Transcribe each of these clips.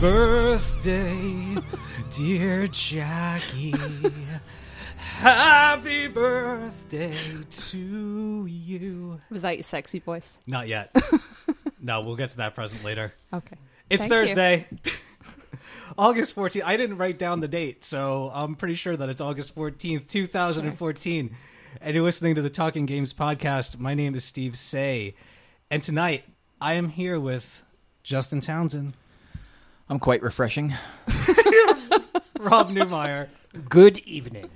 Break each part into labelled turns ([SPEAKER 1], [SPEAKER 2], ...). [SPEAKER 1] birthday, dear Jackie. Happy birthday to you.
[SPEAKER 2] Was that your sexy voice?
[SPEAKER 1] Not yet. no, we'll get to that present later.
[SPEAKER 2] Okay.
[SPEAKER 1] It's
[SPEAKER 2] Thank you.
[SPEAKER 1] Thursday. August 14th. I didn't write down the date, so I'm pretty sure that it's August 14th, 2014. And you're listening to the Talking Games podcast. My name is Steve Say. And tonight, I am here with Justin Townsend,
[SPEAKER 3] I'm quite refreshing.
[SPEAKER 1] Rob Newmeyer,
[SPEAKER 4] Good evening.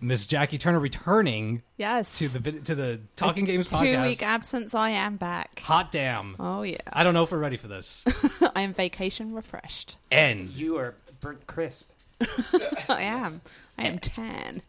[SPEAKER 1] Miss Jackie Turner returning
[SPEAKER 2] Yes.
[SPEAKER 1] to the vid- to the Talking Games
[SPEAKER 2] Two
[SPEAKER 1] podcast.
[SPEAKER 2] week absence. I am back.
[SPEAKER 1] Hot damn.
[SPEAKER 2] Oh yeah.
[SPEAKER 1] I don't know if we're ready for this.
[SPEAKER 2] I am vacation refreshed.
[SPEAKER 1] End.
[SPEAKER 4] You are burnt crisp.
[SPEAKER 2] I am. I am tan.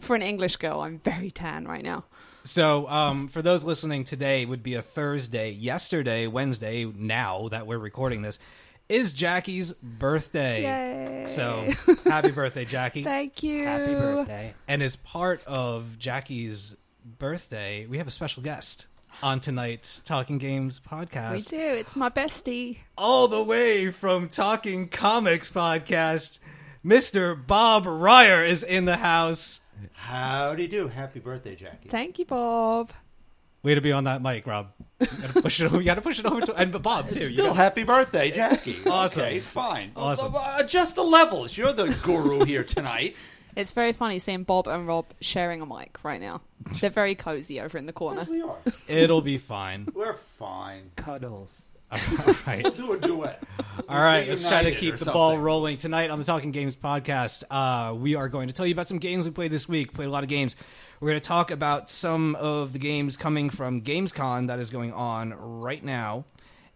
[SPEAKER 2] For an English girl, I'm very tan right now.
[SPEAKER 1] So, um, for those listening today, would be a Thursday. Yesterday, Wednesday, now that we're recording this, is Jackie's birthday.
[SPEAKER 2] Yay.
[SPEAKER 1] So, happy birthday, Jackie.
[SPEAKER 2] Thank you.
[SPEAKER 4] Happy birthday.
[SPEAKER 1] and as part of Jackie's birthday, we have a special guest on tonight's Talking Games podcast.
[SPEAKER 2] We do. It's my bestie.
[SPEAKER 1] all the way from Talking Comics podcast, Mr. Bob Ryer is in the house.
[SPEAKER 5] Howdy do. Happy birthday, Jackie.
[SPEAKER 2] Thank you, Bob.
[SPEAKER 1] Way to be on that mic, Rob. You gotta push it over. You gotta push it over to and Bob too. You
[SPEAKER 5] Still
[SPEAKER 1] gotta-
[SPEAKER 5] happy birthday, Jackie.
[SPEAKER 1] Awesome.
[SPEAKER 5] Okay, fine.
[SPEAKER 1] Awesome.
[SPEAKER 5] Uh, Adjust the levels. You're the guru here tonight.
[SPEAKER 2] It's very funny seeing Bob and Rob sharing a mic right now. They're very cozy over in the corner.
[SPEAKER 5] Yes, we are.
[SPEAKER 1] It'll be fine.
[SPEAKER 5] We're fine.
[SPEAKER 4] Cuddles.
[SPEAKER 1] All right.
[SPEAKER 5] We'll do a duet.
[SPEAKER 1] All right, let's try to
[SPEAKER 5] Reunited
[SPEAKER 1] keep
[SPEAKER 5] or
[SPEAKER 1] the ball
[SPEAKER 5] something.
[SPEAKER 1] rolling. Tonight on the Talking Games podcast, uh, we are going to tell you about some games we played this week. Played a lot of games. We're going to talk about some of the games coming from GamesCon that is going on right now.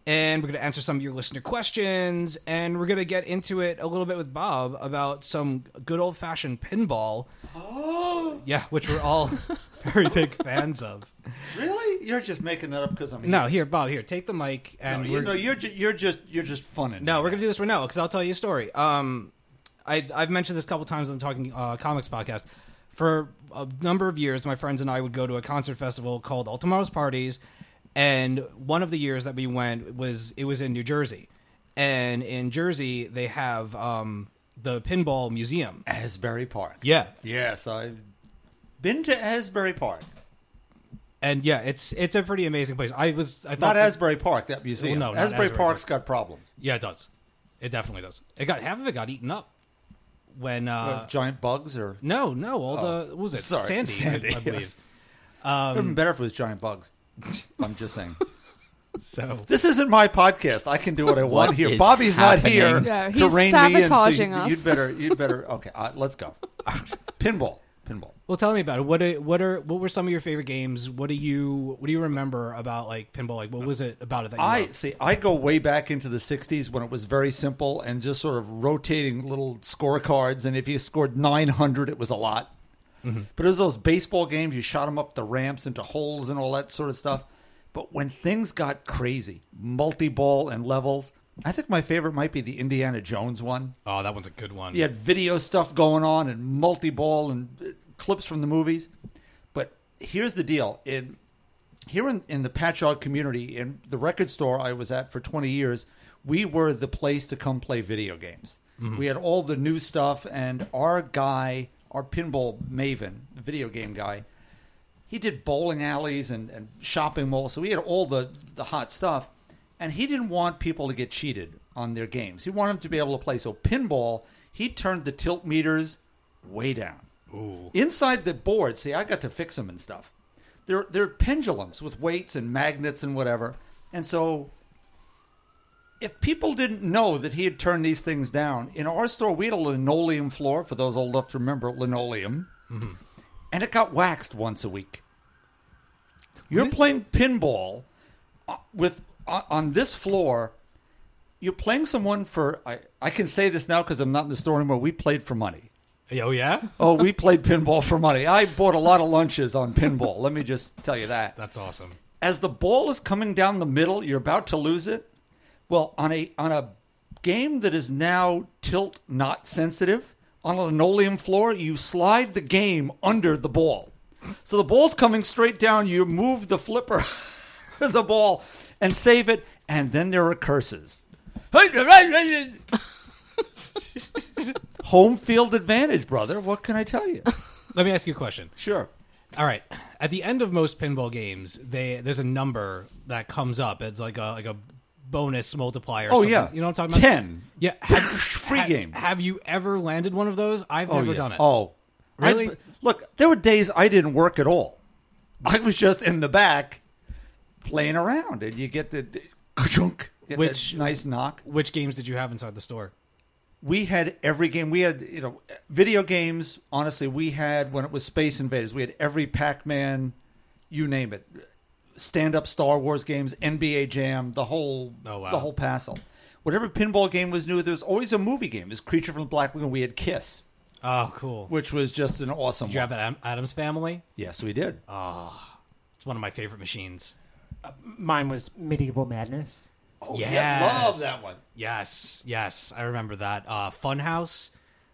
[SPEAKER 1] And we're going to answer some of your listener questions. And we're going to get into it a little bit with Bob about some good old fashioned pinball.
[SPEAKER 5] Oh,
[SPEAKER 1] Yeah, which we're all very big fans of.
[SPEAKER 5] really? You're just making that up because I'm
[SPEAKER 1] No, here, Bob, here, take the mic.
[SPEAKER 5] No,
[SPEAKER 1] And
[SPEAKER 5] you
[SPEAKER 1] we're-
[SPEAKER 5] know, you're ju- you're just you're just funning.
[SPEAKER 1] No,
[SPEAKER 5] me.
[SPEAKER 1] we're gonna do this right now because I'll tell you a story. Um, I, I've mentioned this a couple times on the Talking uh, Comics podcast. For a number of years, my friends and I would go to a concert festival called All Tomorrow's Parties, and one of the years that we went was it was in New Jersey, and in Jersey they have um, the Pinball Museum.
[SPEAKER 5] Asbury Park.
[SPEAKER 1] Yeah,
[SPEAKER 5] Yes, I've been to Asbury Park.
[SPEAKER 1] and yeah, it's it's a pretty amazing place. I was I thought
[SPEAKER 5] Not Asbury Park, that museum.
[SPEAKER 1] Well, no, not
[SPEAKER 5] Asbury,
[SPEAKER 1] Asbury
[SPEAKER 5] Park's got problems.
[SPEAKER 1] yeah, it does. It definitely does. It got half of it got eaten up when uh,
[SPEAKER 5] Giant bugs or
[SPEAKER 1] no no all the what was it
[SPEAKER 5] Oh, sorry,
[SPEAKER 1] Sandy,
[SPEAKER 5] Sandy,
[SPEAKER 1] I, I
[SPEAKER 5] yes.
[SPEAKER 1] believe.
[SPEAKER 5] Even better if it was giant bugs. I'm just saying.
[SPEAKER 1] So
[SPEAKER 5] This isn't my podcast. I can do what I want here.
[SPEAKER 3] is
[SPEAKER 5] Bobby's
[SPEAKER 3] happening?
[SPEAKER 5] not here
[SPEAKER 2] No,
[SPEAKER 5] to
[SPEAKER 2] he's
[SPEAKER 5] rein me in. So
[SPEAKER 2] sabotaging
[SPEAKER 5] you,
[SPEAKER 2] us.
[SPEAKER 5] would better, you'd better. Okay, uh, let's go. Pinball, pinball.
[SPEAKER 1] Well, tell me about it. What are, what are what were some of your favorite games? What do you what do you remember about like pinball? Like what was it about it that you
[SPEAKER 5] I
[SPEAKER 1] loved?
[SPEAKER 5] see. I go way back into the '60s when it was very simple and just sort of rotating little scorecards. And if you scored 900, it was a lot. But it was those baseball games. You shot them up the ramps into holes and all that sort of stuff. But when things got crazy, multi-ball and levels. I think my favorite might be the Indiana Jones one.
[SPEAKER 1] Oh, that one's a good one.
[SPEAKER 5] You had video stuff going on and multi-ball and uh, clips from the movies. But here's the deal: in here in, in the Patchogue community, in the record store I was at for 20 years, we were the place to come play video games. We had all the new stuff, and our guy, our pinball maven, the video game guy, he did bowling alleys and, and shopping malls, so he had all the, the hot stuff. And he didn't want people to get cheated on their games. He wanted them to be able to play. So pinball, he turned the tilt meters way down. Inside the board, see, I got to fix them and stuff. They're, they're pendulums with weights and magnets and whatever. And so if people didn't know that he had turned these things down, in our store, we had a linoleum floor, for those old enough to remember linoleum and it got waxed once a week. You're playing pinball uh, with on- on this floor. You're playing someone for I, I can say this now because I'm not in the store anymore. We played for money.
[SPEAKER 1] Yeah, Oh yeah,
[SPEAKER 5] Oh, we played pinball for money. I bought a lot of lunches on pinball. Let me just tell you that
[SPEAKER 1] that's awesome.
[SPEAKER 5] as the ball is coming down the middle, you're about to lose it. Well, on a on a game that is now tilt not sensitive, on a linoleum floor, you slide the game under the ball. So the ball's coming straight down, you move the flipper the ball and save it, and then there are curses. Home field advantage, brother. What can I tell you?
[SPEAKER 1] Let me ask you a question.
[SPEAKER 5] Sure.
[SPEAKER 1] All right. At the end of most pinball games, they there's a number that comes up. It's like a like a bonus multiplier. or
[SPEAKER 5] Oh,
[SPEAKER 1] something.
[SPEAKER 5] yeah.
[SPEAKER 1] you know what I'm talking about?
[SPEAKER 5] 10.
[SPEAKER 1] Yeah. Have,
[SPEAKER 5] Free
[SPEAKER 1] ha-
[SPEAKER 5] game.
[SPEAKER 1] Have you ever landed one of those? I've never
[SPEAKER 5] yeah.
[SPEAKER 1] done it.
[SPEAKER 5] Oh, I-
[SPEAKER 1] Really?
[SPEAKER 5] look, there were days I didn't work at all. I was just in the back playing around, and you get the, the ka-chunk, get
[SPEAKER 1] Which-
[SPEAKER 5] that nice knock.
[SPEAKER 1] Which games did you have inside the store?
[SPEAKER 5] We had every game. We had you know video games. Honestly, we had when it was Space Invaders, we had every Pac-Man, you name it, stand-up Star Wars games, NBA Jam, the whole
[SPEAKER 1] Oh, wow.
[SPEAKER 5] the whole passel. Whatever pinball game was new, there was always a movie game. This Creature from the Black Lagoon. We had Kiss,
[SPEAKER 1] Oh, cool.
[SPEAKER 5] which was just an awesome.
[SPEAKER 1] Did you
[SPEAKER 5] one.
[SPEAKER 1] have that Adams Family?
[SPEAKER 5] Yes, we did.
[SPEAKER 1] It's one of my favorite machines.
[SPEAKER 4] Mine was Medieval Madness.
[SPEAKER 5] Oh,
[SPEAKER 1] Yes.
[SPEAKER 5] yeah, love that one.
[SPEAKER 1] Yes, yes, I remember that. Uh, Funhouse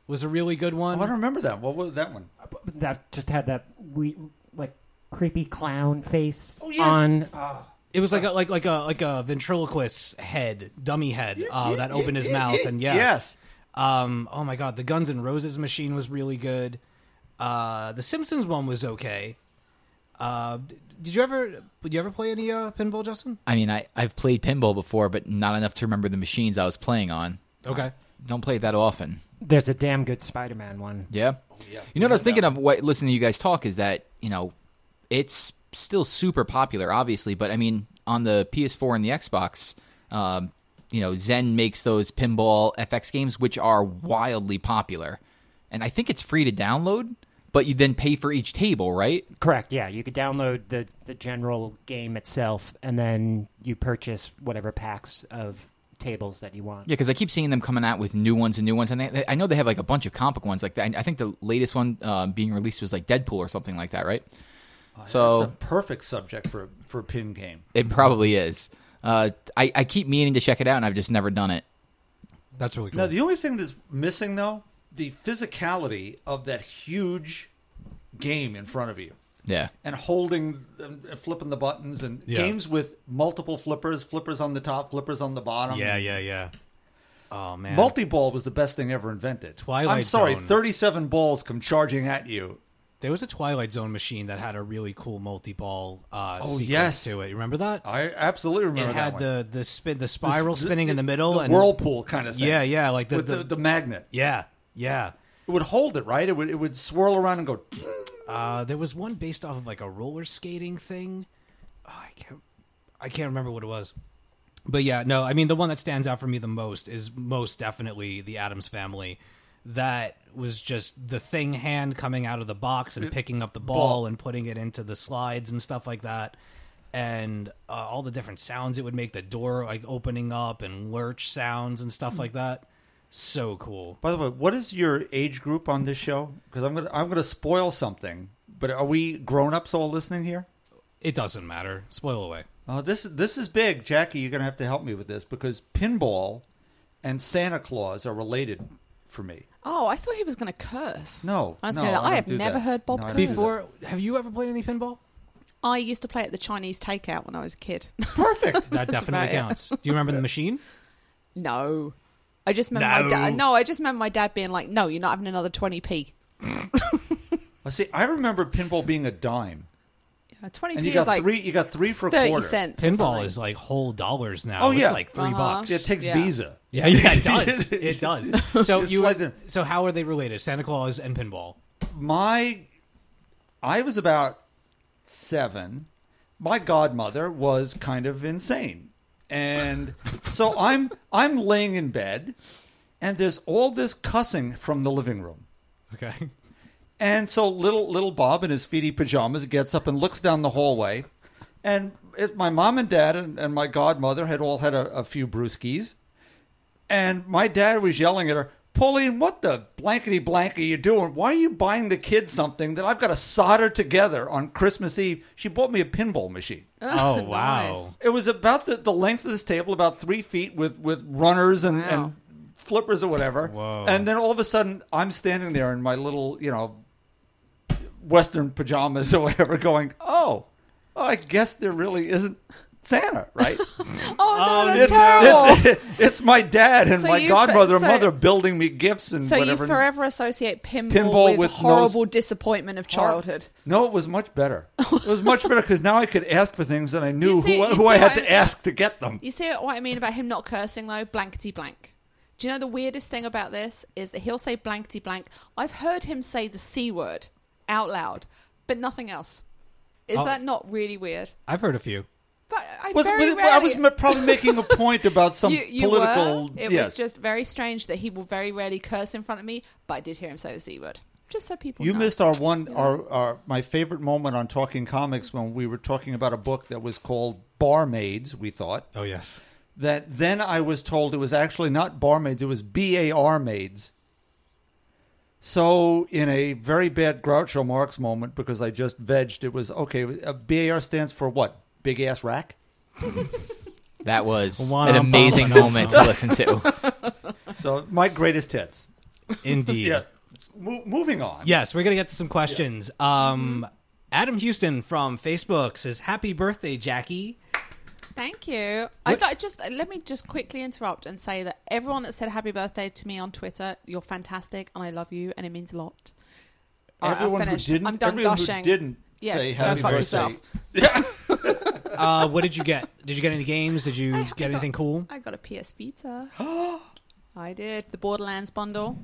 [SPEAKER 1] was a really good one.
[SPEAKER 5] Oh, I don't remember that. What was that one?
[SPEAKER 4] That just had that we like creepy clown face
[SPEAKER 5] Oh, yes.
[SPEAKER 4] on. Uh,
[SPEAKER 1] It was like a like like a like a ventriloquist head, dummy head uh, that opened his mouth, and yeah,
[SPEAKER 5] Yes.
[SPEAKER 1] Um, oh my god, the Guns N' Roses machine was really good. Uh, the Simpsons one was okay. Uh, d- did you ever did you ever play any uh, pinball, Justin?
[SPEAKER 3] I mean, I, I've played pinball before, but not enough to remember the machines I was playing on.
[SPEAKER 1] Okay,
[SPEAKER 3] Don't play it that often.
[SPEAKER 4] there's a damn good Spider-Man one.
[SPEAKER 3] Yeah. You know what I was thinking of what listening to you guys talk is that, you know, it's still super popular, obviously, but I mean, on the PS4 and the Xbox, um, you know, Zen makes those pinball FX games, which are wildly popular. And I think it's free to download, but you then pay for each table, right?
[SPEAKER 4] Correct. Yeah, you could download the the general game itself, and then you purchase whatever packs of tables that you want.
[SPEAKER 3] Yeah, because I keep seeing them coming out with new ones and new ones, and I, I know they have like a bunch of comic book ones like that. I think the latest one um, being released was like Deadpool or something like that, right? so
[SPEAKER 5] It's a perfect subject for for a pin game.
[SPEAKER 3] it probably is. Uh, I I keep meaning to check it out, and I've just never done it.
[SPEAKER 1] that's really cool.
[SPEAKER 5] Now, the only thing that's missing though, the physicality of that huge game in front of you.
[SPEAKER 3] Yeah,
[SPEAKER 5] And holding um, and flipping the buttons and
[SPEAKER 1] Yeah.
[SPEAKER 5] games with multiple flippers, flippers on the top, flippers on the bottom.
[SPEAKER 1] yeah, yeah, yeah. Oh man,
[SPEAKER 5] Multi ball was the best thing ever invented.
[SPEAKER 1] Twilight
[SPEAKER 5] I'm sorry,
[SPEAKER 1] Zone.
[SPEAKER 5] 37 balls come charging at you.
[SPEAKER 1] There was a Twilight Zone machine that had a really cool multi-ball uh,
[SPEAKER 5] Oh,
[SPEAKER 1] sequence
[SPEAKER 5] yes. Oh,
[SPEAKER 1] to it. You remember that?
[SPEAKER 5] I absolutely remember
[SPEAKER 1] it
[SPEAKER 5] that
[SPEAKER 1] had
[SPEAKER 5] one.
[SPEAKER 1] the the spin, the spiral
[SPEAKER 5] This-
[SPEAKER 1] spinning in the middle, and
[SPEAKER 5] whirlpool kind of thing.
[SPEAKER 1] yeah, yeah, like the,
[SPEAKER 5] with
[SPEAKER 1] the,
[SPEAKER 5] the, the magnet.
[SPEAKER 1] yeah, yeah.
[SPEAKER 5] It would hold it, right? It would it would swirl around and go.
[SPEAKER 1] Uh, there was one based off of like a roller skating thing. Oh, I can't, I can't remember what it was. But yeah, no, I mean the one that stands out for me the most is most definitely the Adams Family. That was just the thing hand coming out of the box and picking up the ball
[SPEAKER 5] Ball.
[SPEAKER 1] and putting it into the slides and stuff like that, and uh, all the different sounds it would make the door like opening up and lurch sounds and stuff like that. So cool.
[SPEAKER 5] By the way, what is your age group on this show? Because I'm gonna I'm gonna spoil something. But are we grown ups all listening here?
[SPEAKER 1] It doesn't matter. Spoil away.
[SPEAKER 5] Uh, this this is big, Jackie. You're gonna have to help me with this because pinball and Santa Claus are related for me.
[SPEAKER 2] Oh, I thought he was going to curse.
[SPEAKER 5] No,
[SPEAKER 2] I was
[SPEAKER 5] no,
[SPEAKER 2] going to.
[SPEAKER 5] I
[SPEAKER 2] I,
[SPEAKER 5] don't
[SPEAKER 2] have
[SPEAKER 5] do
[SPEAKER 2] never
[SPEAKER 5] that.
[SPEAKER 2] heard Bob
[SPEAKER 5] No, I don't
[SPEAKER 2] curse.
[SPEAKER 5] do that.
[SPEAKER 1] Before, have you ever played any pinball?
[SPEAKER 2] I used to play at the Chinese takeout when I was a kid.
[SPEAKER 5] Perfect.
[SPEAKER 1] That
[SPEAKER 2] That's
[SPEAKER 1] definitely
[SPEAKER 2] about it.
[SPEAKER 1] counts. Do you remember the machine?
[SPEAKER 2] no, I just remember
[SPEAKER 1] No.
[SPEAKER 2] my dad. No, I just remember my dad being like, "No, you're not having another twenty p."
[SPEAKER 5] Well, see, I remember pinball being a dime,
[SPEAKER 2] Twenty
[SPEAKER 5] and
[SPEAKER 2] p
[SPEAKER 5] you
[SPEAKER 2] is
[SPEAKER 5] got
[SPEAKER 2] like
[SPEAKER 5] three. You got three for a
[SPEAKER 2] thirty
[SPEAKER 5] quarter.
[SPEAKER 2] cents. or
[SPEAKER 1] Pinball
[SPEAKER 2] something.
[SPEAKER 1] is like whole dollars now.
[SPEAKER 5] Oh,
[SPEAKER 1] it's
[SPEAKER 5] yeah.
[SPEAKER 1] like 3
[SPEAKER 2] Uh-huh.
[SPEAKER 1] bucks.
[SPEAKER 5] It takes
[SPEAKER 2] Yeah.
[SPEAKER 5] Visa.
[SPEAKER 1] yeah, yeah, it does. It does. So
[SPEAKER 5] Just
[SPEAKER 1] you
[SPEAKER 5] like the-
[SPEAKER 1] so how are they related? Santa Claus and pinball.
[SPEAKER 5] my I was about seven. My godmother was kind of insane. And so I'm I'm laying in bed and there's all this cussing from the living room.
[SPEAKER 1] Okay.
[SPEAKER 5] And so little little Bob in his feety pajamas gets up and looks down the hallway. And it, my mom and dad and, and my godmother had all had a, a few brewskis. And my dad was yelling at her, Pauline, what the blankety blank are you doing? Why are you buying the kids something that I've got to solder together on Christmas Eve? She bought me a pinball machine.
[SPEAKER 1] Oh wow.
[SPEAKER 2] Nice.
[SPEAKER 5] It was about the, the length of this table, about three feet, with, with runners and,
[SPEAKER 2] Wow.
[SPEAKER 5] and flippers or whatever.
[SPEAKER 1] Whoa.
[SPEAKER 5] And then all of a sudden, I'm standing there in my little, you know, oh, Western pajamas or whatever, going, oh, I guess there really isn't Santa, right?
[SPEAKER 2] Oh, no, that's
[SPEAKER 5] It's-
[SPEAKER 2] terrible.
[SPEAKER 5] It's, it's my dad and
[SPEAKER 2] So
[SPEAKER 5] my
[SPEAKER 2] you-
[SPEAKER 5] godmother and
[SPEAKER 2] so-
[SPEAKER 5] mother building me gifts and
[SPEAKER 2] so
[SPEAKER 5] whatever.
[SPEAKER 2] you forever associate pinball,
[SPEAKER 5] Pinball
[SPEAKER 2] with,
[SPEAKER 5] with no
[SPEAKER 2] horrible
[SPEAKER 5] s-
[SPEAKER 2] disappointment of
[SPEAKER 5] Har-
[SPEAKER 2] childhood.
[SPEAKER 5] No, it was much better. It was much better because now I could ask for things and I knew
[SPEAKER 2] You see-
[SPEAKER 5] who, I-
[SPEAKER 2] you
[SPEAKER 5] who
[SPEAKER 2] see
[SPEAKER 5] I had
[SPEAKER 2] what
[SPEAKER 5] to
[SPEAKER 2] I-
[SPEAKER 5] ask to get them.
[SPEAKER 2] You see what I mean about him not cursing though? Blankety blank. Do you know the weirdest thing about this is that he'll say blankety blank. I've heard him say the c word out loud, but nothing else. Is
[SPEAKER 1] Oh.
[SPEAKER 2] that not really weird?
[SPEAKER 1] I've heard a few.
[SPEAKER 2] But I
[SPEAKER 5] Was-
[SPEAKER 2] very
[SPEAKER 5] was-
[SPEAKER 2] rarely.
[SPEAKER 5] I was ma- probably making a point about some
[SPEAKER 2] you, you
[SPEAKER 5] political.
[SPEAKER 2] Were? It
[SPEAKER 5] yes.
[SPEAKER 2] was just very strange that he will very rarely curse in front of me, but I did hear him say the c word. Just so people
[SPEAKER 5] You
[SPEAKER 2] know.
[SPEAKER 5] missed our one, our, our my favorite moment on Talking Comics when we were talking about a book that was called Barmaids. We thought
[SPEAKER 1] Oh yes.
[SPEAKER 5] that then I was told it was actually not barmaids; it was B A R maids. So, in a very bad Groucho Marx moment, because I just vegged, it was okay. a B A R stands for what? Big ass rack.
[SPEAKER 3] That was
[SPEAKER 1] One
[SPEAKER 3] an
[SPEAKER 1] on
[SPEAKER 3] amazing
[SPEAKER 1] Papa.
[SPEAKER 3] moment to listen to.
[SPEAKER 5] So, my greatest hits.
[SPEAKER 1] Indeed.
[SPEAKER 5] Yeah. Mo- moving on.
[SPEAKER 1] Yes, we're gonna get to some questions. Um,
[SPEAKER 2] Mm-hmm.
[SPEAKER 1] Adam Houston from Facebook says, "Happy birthday, Jackie."
[SPEAKER 2] Thank you. I got just let me just quickly interrupt and say that everyone that said happy birthday to me on Twitter, you're fantastic and I love you and it means a lot. All right, I'm
[SPEAKER 5] Everyone who
[SPEAKER 2] finished.
[SPEAKER 5] didn't,
[SPEAKER 2] I'm done
[SPEAKER 5] everyone
[SPEAKER 2] gushing.
[SPEAKER 5] who didn't
[SPEAKER 2] Yeah,
[SPEAKER 5] say
[SPEAKER 2] go
[SPEAKER 5] happy
[SPEAKER 2] fuck
[SPEAKER 5] birthday.
[SPEAKER 2] yourself.
[SPEAKER 1] Uh, what did you get? Did you get any games? Did you
[SPEAKER 2] I- I
[SPEAKER 1] get anything
[SPEAKER 2] got-
[SPEAKER 1] cool?
[SPEAKER 2] I got a PS Vita. I did the Borderlands bundle.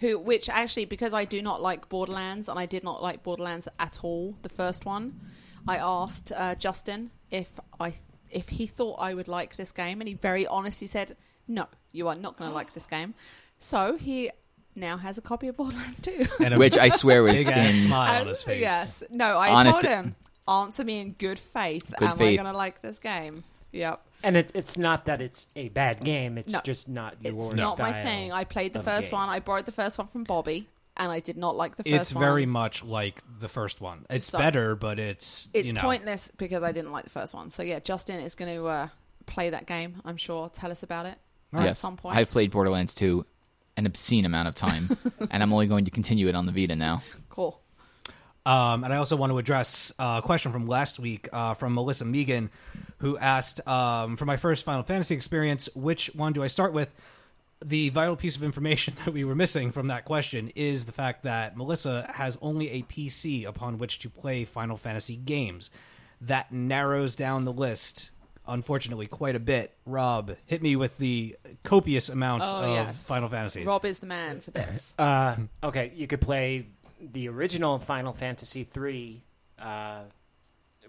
[SPEAKER 2] Who, which actually, because I do not like Borderlands, and I did not like Borderlands at all, the first one, I asked uh, Justin if I if he thought I would like this game, and he very honestly said, "No, you are not going to like this game." So he now has a copy of Borderlands 2.
[SPEAKER 1] And a
[SPEAKER 3] Which I swear was
[SPEAKER 1] big ass
[SPEAKER 3] in
[SPEAKER 1] smile on
[SPEAKER 2] And-
[SPEAKER 1] his face.
[SPEAKER 2] Yes, no, I
[SPEAKER 3] Honest-
[SPEAKER 2] told him, answer me in good faith.
[SPEAKER 3] Good
[SPEAKER 2] Am
[SPEAKER 3] faith.
[SPEAKER 2] I going to like this game? Yep.
[SPEAKER 4] And it, it's not that it's a bad game. It's
[SPEAKER 2] No.
[SPEAKER 4] just not your
[SPEAKER 2] It's
[SPEAKER 4] style.
[SPEAKER 2] not my thing. I played the
[SPEAKER 4] of a
[SPEAKER 2] first
[SPEAKER 4] game.
[SPEAKER 2] one. I borrowed the first one from Bobby, and I did not like the first
[SPEAKER 1] It's
[SPEAKER 2] one.
[SPEAKER 1] very much like the first one. It's
[SPEAKER 2] So-
[SPEAKER 1] better, but it's
[SPEAKER 2] it's
[SPEAKER 1] you know,
[SPEAKER 2] pointless because I didn't like the first one. So yeah, Justin is going to uh, play that game. I'm sure. Tell us about it at
[SPEAKER 3] yes,
[SPEAKER 2] some point.
[SPEAKER 3] I've played Borderlands 2 an obscene amount of time, and I'm only going to continue it on the Vita now.
[SPEAKER 2] Cool.
[SPEAKER 1] Um, and I also want to address uh, a question from last week uh, from Melissa Megan, who asked um, for my first Final Fantasy experience, which one do I start with? The vital piece of information that we were missing from that question is the fact that Melissa has only a PC upon which to play Final Fantasy games. That narrows down the list, unfortunately, quite a bit. Rob, hit me with the copious amount
[SPEAKER 2] Oh
[SPEAKER 1] of
[SPEAKER 2] yes,
[SPEAKER 1] Final Fantasy.
[SPEAKER 2] Rob is the man for this.
[SPEAKER 4] Uh, okay, you could play the original Final Fantasy III, uh,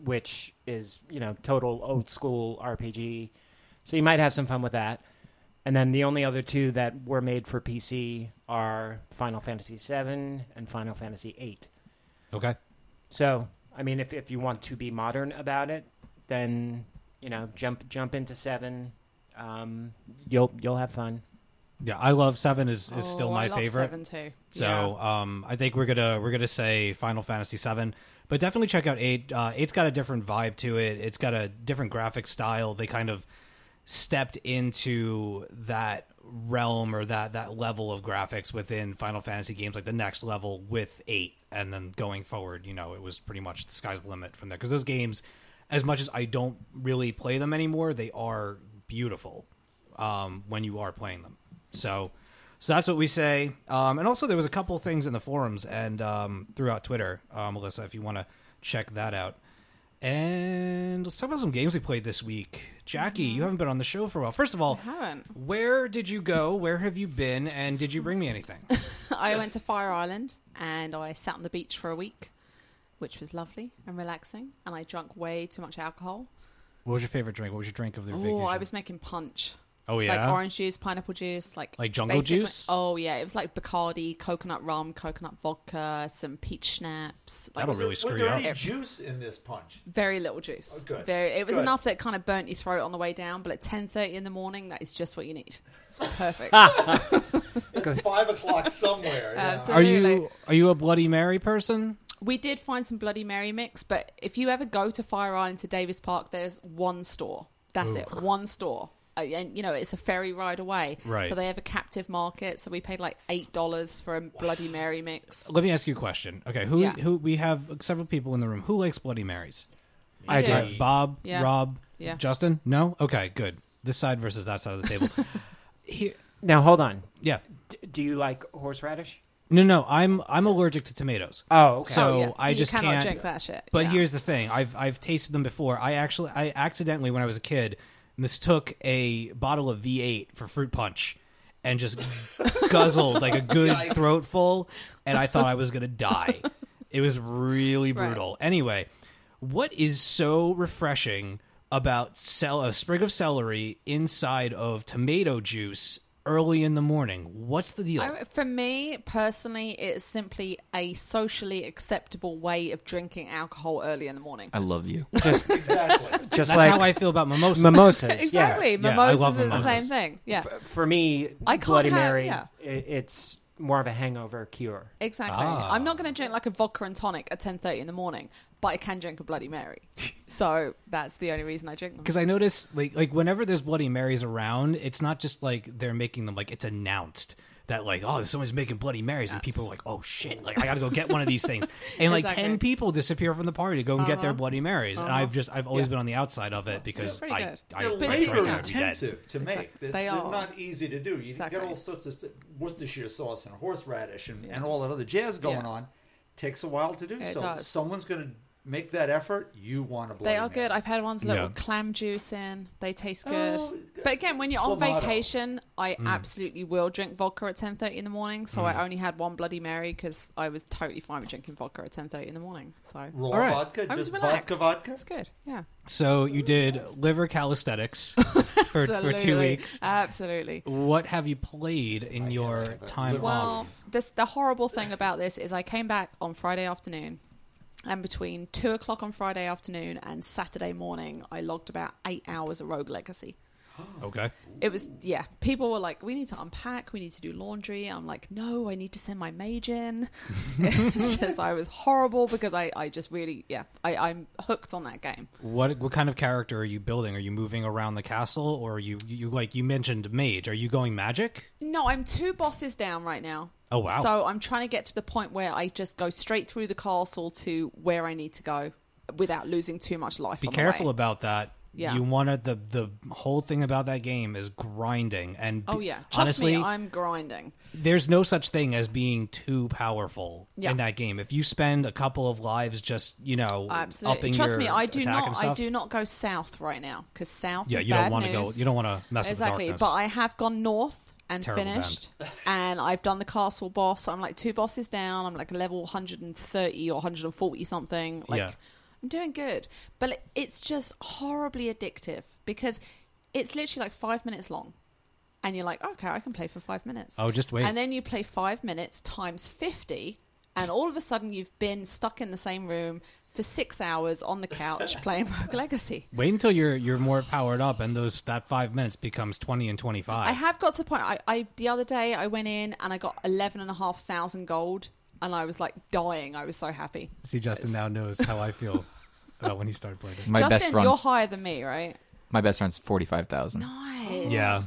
[SPEAKER 4] which is you know total old school RPG. So you might have some fun with that. And then the only other two that were made for PC are Final Fantasy VII and Final Fantasy VIII.
[SPEAKER 1] Okay.
[SPEAKER 4] So I mean, if if you want to be modern about it, then you know jump jump into seven. Um, you'll you'll have fun.
[SPEAKER 1] Yeah, I love seven is, is
[SPEAKER 2] Oh,
[SPEAKER 1] still my
[SPEAKER 2] I love
[SPEAKER 1] favorite.
[SPEAKER 2] Seven too.
[SPEAKER 1] So um, I think we're gonna we're gonna say Final Fantasy VII, but definitely check out eight. Uh, eight's got a different vibe to it. It's got a different graphic style. They kind of stepped into that realm or that that level of graphics within Final Fantasy games, like the next level with eight, and then going forward, you know, it was pretty much the sky's the limit from there. Because those games, as much as I don't really play them anymore, they are beautiful um, when you are playing them. So, so that's what we say. Um, and also, there was a couple things in the forums and um, throughout Twitter, uh, Melissa, if you want to check that out. And let's talk about some games we played this week. Jackie, you haven't been on the show for a while. First of all,
[SPEAKER 2] I haven't.
[SPEAKER 1] where did you go? Where have you been? And did you bring me anything?
[SPEAKER 2] I went to Fire Island and I sat on the beach for a week, which was lovely and relaxing. And I drank way too much alcohol.
[SPEAKER 1] What was your favorite drink? What was your drink of the
[SPEAKER 2] Oh,
[SPEAKER 1] vacation?
[SPEAKER 2] I was making punch.
[SPEAKER 1] oh yeah,
[SPEAKER 2] Like orange juice, pineapple juice, like
[SPEAKER 1] Like jungle
[SPEAKER 2] basically-
[SPEAKER 1] juice?
[SPEAKER 2] Oh yeah, it was like Bacardi, coconut rum, coconut vodka, some peach schnapps. Like
[SPEAKER 1] That'll really
[SPEAKER 5] Was
[SPEAKER 1] screw you
[SPEAKER 5] there
[SPEAKER 1] up.
[SPEAKER 5] any juice in this punch?
[SPEAKER 2] very little juice.
[SPEAKER 5] Oh, good.
[SPEAKER 2] Very. It was
[SPEAKER 5] Good.
[SPEAKER 2] enough that it kind of burnt your throat on the way down, but at ten thirty in the morning, that is just what you need. It's perfect.
[SPEAKER 5] It's five o'clock somewhere. yeah.
[SPEAKER 1] Are
[SPEAKER 2] Absolutely.
[SPEAKER 1] you are you a Bloody Mary person?
[SPEAKER 2] We did find some Bloody Mary mix, but if you ever go to Fire Island to Davis Park, there's one store. That's it, one store. Uh, And you know it's a ferry ride away,
[SPEAKER 1] Right.
[SPEAKER 2] So they have a captive market. So we paid like eight dollars for a Bloody Mary mix.
[SPEAKER 1] Let me ask you a question. Okay, who
[SPEAKER 2] Yeah.
[SPEAKER 1] who we have several people in the room. Who likes Bloody Marys?
[SPEAKER 4] I
[SPEAKER 2] do.
[SPEAKER 1] All right, Bob,
[SPEAKER 2] Yeah.
[SPEAKER 1] Rob,
[SPEAKER 2] Yeah.
[SPEAKER 1] Justin? No? Okay, good. This side versus that side of the table. Here,
[SPEAKER 4] Now hold on.
[SPEAKER 1] yeah.
[SPEAKER 4] D- do you like horseradish?
[SPEAKER 1] No, no, I'm I'm allergic to tomatoes.
[SPEAKER 4] Oh, okay.
[SPEAKER 1] So-
[SPEAKER 2] oh, yeah.
[SPEAKER 1] I just
[SPEAKER 2] you cannot
[SPEAKER 1] can't-
[SPEAKER 2] drink that shit.
[SPEAKER 1] But
[SPEAKER 2] Yeah.
[SPEAKER 1] here's the thing: I've I've tasted them before. I actually I accidentally when I was a kid mistook a bottle of V8 for fruit punch and just guzzled like a good throatful, and I thought I was gonna die. It was really
[SPEAKER 2] Right.
[SPEAKER 1] brutal. Anyway, what is so refreshing about cel- a sprig of celery inside of tomato juice early in the morning? What's the deal?
[SPEAKER 2] I- for me personally, it's simply a socially acceptable way of drinking alcohol early in the morning.
[SPEAKER 1] Uh,
[SPEAKER 3] I love you.
[SPEAKER 4] just
[SPEAKER 5] Exactly.
[SPEAKER 4] just
[SPEAKER 1] That's
[SPEAKER 4] like
[SPEAKER 1] how I feel about mimosas.
[SPEAKER 4] mimosas.
[SPEAKER 2] Exactly.
[SPEAKER 1] Yeah, I
[SPEAKER 2] Mimosas
[SPEAKER 1] love
[SPEAKER 2] are the same
[SPEAKER 1] mimosas.
[SPEAKER 2] thing. Yeah.
[SPEAKER 4] Yeah. F- For me,
[SPEAKER 2] I can't
[SPEAKER 4] Bloody
[SPEAKER 2] have-
[SPEAKER 4] Mary,
[SPEAKER 2] yeah.
[SPEAKER 4] i- it's more of a hangover cure.
[SPEAKER 2] Exactly.
[SPEAKER 1] Ah.
[SPEAKER 2] I'm not going to drink like a vodka and tonic at 10:30 in the morning, but I can drink a Bloody Mary. so that's the only reason I drink them.
[SPEAKER 1] Because I notice, like, like whenever there's Bloody Marys around, it's not just like they're making them. Like it's announced that, like, oh, someone's making Bloody Marys, and people are like, oh shit, like I gotta go get one of these things, and like
[SPEAKER 2] Exactly. Uh-huh.
[SPEAKER 1] ten people disappear from the party to go and get their Bloody Marys, and I've just, I've always been on the outside of it because
[SPEAKER 2] pretty
[SPEAKER 1] I,
[SPEAKER 2] good.
[SPEAKER 1] I,
[SPEAKER 5] They're
[SPEAKER 1] I,
[SPEAKER 2] But it's
[SPEAKER 1] drink
[SPEAKER 2] pretty
[SPEAKER 5] labor
[SPEAKER 1] it, I'd be dead.
[SPEAKER 5] intensive to make. They're,
[SPEAKER 2] They
[SPEAKER 5] they're
[SPEAKER 2] are.
[SPEAKER 5] not easy to do. You
[SPEAKER 2] Exactly.
[SPEAKER 5] get all sorts of st- Worcestershire sauce and horseradish and, and all that other jazz going
[SPEAKER 2] Yeah.
[SPEAKER 5] on. Takes a while to do
[SPEAKER 2] It
[SPEAKER 5] so.
[SPEAKER 2] does.
[SPEAKER 5] Someone's going to make that effort. You want to blow
[SPEAKER 2] They are good. I've had ones with little
[SPEAKER 1] Yeah.
[SPEAKER 2] clam juice in. They taste
[SPEAKER 5] Oh,
[SPEAKER 2] good. but again, when you're on
[SPEAKER 5] clamato.
[SPEAKER 2] vacation, I
[SPEAKER 1] Mm.
[SPEAKER 2] absolutely will drink vodka at 10:30 in the morning. So I only had one Bloody Mary because I was totally fine with drinking vodka at 10:30 in the morning. So
[SPEAKER 5] Raw
[SPEAKER 1] All right.
[SPEAKER 5] vodka,
[SPEAKER 2] I was
[SPEAKER 5] just
[SPEAKER 2] relaxed.
[SPEAKER 5] vodka, vodka.
[SPEAKER 2] That's good. Yeah.
[SPEAKER 1] So you did liver calisthenics for for two
[SPEAKER 2] Absolutely.
[SPEAKER 1] weeks.
[SPEAKER 2] Absolutely.
[SPEAKER 1] What have you played in your
[SPEAKER 5] have that
[SPEAKER 1] time
[SPEAKER 5] liver
[SPEAKER 2] Well,
[SPEAKER 1] off?
[SPEAKER 2] this, the horrible thing about this is I came back on Friday afternoon, and between two o'clock on Friday afternoon and Saturday morning, I logged about eight hours of Rogue Legacy.
[SPEAKER 1] Okay,
[SPEAKER 2] It was yeah. People were like, "We need to unpack. We need to do laundry." I'm like, "No, I need to send my mage in." it's just I was horrible because I, I just really yeah I, I'm hooked on that game.
[SPEAKER 1] what what kind of character are you building? Are you moving around the castle, or are you you like you mentioned mage? Are you going magic?
[SPEAKER 2] No, I'm two bosses down right now.
[SPEAKER 1] Oh, wow.
[SPEAKER 2] So I'm trying to get to the point where I just go straight through the castle to where I need to go without losing too much life.
[SPEAKER 1] be
[SPEAKER 2] on
[SPEAKER 1] careful
[SPEAKER 2] The way.
[SPEAKER 1] about that.
[SPEAKER 2] Yeah.
[SPEAKER 1] You want to the the whole thing about that game is grinding and
[SPEAKER 2] Oh
[SPEAKER 1] be-
[SPEAKER 2] yeah, trust
[SPEAKER 1] honestly,
[SPEAKER 2] me, I'm grinding.
[SPEAKER 1] there's no such thing as being too powerful
[SPEAKER 2] Yeah.
[SPEAKER 1] in that game. If you spend a couple of lives just you know
[SPEAKER 2] Absolutely,
[SPEAKER 1] upping
[SPEAKER 2] trust
[SPEAKER 1] your
[SPEAKER 2] me, I do
[SPEAKER 1] attack and
[SPEAKER 2] not. I
[SPEAKER 1] stuff,
[SPEAKER 2] do not go south right now because south
[SPEAKER 1] Yeah,
[SPEAKER 2] is
[SPEAKER 1] you don't
[SPEAKER 2] bad
[SPEAKER 1] want to go.
[SPEAKER 2] news.
[SPEAKER 1] You don't want to mess
[SPEAKER 2] Exactly,
[SPEAKER 1] with the darkness.
[SPEAKER 2] but I have gone north and
[SPEAKER 1] terrible band.
[SPEAKER 2] finished, and I've done the castle boss. I'm like two bosses down. I'm like level 130 or 140 something. Like
[SPEAKER 1] Yeah.
[SPEAKER 2] I'm doing good, but it- it's just horribly addictive because it's literally like five minutes long, and you're like, okay, I can play for five minutes.
[SPEAKER 1] Oh, just wait.
[SPEAKER 2] and then you play five minutes times 50, and all of a sudden you've been stuck in the same room. For six hours on the couch playing Rogue Legacy.
[SPEAKER 1] Wait until you're you're more powered up, and those that five minutes becomes twenty and twenty five.
[SPEAKER 2] I have got to the point. I, I the other day I went in and I got eleven and a half thousand gold, and I was like dying. I was so happy.
[SPEAKER 1] See, Justin now knows how I feel about when he started playing.
[SPEAKER 3] My
[SPEAKER 2] Justin,
[SPEAKER 3] best
[SPEAKER 2] you're
[SPEAKER 3] runs.
[SPEAKER 2] higher than me, right?
[SPEAKER 3] My best runs forty five thousand.
[SPEAKER 2] Nice.
[SPEAKER 1] Yeah.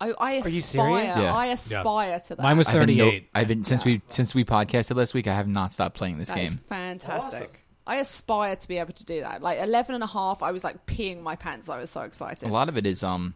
[SPEAKER 2] I, I aspire.
[SPEAKER 4] you serious?
[SPEAKER 3] Yeah.
[SPEAKER 2] I aspire to that.
[SPEAKER 1] Mine was
[SPEAKER 3] I've been,
[SPEAKER 1] thirty
[SPEAKER 3] no-
[SPEAKER 1] eight.
[SPEAKER 3] I've been since we since we podcasted last week. I have not stopped playing this
[SPEAKER 2] That is
[SPEAKER 3] game.
[SPEAKER 2] fantastic.
[SPEAKER 5] Awesome.
[SPEAKER 2] I aspire to be able to do that. Like 11 and a half, I was like peeing my pants. I was so excited.
[SPEAKER 3] A lot of it is um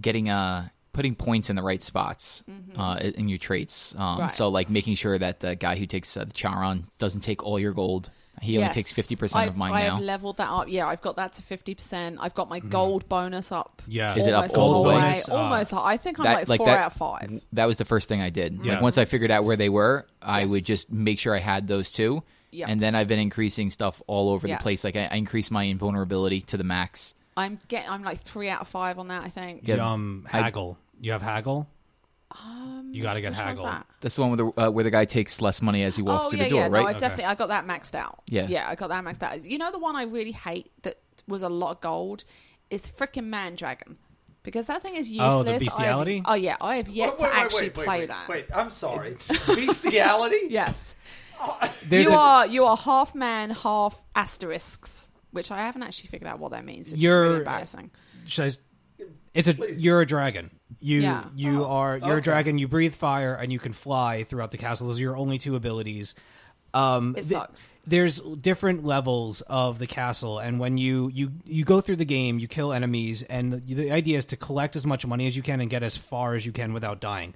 [SPEAKER 3] getting uh putting points in the right spots uh, in in your traits. Um,
[SPEAKER 2] Mm-hmm. Right.
[SPEAKER 3] So like making sure that the guy who takes uh, the Charon doesn't take all your gold. He only
[SPEAKER 2] Yes.
[SPEAKER 3] takes fifty percent of
[SPEAKER 2] I've-
[SPEAKER 3] mine
[SPEAKER 2] I
[SPEAKER 3] now.
[SPEAKER 2] have leveled that up. Yeah, I've got that to 50%. I've got my gold bonus up.
[SPEAKER 1] Yeah.
[SPEAKER 3] Is it up
[SPEAKER 2] almost
[SPEAKER 3] all the way? Ah.
[SPEAKER 1] Bonus, uh,
[SPEAKER 2] Almost. I think I'm
[SPEAKER 3] that-
[SPEAKER 2] like,
[SPEAKER 3] like
[SPEAKER 2] four
[SPEAKER 3] that-
[SPEAKER 2] out of five.
[SPEAKER 3] that was the first thing I did.
[SPEAKER 1] Yeah.
[SPEAKER 3] Like once I figured out where they were, I
[SPEAKER 2] Yes.
[SPEAKER 3] would just make sure I had those two.
[SPEAKER 2] Yeah.
[SPEAKER 3] And then I've been increasing stuff all over
[SPEAKER 2] Yes.
[SPEAKER 3] the place. Like I, I increased my invulnerability to the max.
[SPEAKER 2] I'm get. I'm like three out of five on that. I think.
[SPEAKER 3] Yeah.
[SPEAKER 1] um
[SPEAKER 3] I-
[SPEAKER 1] haggle. you have haggle. Um, you got to get
[SPEAKER 2] Which one's
[SPEAKER 1] haggle.
[SPEAKER 2] that?
[SPEAKER 3] That's the one where the, uh, where the guy takes less money as he walks
[SPEAKER 2] Oh
[SPEAKER 3] through
[SPEAKER 2] yeah,
[SPEAKER 3] the door,
[SPEAKER 2] yeah.
[SPEAKER 3] right?
[SPEAKER 2] No, I definitely. I got that maxed out.
[SPEAKER 3] Yeah.
[SPEAKER 2] yeah. I got that maxed out. You know the one I really hate that was a lot of gold is freaking man dragon because that thing is useless.
[SPEAKER 1] Oh, the
[SPEAKER 2] I have-
[SPEAKER 1] bestiality?
[SPEAKER 2] oh yeah, I have yet to actually play
[SPEAKER 5] wait,
[SPEAKER 2] that.
[SPEAKER 5] Wait, I'm sorry. Bestiality?
[SPEAKER 2] Yes,
[SPEAKER 1] There's
[SPEAKER 2] you
[SPEAKER 1] a-
[SPEAKER 2] are you are half man, half asterisks, which I haven't actually figured out what that means. Which is
[SPEAKER 1] You're-
[SPEAKER 2] really embarrassing.
[SPEAKER 1] should I s- it's a
[SPEAKER 5] Please. Oh.
[SPEAKER 1] you're a dragon. You
[SPEAKER 2] Yeah.
[SPEAKER 1] you are you're a
[SPEAKER 5] okay.
[SPEAKER 1] dragon. You breathe fire and you can fly throughout the castle. Those are your only two abilities. Um,
[SPEAKER 2] It
[SPEAKER 1] th-
[SPEAKER 2] sucks.
[SPEAKER 1] there's different levels of the castle, and when you you you go through the game, you kill enemies, and the, the idea is to collect as much money as you can and get as far as you can without dying.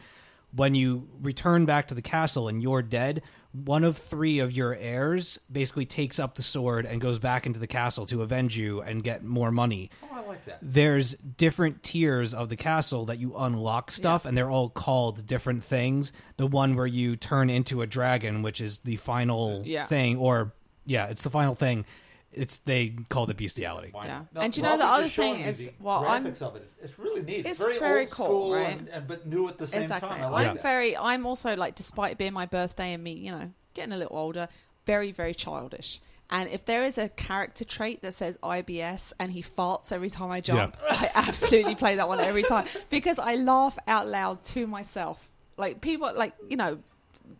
[SPEAKER 1] When you return back to the castle and you're dead, one of three of your heirs basically takes up the sword and goes back into the castle to avenge you and get more money
[SPEAKER 5] Oh, I like that.
[SPEAKER 1] there's different tiers of the castle that you unlock stuff and they're all called different things the one where you turn into a dragon which is the final
[SPEAKER 2] Yeah.
[SPEAKER 1] thing or yeah it's the final thing it's they call it bestiality
[SPEAKER 5] Why
[SPEAKER 2] Yeah.
[SPEAKER 5] not?
[SPEAKER 2] And you know, the
[SPEAKER 5] Robert
[SPEAKER 2] other
[SPEAKER 5] just showed
[SPEAKER 2] thing
[SPEAKER 5] me
[SPEAKER 2] is-
[SPEAKER 5] the
[SPEAKER 2] well, I'm-
[SPEAKER 5] graphics of it. It's, it's really neat.
[SPEAKER 2] It's
[SPEAKER 5] very,
[SPEAKER 2] very
[SPEAKER 5] old
[SPEAKER 2] cool,
[SPEAKER 5] school
[SPEAKER 2] right?
[SPEAKER 5] and, and but new at the same
[SPEAKER 2] exactly.
[SPEAKER 5] time. I like
[SPEAKER 2] I'm
[SPEAKER 5] that.
[SPEAKER 2] very. I'm also like, despite being my birthday and me, you know, getting a little older, very very childish. And if there is a character trait that says IBS and he farts every time I jump, I absolutely play that one every time because I laugh out loud to myself. Like people, like you know,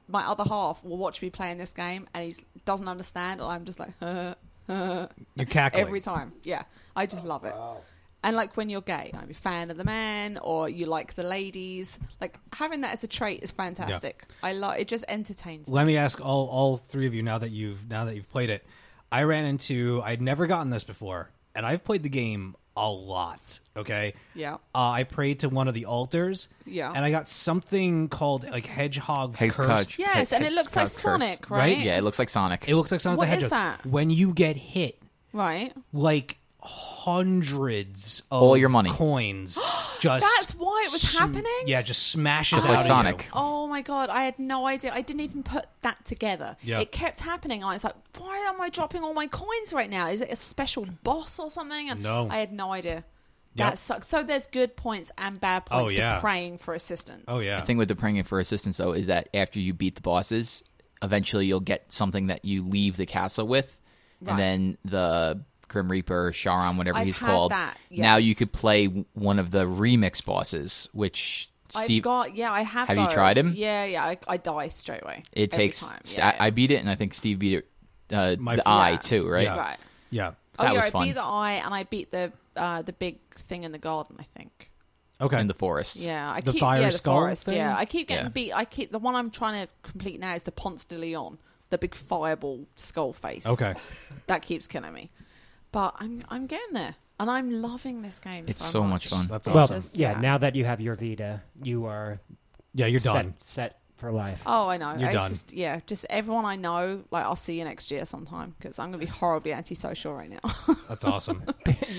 [SPEAKER 2] my other half will watch me playing this game and he doesn't understand, and I'm just like,
[SPEAKER 1] you're cackling
[SPEAKER 2] every time. Yeah, I just love it.
[SPEAKER 5] Wow.
[SPEAKER 2] And like when you're gay, I'm a fan of the man, or you like the ladies. Like having that as a trait is fantastic. I love it. Just entertains. me.
[SPEAKER 1] let me ask all all three of you now that you've now that you've played it i ran into i'd never gotten this before and i've played the game a lot okay
[SPEAKER 2] Yeah.
[SPEAKER 1] uh, i prayed to one of the altars
[SPEAKER 2] Yeah.
[SPEAKER 1] and i got something called like hedgehog's
[SPEAKER 3] Hex
[SPEAKER 1] curse
[SPEAKER 3] Cudge-
[SPEAKER 2] Yes,
[SPEAKER 3] Hex-
[SPEAKER 2] and
[SPEAKER 3] Hex
[SPEAKER 2] it looks like
[SPEAKER 3] Cudge curse.
[SPEAKER 2] Sonic,
[SPEAKER 1] right?
[SPEAKER 2] right?
[SPEAKER 3] Yeah, it looks like Sonic.
[SPEAKER 1] It looks like Sonic
[SPEAKER 2] What
[SPEAKER 1] the
[SPEAKER 2] is
[SPEAKER 1] Hedgehog.
[SPEAKER 2] that?
[SPEAKER 1] When you get hit,
[SPEAKER 2] Right.
[SPEAKER 1] like hundreds of
[SPEAKER 3] All your money.
[SPEAKER 1] coins just
[SPEAKER 2] That's why it was happening?
[SPEAKER 1] Yeah, just smashes
[SPEAKER 3] Just
[SPEAKER 1] out
[SPEAKER 3] like
[SPEAKER 1] of
[SPEAKER 3] Sonic.
[SPEAKER 1] you.
[SPEAKER 2] Oh my god, I had no idea. I didn't even put that together.
[SPEAKER 1] Yeah.
[SPEAKER 2] It kept happening. I was like, why am I dropping all my coins right now? Is it a special boss or something? And
[SPEAKER 1] No.
[SPEAKER 2] I had no idea.
[SPEAKER 1] Yep.
[SPEAKER 2] That sucks. So there's good points and bad
[SPEAKER 1] Oh,
[SPEAKER 2] points
[SPEAKER 1] yeah.
[SPEAKER 2] to praying for assistance.
[SPEAKER 1] Oh yeah.
[SPEAKER 3] The thing with the praying for assistance though is that after you beat the bosses, eventually you'll get something that you leave the castle with,
[SPEAKER 2] Right.
[SPEAKER 3] and then the Grim Reaper, Sharon, whatever
[SPEAKER 2] I've
[SPEAKER 3] he's
[SPEAKER 2] had
[SPEAKER 3] called.
[SPEAKER 2] that,
[SPEAKER 3] Now
[SPEAKER 2] yes.
[SPEAKER 3] you could play w- one of the remix bosses, which
[SPEAKER 2] I've
[SPEAKER 3] Steve.
[SPEAKER 2] got yeah, I have.
[SPEAKER 3] Have you
[SPEAKER 2] those.
[SPEAKER 3] tried 'em?
[SPEAKER 2] Yeah, yeah. I, I die straight away.
[SPEAKER 3] it
[SPEAKER 2] every
[SPEAKER 3] takes.
[SPEAKER 2] Time.
[SPEAKER 3] st-
[SPEAKER 2] Yeah,
[SPEAKER 3] I, I
[SPEAKER 2] yeah.
[SPEAKER 3] beat it, and I think Steve beat it. Uh,
[SPEAKER 1] My
[SPEAKER 3] the
[SPEAKER 1] fr-
[SPEAKER 3] eye
[SPEAKER 2] Yeah.
[SPEAKER 3] too, right?
[SPEAKER 1] Yeah.
[SPEAKER 2] right.
[SPEAKER 1] Yeah.
[SPEAKER 2] Oh
[SPEAKER 3] That
[SPEAKER 2] yeah,
[SPEAKER 3] was
[SPEAKER 2] I
[SPEAKER 3] fun.
[SPEAKER 2] beat the eye and I beat the uh, the big thing in the garden. I think.
[SPEAKER 1] Okay.
[SPEAKER 3] In the forest.
[SPEAKER 2] Yeah, I
[SPEAKER 1] The
[SPEAKER 2] keep
[SPEAKER 1] fire
[SPEAKER 2] yeah, the
[SPEAKER 1] skull
[SPEAKER 2] forest.
[SPEAKER 1] thing?
[SPEAKER 2] Yeah, I keep getting
[SPEAKER 3] Yeah.
[SPEAKER 2] beat. I keep the one I'm trying to complete now is the Ponce de Leon, the big fireball skull face.
[SPEAKER 1] okay.
[SPEAKER 2] that keeps killing me, but I'm I'm getting there and I'm loving this game.
[SPEAKER 3] It's
[SPEAKER 2] so,
[SPEAKER 3] so much fun.
[SPEAKER 1] That's
[SPEAKER 2] It's
[SPEAKER 4] Well,
[SPEAKER 1] awesome.
[SPEAKER 2] just-
[SPEAKER 4] yeah,
[SPEAKER 2] yeah.
[SPEAKER 4] Now that you have your Vita, you are
[SPEAKER 1] Yeah, you're
[SPEAKER 4] set,
[SPEAKER 1] done.
[SPEAKER 4] set for life.
[SPEAKER 2] Oh, I know.
[SPEAKER 1] You're
[SPEAKER 2] it's
[SPEAKER 1] done.
[SPEAKER 2] just yeah, just everyone I know. Like, I'll see you next year sometime because I'm going to be horribly antisocial right now.
[SPEAKER 1] That's awesome.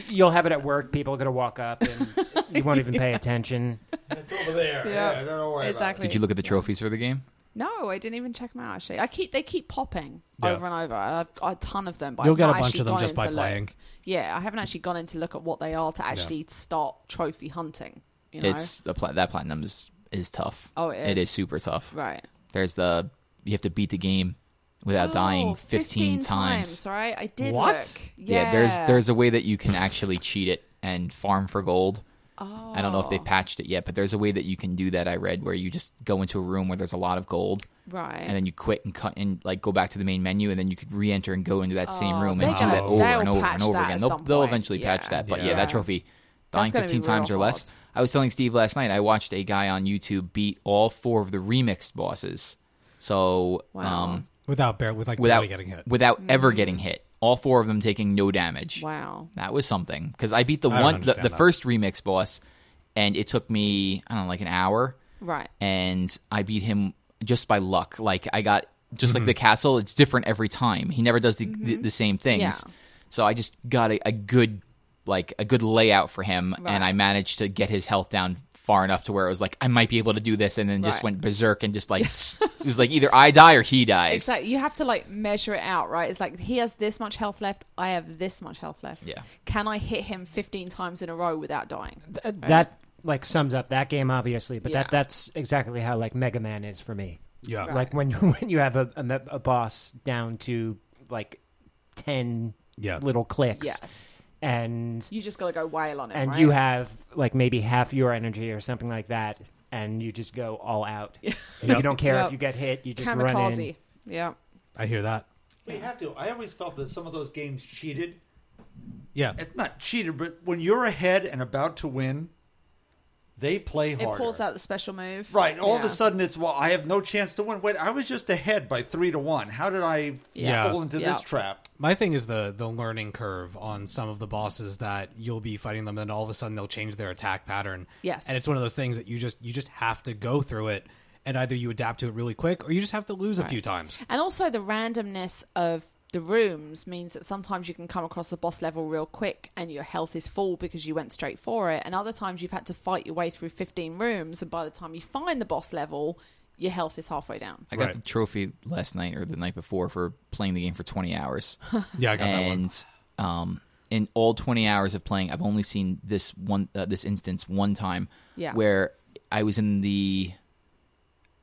[SPEAKER 4] You'll have it at work. People are going to walk up, and you won't even pay attention.
[SPEAKER 5] It's over there.
[SPEAKER 2] Yeah.
[SPEAKER 5] Yeah, don't worry about it.
[SPEAKER 2] exactly.
[SPEAKER 3] Did you look at the trophies for the game?
[SPEAKER 2] No, I didn't even check them out. Actually, I keep they keep popping
[SPEAKER 1] Yeah.
[SPEAKER 2] over and over. and I've got a ton of them, but
[SPEAKER 1] You'll
[SPEAKER 2] I've
[SPEAKER 1] get
[SPEAKER 2] not
[SPEAKER 1] a bunch
[SPEAKER 2] actually
[SPEAKER 1] of them
[SPEAKER 2] gone
[SPEAKER 1] just
[SPEAKER 2] in to
[SPEAKER 1] by
[SPEAKER 2] look.
[SPEAKER 1] playing.
[SPEAKER 2] Yeah, I haven't actually gone in to look at what they are to actually start trophy hunting. You know,
[SPEAKER 3] It's the pla- that platinum is is tough.
[SPEAKER 2] Oh, it
[SPEAKER 3] It
[SPEAKER 2] is.
[SPEAKER 3] is super tough.
[SPEAKER 2] right.
[SPEAKER 3] There's the you have to beat the game without dying
[SPEAKER 2] Oh,
[SPEAKER 3] 15, times.
[SPEAKER 2] Right, I did.
[SPEAKER 1] What?
[SPEAKER 2] Look.
[SPEAKER 3] Yeah. there's there's a way that you can actually cheat it and farm for gold. I don't know if
[SPEAKER 2] Oh.
[SPEAKER 3] they've patched it yet, but there's a way that you can do that. I read where you just go into a room where there's a lot of gold,
[SPEAKER 2] right.
[SPEAKER 3] and then you quit and cut and like go back to the main menu, and then you could re-enter and go into that same room and
[SPEAKER 2] they're
[SPEAKER 3] do
[SPEAKER 2] gonna-
[SPEAKER 3] that over
[SPEAKER 2] Oh, they'll
[SPEAKER 3] and over
[SPEAKER 2] patch
[SPEAKER 3] and over
[SPEAKER 2] that
[SPEAKER 3] again.
[SPEAKER 2] at
[SPEAKER 3] They'll,
[SPEAKER 2] some
[SPEAKER 3] they'll
[SPEAKER 2] point.
[SPEAKER 3] eventually patch
[SPEAKER 2] Yeah.
[SPEAKER 3] that, but yeah,
[SPEAKER 1] Yeah.
[SPEAKER 3] that trophy dying
[SPEAKER 2] gonna be
[SPEAKER 3] 15 times
[SPEAKER 2] real
[SPEAKER 3] or less.
[SPEAKER 2] hard.
[SPEAKER 3] I was telling Steve last night I watched a guy on YouTube beat all four of the remixed bosses. So
[SPEAKER 2] Wow. Mm-hmm.
[SPEAKER 3] um,
[SPEAKER 1] Without bear with like
[SPEAKER 3] without
[SPEAKER 1] barely getting hit.
[SPEAKER 3] without ever getting hit. All four of them taking no damage.
[SPEAKER 2] wow.
[SPEAKER 3] That was something because I beat the
[SPEAKER 1] I don't
[SPEAKER 3] one the,
[SPEAKER 1] understand
[SPEAKER 3] the
[SPEAKER 1] that.
[SPEAKER 3] first remix boss, and it took me I don't know like an hour,
[SPEAKER 2] Right.
[SPEAKER 3] and I beat him just by luck. Like I got just like the castle, it's different every time. He never does the the, the same things.
[SPEAKER 2] Mm-hmm. Yeah.
[SPEAKER 3] So I just got a, a good like a good layout for him,
[SPEAKER 2] Right.
[SPEAKER 3] and I managed to get his health down far enough to where it was like I might be able to do this, and then just
[SPEAKER 2] Right.
[SPEAKER 3] went berserk and just like it was like either I die or he dies.
[SPEAKER 2] Exactly. You have to like measure it out, right? It's like he has this much health left. I have this much health left.
[SPEAKER 3] Yeah.
[SPEAKER 2] Can I hit him 15 times in a row without dying?
[SPEAKER 4] Th- That like sums up that game, obviously. But
[SPEAKER 2] Yeah.
[SPEAKER 4] that that's exactly how like Mega Man is for me.
[SPEAKER 1] Yeah.
[SPEAKER 2] Right.
[SPEAKER 4] Like when when you have a, a, me- a boss down to like ten
[SPEAKER 1] Yeah.
[SPEAKER 4] little clicks,
[SPEAKER 2] Yes.
[SPEAKER 4] and
[SPEAKER 2] You just got to go wail on it.
[SPEAKER 4] and
[SPEAKER 2] right?
[SPEAKER 4] you have like maybe half your energy or something like that, and you just go all out. You don't care
[SPEAKER 2] Yep.
[SPEAKER 4] if you get hit; you just run in.
[SPEAKER 2] kamikaze. Yeah.
[SPEAKER 1] I hear that.
[SPEAKER 5] We have to. I always felt that some of those games cheated.
[SPEAKER 1] Yeah.
[SPEAKER 5] It's not cheated, but when you're ahead and about to win, They play
[SPEAKER 2] It
[SPEAKER 5] harder.
[SPEAKER 2] pulls out the special move.
[SPEAKER 5] Right. All of
[SPEAKER 2] Yeah.
[SPEAKER 5] a sudden, it's well, I have no chance to win. Wait, I was just ahead by three to one. How did I
[SPEAKER 1] Yeah.
[SPEAKER 5] fall into
[SPEAKER 2] Yeah.
[SPEAKER 5] this trap?
[SPEAKER 1] My thing is the the learning curve on some of the bosses that you'll be fighting them, and all of a sudden they'll change their attack pattern.
[SPEAKER 2] Yes.
[SPEAKER 1] and it's one of those things that you just you just have to go through it, and either you adapt to it really quick, or you just have to lose a few times.
[SPEAKER 2] And also the randomness of the rooms means that sometimes you can come across the boss level real quick and your health is full because you went straight for it. And other times you've had to fight your way through 15 rooms and by the time you find the boss level, your health is halfway down.
[SPEAKER 3] I got
[SPEAKER 1] Right.
[SPEAKER 3] the trophy last night or the night before for playing the game for 20 hours.
[SPEAKER 1] Yeah, I got that one.
[SPEAKER 3] and um, in all 20 hours of playing, I've only seen this one, uh, this instance one time,
[SPEAKER 2] Yeah.
[SPEAKER 3] where I was in the,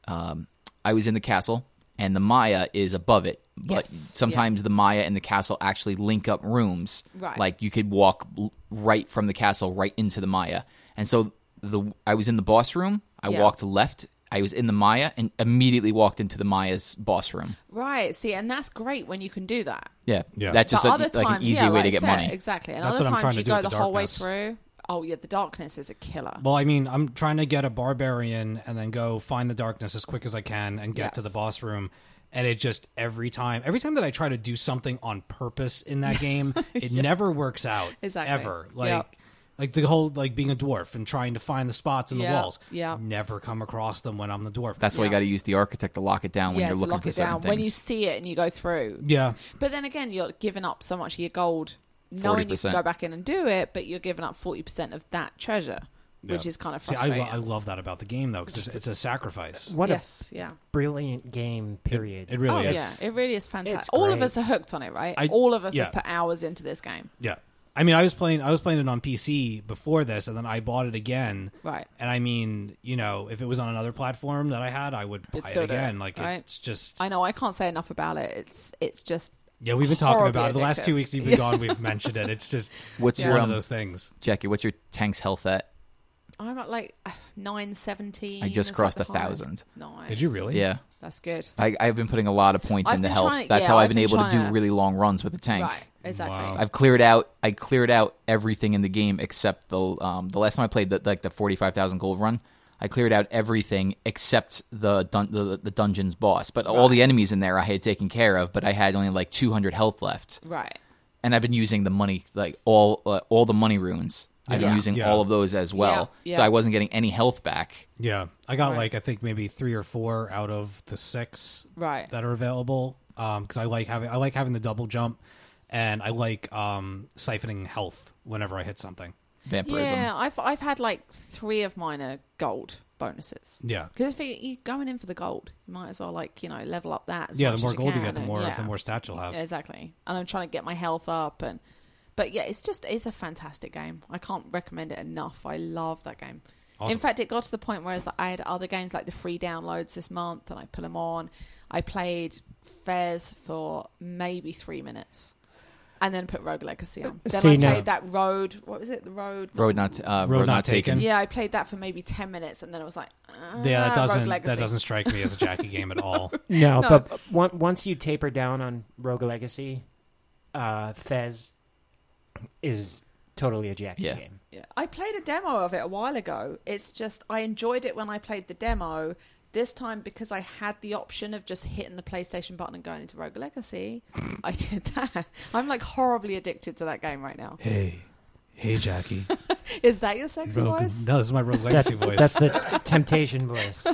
[SPEAKER 3] um, I was in the castle, and the Maya is above it, but
[SPEAKER 2] Yes.
[SPEAKER 3] sometimes the Maya and the castle actually link up rooms,
[SPEAKER 2] Right.
[SPEAKER 3] Like you could walk l- right from the castle right into the Maya, and so the I was in the boss room, I
[SPEAKER 2] Yeah.
[SPEAKER 3] walked left. I was in the Maya and immediately walked into the Maya's boss room.
[SPEAKER 2] Right. See, and that's great when you can do that.
[SPEAKER 3] Yeah,
[SPEAKER 1] Yeah.
[SPEAKER 3] That's just
[SPEAKER 2] but
[SPEAKER 3] a-
[SPEAKER 2] other
[SPEAKER 3] like
[SPEAKER 2] times,
[SPEAKER 3] an easy
[SPEAKER 2] yeah,
[SPEAKER 3] way
[SPEAKER 2] like
[SPEAKER 3] to
[SPEAKER 2] I
[SPEAKER 3] get
[SPEAKER 2] said,
[SPEAKER 3] money.
[SPEAKER 2] Exactly. And
[SPEAKER 1] That's what
[SPEAKER 2] other
[SPEAKER 1] I'm
[SPEAKER 2] times
[SPEAKER 1] trying to
[SPEAKER 2] you
[SPEAKER 1] do
[SPEAKER 2] go
[SPEAKER 1] with
[SPEAKER 2] the,
[SPEAKER 1] the
[SPEAKER 2] whole way
[SPEAKER 1] darkness.
[SPEAKER 2] through. Oh, yeah, the darkness is a killer.
[SPEAKER 1] Well, I mean, I'm trying to get a barbarian and then go find the darkness as quick as I can and get to the
[SPEAKER 2] Yes.
[SPEAKER 1] boss room. And it just every time, every time that I try to do something on purpose in that game, it never works out.
[SPEAKER 2] Exactly.
[SPEAKER 1] Ever. Like,
[SPEAKER 2] Yep.
[SPEAKER 1] like the whole like being a dwarf and trying to find the spots in the
[SPEAKER 2] Yeah,
[SPEAKER 1] walls.
[SPEAKER 2] yeah.
[SPEAKER 1] Never come across them when I'm the dwarf.
[SPEAKER 3] That's why you
[SPEAKER 2] Yeah.
[SPEAKER 3] got to use the architect to lock it down when
[SPEAKER 2] yeah,
[SPEAKER 3] you're
[SPEAKER 2] to
[SPEAKER 3] looking
[SPEAKER 2] lock
[SPEAKER 3] for
[SPEAKER 2] it
[SPEAKER 3] certain
[SPEAKER 2] down.
[SPEAKER 3] things.
[SPEAKER 2] When you see it and you go through.
[SPEAKER 1] yeah.
[SPEAKER 2] But then again, you're giving up so much of your gold, knowing you can
[SPEAKER 3] 40%.
[SPEAKER 2] go back in and do it, but you're giving up forty percent of that treasure, which
[SPEAKER 1] Yeah.
[SPEAKER 2] is kind of
[SPEAKER 1] See, I, lo-
[SPEAKER 2] frustrating.
[SPEAKER 1] I love that about the game though, because it's a sacrifice.
[SPEAKER 4] What
[SPEAKER 2] yes, yeah.
[SPEAKER 4] a brilliant game. Period.
[SPEAKER 1] It really
[SPEAKER 2] oh
[SPEAKER 1] is.
[SPEAKER 2] yeah, it really is fantastic.
[SPEAKER 4] it's
[SPEAKER 2] All of
[SPEAKER 4] great.
[SPEAKER 2] us are hooked on it, right?
[SPEAKER 1] I-
[SPEAKER 2] All of us
[SPEAKER 1] yeah.
[SPEAKER 2] have put hours into this game,
[SPEAKER 1] Yeah. I mean, I was playing I was playing it on PC before this and then I bought it again.
[SPEAKER 2] Right.
[SPEAKER 1] And I mean, you know, if it was on another platform that I had, I would buy
[SPEAKER 2] You'd
[SPEAKER 1] it
[SPEAKER 2] still do
[SPEAKER 1] again.
[SPEAKER 2] it,
[SPEAKER 1] like
[SPEAKER 2] right?
[SPEAKER 1] it's just
[SPEAKER 2] I know I can't say enough about it. It's it's just
[SPEAKER 1] Yeah, we've been talking
[SPEAKER 2] horribly
[SPEAKER 1] about it the last
[SPEAKER 2] addictive.
[SPEAKER 1] 2 weeks you've been gone, we've mentioned it. It's just
[SPEAKER 3] What's
[SPEAKER 1] it's
[SPEAKER 3] your
[SPEAKER 1] one
[SPEAKER 3] um,
[SPEAKER 1] of those things.
[SPEAKER 3] Jackie? What's your tank's health at?
[SPEAKER 2] I'm at like nine seventeen.
[SPEAKER 3] I just crossed a thousand.
[SPEAKER 2] Nice.
[SPEAKER 1] Did you really?
[SPEAKER 3] Yeah,
[SPEAKER 2] That's good.
[SPEAKER 3] I, I've been putting a lot of points
[SPEAKER 2] I've
[SPEAKER 3] into
[SPEAKER 2] been
[SPEAKER 3] health.
[SPEAKER 2] trying-
[SPEAKER 3] That's
[SPEAKER 2] yeah,
[SPEAKER 3] how I've
[SPEAKER 2] I've
[SPEAKER 3] been,
[SPEAKER 2] been
[SPEAKER 3] able to do
[SPEAKER 2] trying to-
[SPEAKER 3] really long runs with the tank.
[SPEAKER 2] Right. Exactly.
[SPEAKER 1] Wow.
[SPEAKER 3] I've cleared out. I cleared out everything in the game except the um, the last time I played the like the forty five thousand gold run. I cleared out everything except the dun- the, the dungeon's boss, but all the enemies in there I had taken care of. But I had only like two hundred health left.
[SPEAKER 2] Right.
[SPEAKER 3] and I've been using the money like all uh, all the money runes. I've been
[SPEAKER 2] Yeah.
[SPEAKER 3] using
[SPEAKER 1] Yeah.
[SPEAKER 3] all of those as well,
[SPEAKER 2] Yeah.
[SPEAKER 3] so
[SPEAKER 2] Yeah.
[SPEAKER 3] I wasn't getting any health back.
[SPEAKER 1] Yeah. I got
[SPEAKER 2] Right.
[SPEAKER 1] like I think maybe 3 or 4 out of the 6
[SPEAKER 2] Right.
[SPEAKER 1] that are available um cuz I like having I like having the double jump and I like um siphoning health whenever I hit something.
[SPEAKER 3] Vampirism.
[SPEAKER 2] Yeah, I've I've had like three of mine are gold bonuses.
[SPEAKER 1] Yeah.
[SPEAKER 2] Because if you- you're going in for the gold, you might as well like you know level up that. As
[SPEAKER 1] Yeah, the
[SPEAKER 2] much
[SPEAKER 1] more
[SPEAKER 2] as
[SPEAKER 1] gold you
[SPEAKER 2] can
[SPEAKER 1] get, the
[SPEAKER 2] and-
[SPEAKER 1] more
[SPEAKER 2] yeah.
[SPEAKER 1] the more stats you'll have.
[SPEAKER 2] Yeah, exactly. And I'm trying to get my health up, and but yeah, it's just it's a fantastic game. I can't recommend it enough. I love that game.
[SPEAKER 1] Awesome.
[SPEAKER 2] In fact, it got to the point where it's like, I had other games like the free downloads this month, and I put them on. I played Fairs for maybe three minutes. And then put Rogue Legacy on. Then
[SPEAKER 4] See,
[SPEAKER 2] I
[SPEAKER 4] now-
[SPEAKER 2] played that Road. What was it? The Road.
[SPEAKER 3] Road not uh, road, not taken.
[SPEAKER 1] And-
[SPEAKER 2] Yeah, I played that for maybe ten minutes, and then I was like, ah,
[SPEAKER 1] Yeah, that
[SPEAKER 2] Rogue
[SPEAKER 1] doesn't that
[SPEAKER 2] Legacy.
[SPEAKER 1] doesn't strike me as a Jackie game at all.
[SPEAKER 4] No,
[SPEAKER 2] No. uh,
[SPEAKER 4] but on- once you taper down on Rogue Legacy, uh, Fez is totally a Jackie
[SPEAKER 3] Yeah.
[SPEAKER 4] game.
[SPEAKER 2] Yeah. I played a demo of it a while ago. It's just I enjoyed it when I played the demo. This time, because I had the option of just hitting the PlayStation button and going into Rogue Legacy, I did that. I'm like horribly addicted to that game right now.
[SPEAKER 1] Hey, hey, Jackie.
[SPEAKER 2] Is that your sexy
[SPEAKER 1] Rogue-
[SPEAKER 2] voice?
[SPEAKER 1] No, this is my Rogue
[SPEAKER 4] That's,
[SPEAKER 1] Legacy voice.
[SPEAKER 4] that's the temptation voice.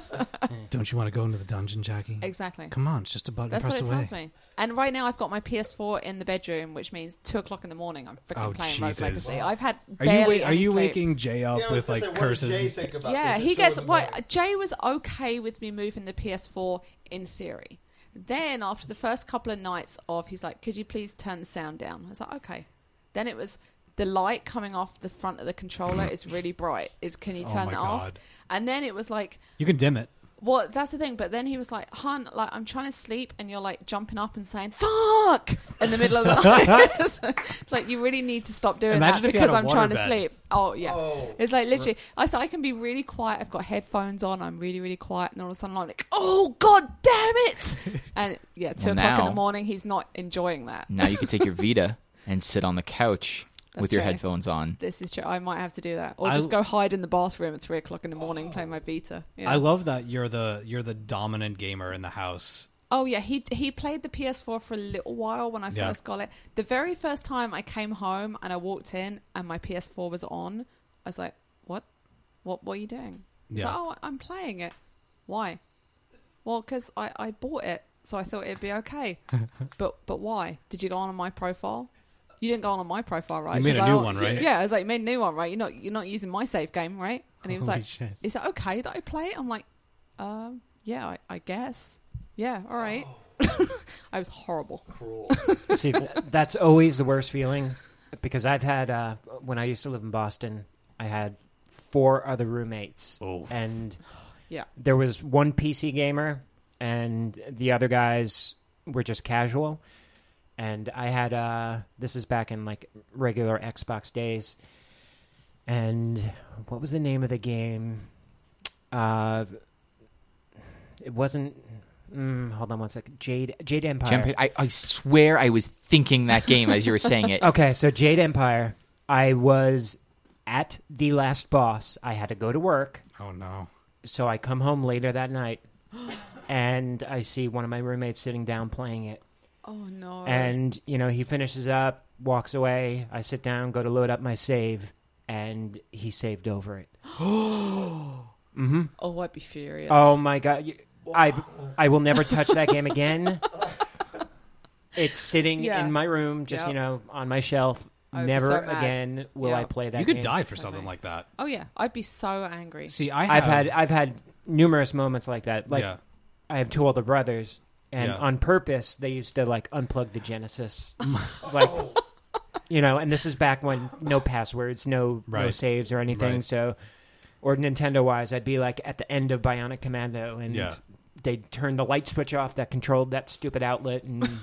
[SPEAKER 1] Don't you want to go into the dungeon, Jackie?
[SPEAKER 2] Exactly.
[SPEAKER 1] Come on, it's just a button.
[SPEAKER 2] That's what
[SPEAKER 1] press
[SPEAKER 2] it
[SPEAKER 1] away.
[SPEAKER 2] sounds to me. And right now, I've got my PS4 in the bedroom, which means two o'clock in the morning. I'm freaking
[SPEAKER 1] Oh,
[SPEAKER 2] playing
[SPEAKER 1] Jesus.
[SPEAKER 2] Rogue Legacy. I've had
[SPEAKER 1] Are
[SPEAKER 2] barely
[SPEAKER 1] you wait, are
[SPEAKER 2] any
[SPEAKER 1] you
[SPEAKER 2] sleep.
[SPEAKER 1] waking Jay up with like curses?
[SPEAKER 2] yeah, he gets what Jay was okay with me moving the PS4 in theory. Then after the first couple of nights of, he's like, "Could you please turn the sound down?" I was like, "Okay." Then it was the light coming off the front of the controller is really bright. Is can you
[SPEAKER 1] Oh
[SPEAKER 2] turn
[SPEAKER 1] my
[SPEAKER 2] that off?
[SPEAKER 1] God.
[SPEAKER 2] And then it was like,
[SPEAKER 1] You can dim it.
[SPEAKER 2] well, that's the thing. But then he was like, "Hun, like I'm trying to sleep, and you're like jumping up and saying fuck in the middle of the night." it's like you really need to stop doing
[SPEAKER 1] Imagine
[SPEAKER 2] that
[SPEAKER 1] if you had
[SPEAKER 2] because
[SPEAKER 1] a
[SPEAKER 2] I'm
[SPEAKER 1] water
[SPEAKER 2] trying
[SPEAKER 1] bed.
[SPEAKER 2] to sleep. Oh yeah, it's like literally. I said I can be really quiet. I've got headphones on. I'm really really quiet, and all of a sudden I'm like, "Oh god damn it!" And yeah, two
[SPEAKER 3] Well,
[SPEAKER 2] o'clock in
[SPEAKER 3] now-
[SPEAKER 2] the morning, he's not enjoying that.
[SPEAKER 3] Now you can take your Vita and sit on the couch
[SPEAKER 2] That's
[SPEAKER 3] with your
[SPEAKER 2] true.
[SPEAKER 3] headphones on.
[SPEAKER 2] This is true. I might have to do that, or
[SPEAKER 1] I-
[SPEAKER 2] just go hide in the bathroom at three o'clock in the morning, play my Vita. Yeah.
[SPEAKER 1] I love that you're the you're the dominant gamer in the house.
[SPEAKER 2] Oh yeah, he he played the PS4 for a little while when I
[SPEAKER 1] Yeah.
[SPEAKER 2] first got it. The very first time I came home and I walked in and my PS4 was on, I was like, "What? What? What are you doing?" He's
[SPEAKER 1] Yeah.
[SPEAKER 2] like, "Oh, I'm playing it. Why? Well, because I I bought it, so I thought it'd be okay. but but why? Did you go on my profile? You didn't go on my profile, right?
[SPEAKER 1] You made
[SPEAKER 2] 'Cause
[SPEAKER 1] a new
[SPEAKER 2] I-
[SPEAKER 1] one, right?
[SPEAKER 2] Yeah, I was like, "You made a new one, right? You're not you're not using my save game, right?" And he was
[SPEAKER 1] Holy
[SPEAKER 2] like,
[SPEAKER 1] shit.
[SPEAKER 2] "Is that okay that I play it?" I'm like, "Um, yeah, I, I guess." Yeah, all right.
[SPEAKER 1] Oh.
[SPEAKER 2] I was horrible.
[SPEAKER 5] Cruel.
[SPEAKER 4] See, th- that's always the worst feeling because I've had uh, when I used to live in Boston, I had four other roommates,
[SPEAKER 1] Oh.
[SPEAKER 4] and
[SPEAKER 2] Yeah.
[SPEAKER 4] there was one PC gamer, and the other guys were just casual. And I had uh, this is back in like regular Xbox days, and what was the name of the game? Uh, it wasn't. Mm, hold on one second. Jade Jade Empire.
[SPEAKER 3] Jump I, I swear I was thinking that game as you were saying it.
[SPEAKER 4] Okay, so Jade Empire. I was at the last boss. I had to go to work,
[SPEAKER 1] Oh no.
[SPEAKER 4] so I come home later that night, and I see one of my roommates sitting down playing it.
[SPEAKER 2] Oh no.
[SPEAKER 4] And you know, he finishes up, walks away. I sit down, go to load up my save, and he saved over it. Mm-hmm.
[SPEAKER 2] oh, I'd be furious.
[SPEAKER 1] Um,
[SPEAKER 4] Oh my god! you- I I will never touch that game again. It's sitting
[SPEAKER 2] Yeah.
[SPEAKER 4] in my room, just
[SPEAKER 2] Yep.
[SPEAKER 4] you know, on my shelf.
[SPEAKER 2] I'd be
[SPEAKER 4] Never
[SPEAKER 2] so mad.
[SPEAKER 4] again will
[SPEAKER 2] Yeah.
[SPEAKER 4] I play that.
[SPEAKER 1] You could
[SPEAKER 4] game.
[SPEAKER 1] die for
[SPEAKER 2] That's
[SPEAKER 1] something
[SPEAKER 2] okay.
[SPEAKER 1] like that.
[SPEAKER 2] Oh yeah, I'd be so angry.
[SPEAKER 1] See, I have,
[SPEAKER 4] I've had I've had numerous moments like that. Like
[SPEAKER 1] yeah.
[SPEAKER 4] I have two older brothers, and
[SPEAKER 1] Yeah.
[SPEAKER 4] on purpose they used to like unplug the Genesis,
[SPEAKER 1] Oh.
[SPEAKER 4] like you know. And this is back when no passwords, no no
[SPEAKER 1] Right.
[SPEAKER 4] saves or anything.
[SPEAKER 1] Right.
[SPEAKER 4] So, or Nintendo wise, I'd be like at the end of Bionic Commando, and
[SPEAKER 1] Yeah.
[SPEAKER 4] they'd turn the light switch off that controlled that stupid outlet, and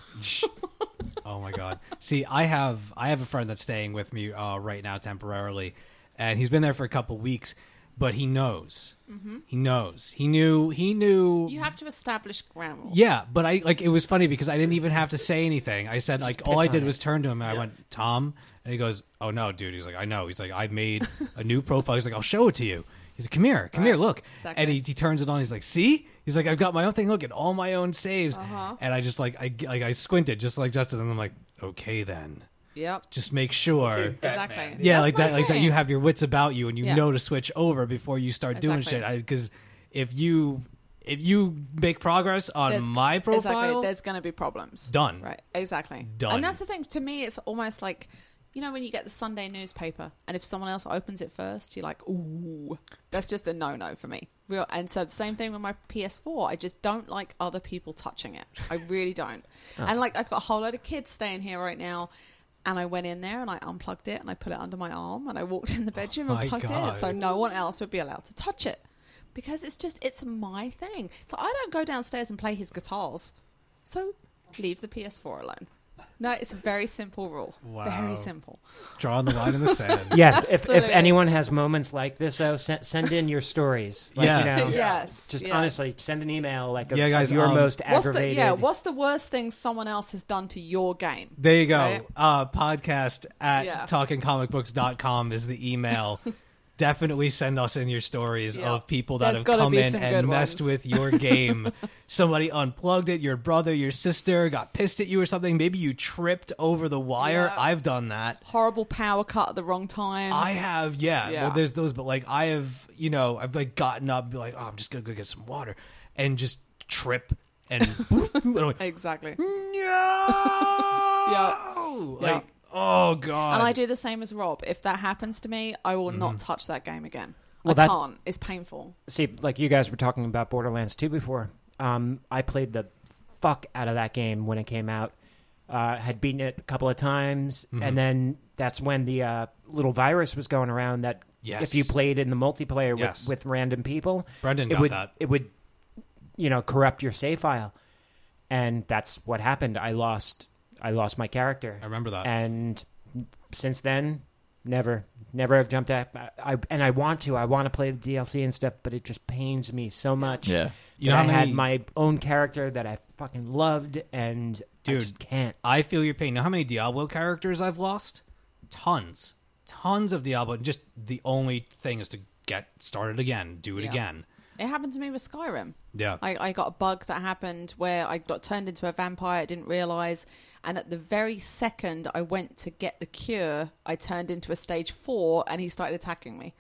[SPEAKER 1] Oh my god. See, I have I have a friend that's staying with me uh, right now temporarily, and he's been there for a couple weeks, but he knows.
[SPEAKER 2] Mm-hmm.
[SPEAKER 1] He knows. He knew. He knew.
[SPEAKER 2] You have to establish ground rules.
[SPEAKER 1] yeah, but I like it was funny because I didn't even have to say anything. I said like all
[SPEAKER 4] piss
[SPEAKER 1] I
[SPEAKER 4] on
[SPEAKER 1] did
[SPEAKER 4] it.
[SPEAKER 1] was turn to him and I went Tom, and he goes, "Oh no, dude." He's like, "I know." He's like, "I made a new profile." He's like, "I'll show it to you." He's like, "Come here, come
[SPEAKER 2] Right.
[SPEAKER 1] here, look."
[SPEAKER 2] Exactly.
[SPEAKER 1] And he, he turns it on. He's like, "See?" He's like, "I've got my own thing. Look at all my own saves."
[SPEAKER 2] Uh-huh.
[SPEAKER 1] And I just like I like I squinted just like Justin, and I'm like, "Okay then."
[SPEAKER 2] Yep.
[SPEAKER 1] just make sure
[SPEAKER 2] Exactly.
[SPEAKER 1] yeah
[SPEAKER 2] That's
[SPEAKER 1] like
[SPEAKER 2] my
[SPEAKER 1] that like that
[SPEAKER 2] thing.
[SPEAKER 1] you have your wits about you and you
[SPEAKER 2] Yeah.
[SPEAKER 1] know to switch over before you start doing
[SPEAKER 2] Exactly.
[SPEAKER 1] shit because if you if you make progress on
[SPEAKER 2] There's-
[SPEAKER 1] my profile
[SPEAKER 2] Exactly. There's going to be problems.
[SPEAKER 1] done
[SPEAKER 2] Right. Exactly.
[SPEAKER 1] Done.
[SPEAKER 2] And that's the thing. To me, it's almost like. You know when you get the Sunday newspaper, and if someone else opens it first, you're like, "Ooh, that's just a no-no for me." Real, and so the same thing with my PS4. I just don't like other people touching it. I really don't. And like, I've got a whole load of kids staying here right now, and I went in there and I unplugged it and I put it under my arm and I walked in the bedroom
[SPEAKER 1] my
[SPEAKER 2] and plugged
[SPEAKER 1] God.
[SPEAKER 2] it, so no one else would be allowed to touch it because it's just it's my thing. So I don't go downstairs and play his guitars. So leave the PS4 alone. No, it's a very simple rule.
[SPEAKER 1] Wow.
[SPEAKER 2] Very simple.
[SPEAKER 1] drawing the line in the sand
[SPEAKER 4] yeah. If if
[SPEAKER 2] Absolutely.
[SPEAKER 4] anyone has moments like this, though, send, send in your stories. Like,
[SPEAKER 1] Yeah.
[SPEAKER 4] you know,
[SPEAKER 2] Yes.
[SPEAKER 4] Just
[SPEAKER 2] yes.
[SPEAKER 4] honestly, send an email like of,
[SPEAKER 1] Yeah, guys,
[SPEAKER 4] of your
[SPEAKER 1] um,
[SPEAKER 4] most
[SPEAKER 2] What's the,
[SPEAKER 4] aggravated.
[SPEAKER 2] yeah, what's the worst thing someone else has done to your game?
[SPEAKER 1] there you go
[SPEAKER 2] Right.
[SPEAKER 1] uh podcast at
[SPEAKER 2] Yeah.
[SPEAKER 1] talkingcomicbooks.com is the email definitely send us in your stories
[SPEAKER 2] Yeah.
[SPEAKER 1] of people that
[SPEAKER 2] There's
[SPEAKER 1] have
[SPEAKER 2] gotta
[SPEAKER 1] come
[SPEAKER 2] be
[SPEAKER 1] in
[SPEAKER 2] some good
[SPEAKER 1] and messed
[SPEAKER 2] ones.
[SPEAKER 1] with your game somebody unplugged it your brother your sister got pissed at you or something maybe you tripped over the wire
[SPEAKER 2] Yeah.
[SPEAKER 1] i've done that
[SPEAKER 2] Horrible power cut at the wrong time.
[SPEAKER 1] I have, yeah.
[SPEAKER 2] Yeah.
[SPEAKER 1] Well, there's those, but like I have, you know, I've like gotten up, and be like, oh, I'm just gonna go get some water, and just trip and, and I'm like,
[SPEAKER 2] exactly.
[SPEAKER 1] Hmm. no,
[SPEAKER 2] Yeah.
[SPEAKER 1] like oh god,
[SPEAKER 2] And I do the same as Rob. If that happens to me, I will not
[SPEAKER 1] Mm-hmm.
[SPEAKER 2] touch that game again.
[SPEAKER 4] Well,
[SPEAKER 2] I
[SPEAKER 4] that-
[SPEAKER 2] can't. It's painful.
[SPEAKER 4] see, like you guys were talking about Borderlands 2 before. Um, I played the fuck out of that game when it came out. Uh, had beaten it a couple of times,
[SPEAKER 1] Mm-hmm.
[SPEAKER 4] and then that's when the uh, little virus was going around. That
[SPEAKER 1] Yes.
[SPEAKER 4] if you played in the multiplayer
[SPEAKER 1] Yes.
[SPEAKER 4] with, with random people,
[SPEAKER 1] Brendan
[SPEAKER 4] it
[SPEAKER 1] got
[SPEAKER 4] would
[SPEAKER 1] that.
[SPEAKER 4] it would you know corrupt your save file, and that's what happened. I lost I lost my character.
[SPEAKER 1] I remember that.
[SPEAKER 4] and since then never never have jumped at I, and i want to i want to play the dlc and stuff but it just pains me so much
[SPEAKER 3] Yeah.
[SPEAKER 1] You
[SPEAKER 4] you
[SPEAKER 1] know
[SPEAKER 4] know i
[SPEAKER 1] how many-
[SPEAKER 4] had my own character that i fucking loved and i
[SPEAKER 1] Dude.
[SPEAKER 4] just can't
[SPEAKER 1] I feel your pain. Know how many Diablo characters I've lost? tons, tons of Diablo. Just the only thing is to get started again, do it
[SPEAKER 2] Yeah.
[SPEAKER 1] again.
[SPEAKER 2] It happened to me with Skyrim.
[SPEAKER 1] Yeah.
[SPEAKER 2] I, I got a bug that happened where I got turned into a vampire, I didn't realize. And at the very second I went to get the cure, I turned into a stage four and he started attacking me.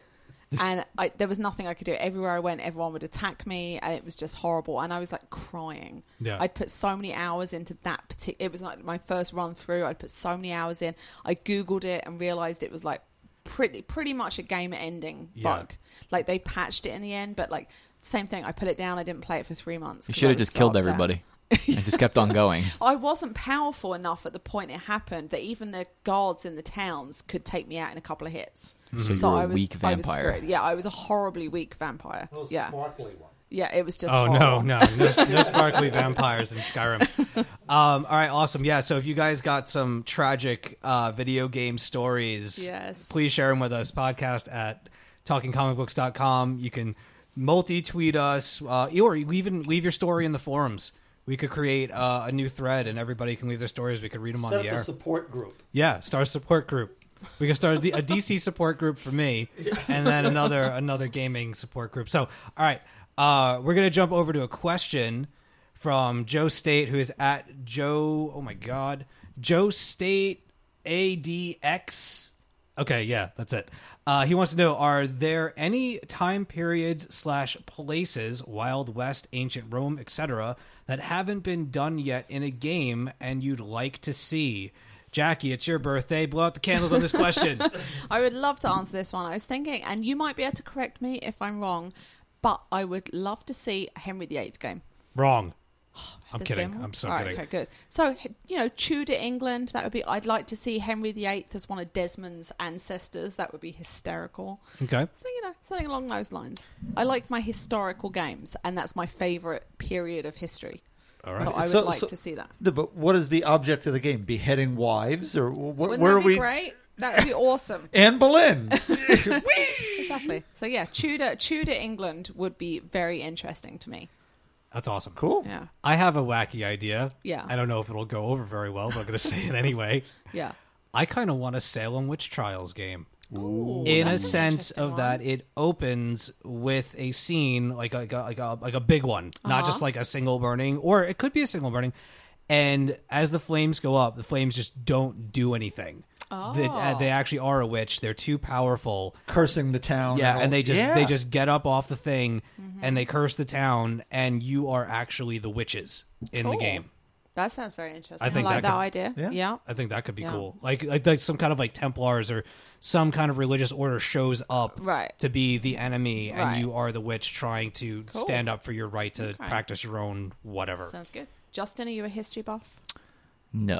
[SPEAKER 2] And I, there was nothing I could do. Everywhere I went, everyone would attack me, and it was just horrible. And I was like crying.
[SPEAKER 1] Yeah.
[SPEAKER 2] I'd put so many hours into that particular. It was like my first run through. I'd put so many hours in. I googled it and realized it was like pretty pretty much a game ending
[SPEAKER 1] Yeah.
[SPEAKER 2] bug. Like they patched it in the end, but like same thing. I put it down. I didn't play it for three months.
[SPEAKER 3] You
[SPEAKER 2] 'cause
[SPEAKER 3] should
[SPEAKER 2] I
[SPEAKER 3] have
[SPEAKER 2] was
[SPEAKER 3] just
[SPEAKER 2] so
[SPEAKER 3] killed
[SPEAKER 2] upset.
[SPEAKER 3] everybody. and just kept on going.
[SPEAKER 2] I wasn't powerful enough at the point it happened that even the guards in the towns could take me out in a couple of hits.
[SPEAKER 3] So Mm-hmm. you were a weak
[SPEAKER 2] I was
[SPEAKER 3] vampire.
[SPEAKER 2] screwed. yeah, I was a horribly weak vampire. yeah,
[SPEAKER 5] sparkly one.
[SPEAKER 2] yeah, it was just.
[SPEAKER 1] Oh no,
[SPEAKER 2] horrible.
[SPEAKER 1] no, no, no sparkly vampires in Skyrim. Um, all right, awesome. Yeah, so if you guys got some tragic uh, video game stories,
[SPEAKER 2] Yes.
[SPEAKER 1] please share them with us. Podcast at talkingcomicbooks.com. You can multi-tweet us, uh, or you even leave your story in the forums. We could create uh, a new thread, and everybody can leave their stories. We could read them on
[SPEAKER 5] Set
[SPEAKER 1] the
[SPEAKER 5] up a
[SPEAKER 1] air.
[SPEAKER 5] support group.
[SPEAKER 1] Yeah, start a support group. We can start a, D- a DC support group for me, and then another another gaming support group. So, all right, uh, we're gonna jump over to a question from Joe State, who is at Joe. Oh my God, Joe State ADX. Okay, yeah, that's it. Uh, he wants to know: Are there any time periods slash places, Wild West, Ancient Rome, etc., that haven't been done yet in a game and you'd like to see? Jackie, it's your birthday. Blow out the candles on this question.
[SPEAKER 2] I would love to answer this one. I was thinking, and you might be able to correct me if I'm wrong, but I would love to see a Henry VIII game.
[SPEAKER 1] Wrong. I'm
[SPEAKER 2] There's
[SPEAKER 1] kidding.
[SPEAKER 2] been one?
[SPEAKER 1] I'm so
[SPEAKER 2] All right,
[SPEAKER 1] kidding.
[SPEAKER 2] Okay, good. So h- you know, Tudor England. That would be. I'd like to see Henry VIII as one of Desmond's ancestors. That would be hysterical.
[SPEAKER 1] Okay.
[SPEAKER 2] So you know, something along those lines. I like my historical games, and that's my favorite period of history.
[SPEAKER 1] All right.
[SPEAKER 2] So I would
[SPEAKER 5] So-
[SPEAKER 2] like
[SPEAKER 5] so-
[SPEAKER 2] to see that.
[SPEAKER 5] No, but what is the object of the game? Beheading wives, or wh-
[SPEAKER 2] Wouldn't
[SPEAKER 5] where
[SPEAKER 2] that
[SPEAKER 5] are
[SPEAKER 2] be
[SPEAKER 5] we?
[SPEAKER 2] great? That would be awesome.
[SPEAKER 5] Anne Boleyn.
[SPEAKER 2] exactly. So yeah, Tudor Tudor England would be very interesting to me.
[SPEAKER 1] That's awesome.
[SPEAKER 5] cool.
[SPEAKER 2] Yeah.
[SPEAKER 1] I have a wacky idea.
[SPEAKER 2] Yeah.
[SPEAKER 1] I don't know if it'll go over very well, but I'm going to say it anyway.
[SPEAKER 2] Yeah.
[SPEAKER 1] I kind of want a Salem Witch Trials game.
[SPEAKER 2] Ooh,
[SPEAKER 1] in a
[SPEAKER 2] that's an
[SPEAKER 1] sense
[SPEAKER 2] interesting
[SPEAKER 1] of
[SPEAKER 2] one.
[SPEAKER 1] that it opens with a scene like a, like a, like a, like a big one not
[SPEAKER 2] Uh-huh.
[SPEAKER 1] just like a single burning or it could be a single burning and as the flames go up the flames just don't do anything they, uh,
[SPEAKER 2] Oh.
[SPEAKER 1] they actually are a witch they're too powerful
[SPEAKER 5] Cursing the
[SPEAKER 2] Oh,
[SPEAKER 5] town.
[SPEAKER 1] yeah
[SPEAKER 5] all-
[SPEAKER 1] and they just
[SPEAKER 5] Yeah.
[SPEAKER 1] they just get up off the thing and
[SPEAKER 2] Mm-hmm.
[SPEAKER 1] they curse the town and you are actually the witches in the
[SPEAKER 2] Cool.
[SPEAKER 1] game
[SPEAKER 2] That sounds very interesting.
[SPEAKER 1] I
[SPEAKER 2] I,
[SPEAKER 1] think
[SPEAKER 2] like
[SPEAKER 1] that
[SPEAKER 2] that,
[SPEAKER 1] could-
[SPEAKER 2] idea.
[SPEAKER 5] Yeah.
[SPEAKER 2] Yeah.
[SPEAKER 1] I think that could be
[SPEAKER 2] Yeah.
[SPEAKER 1] cool. Like, like like some kind of like Templars or some kind of religious order shows up
[SPEAKER 2] Right.
[SPEAKER 1] to be the enemy, and
[SPEAKER 2] Right.
[SPEAKER 1] you are the witch trying to
[SPEAKER 2] Cool.
[SPEAKER 1] stand up for your right to
[SPEAKER 2] Okay.
[SPEAKER 1] practice your own whatever.
[SPEAKER 2] Sounds good. Justin, are you a history buff?
[SPEAKER 3] No.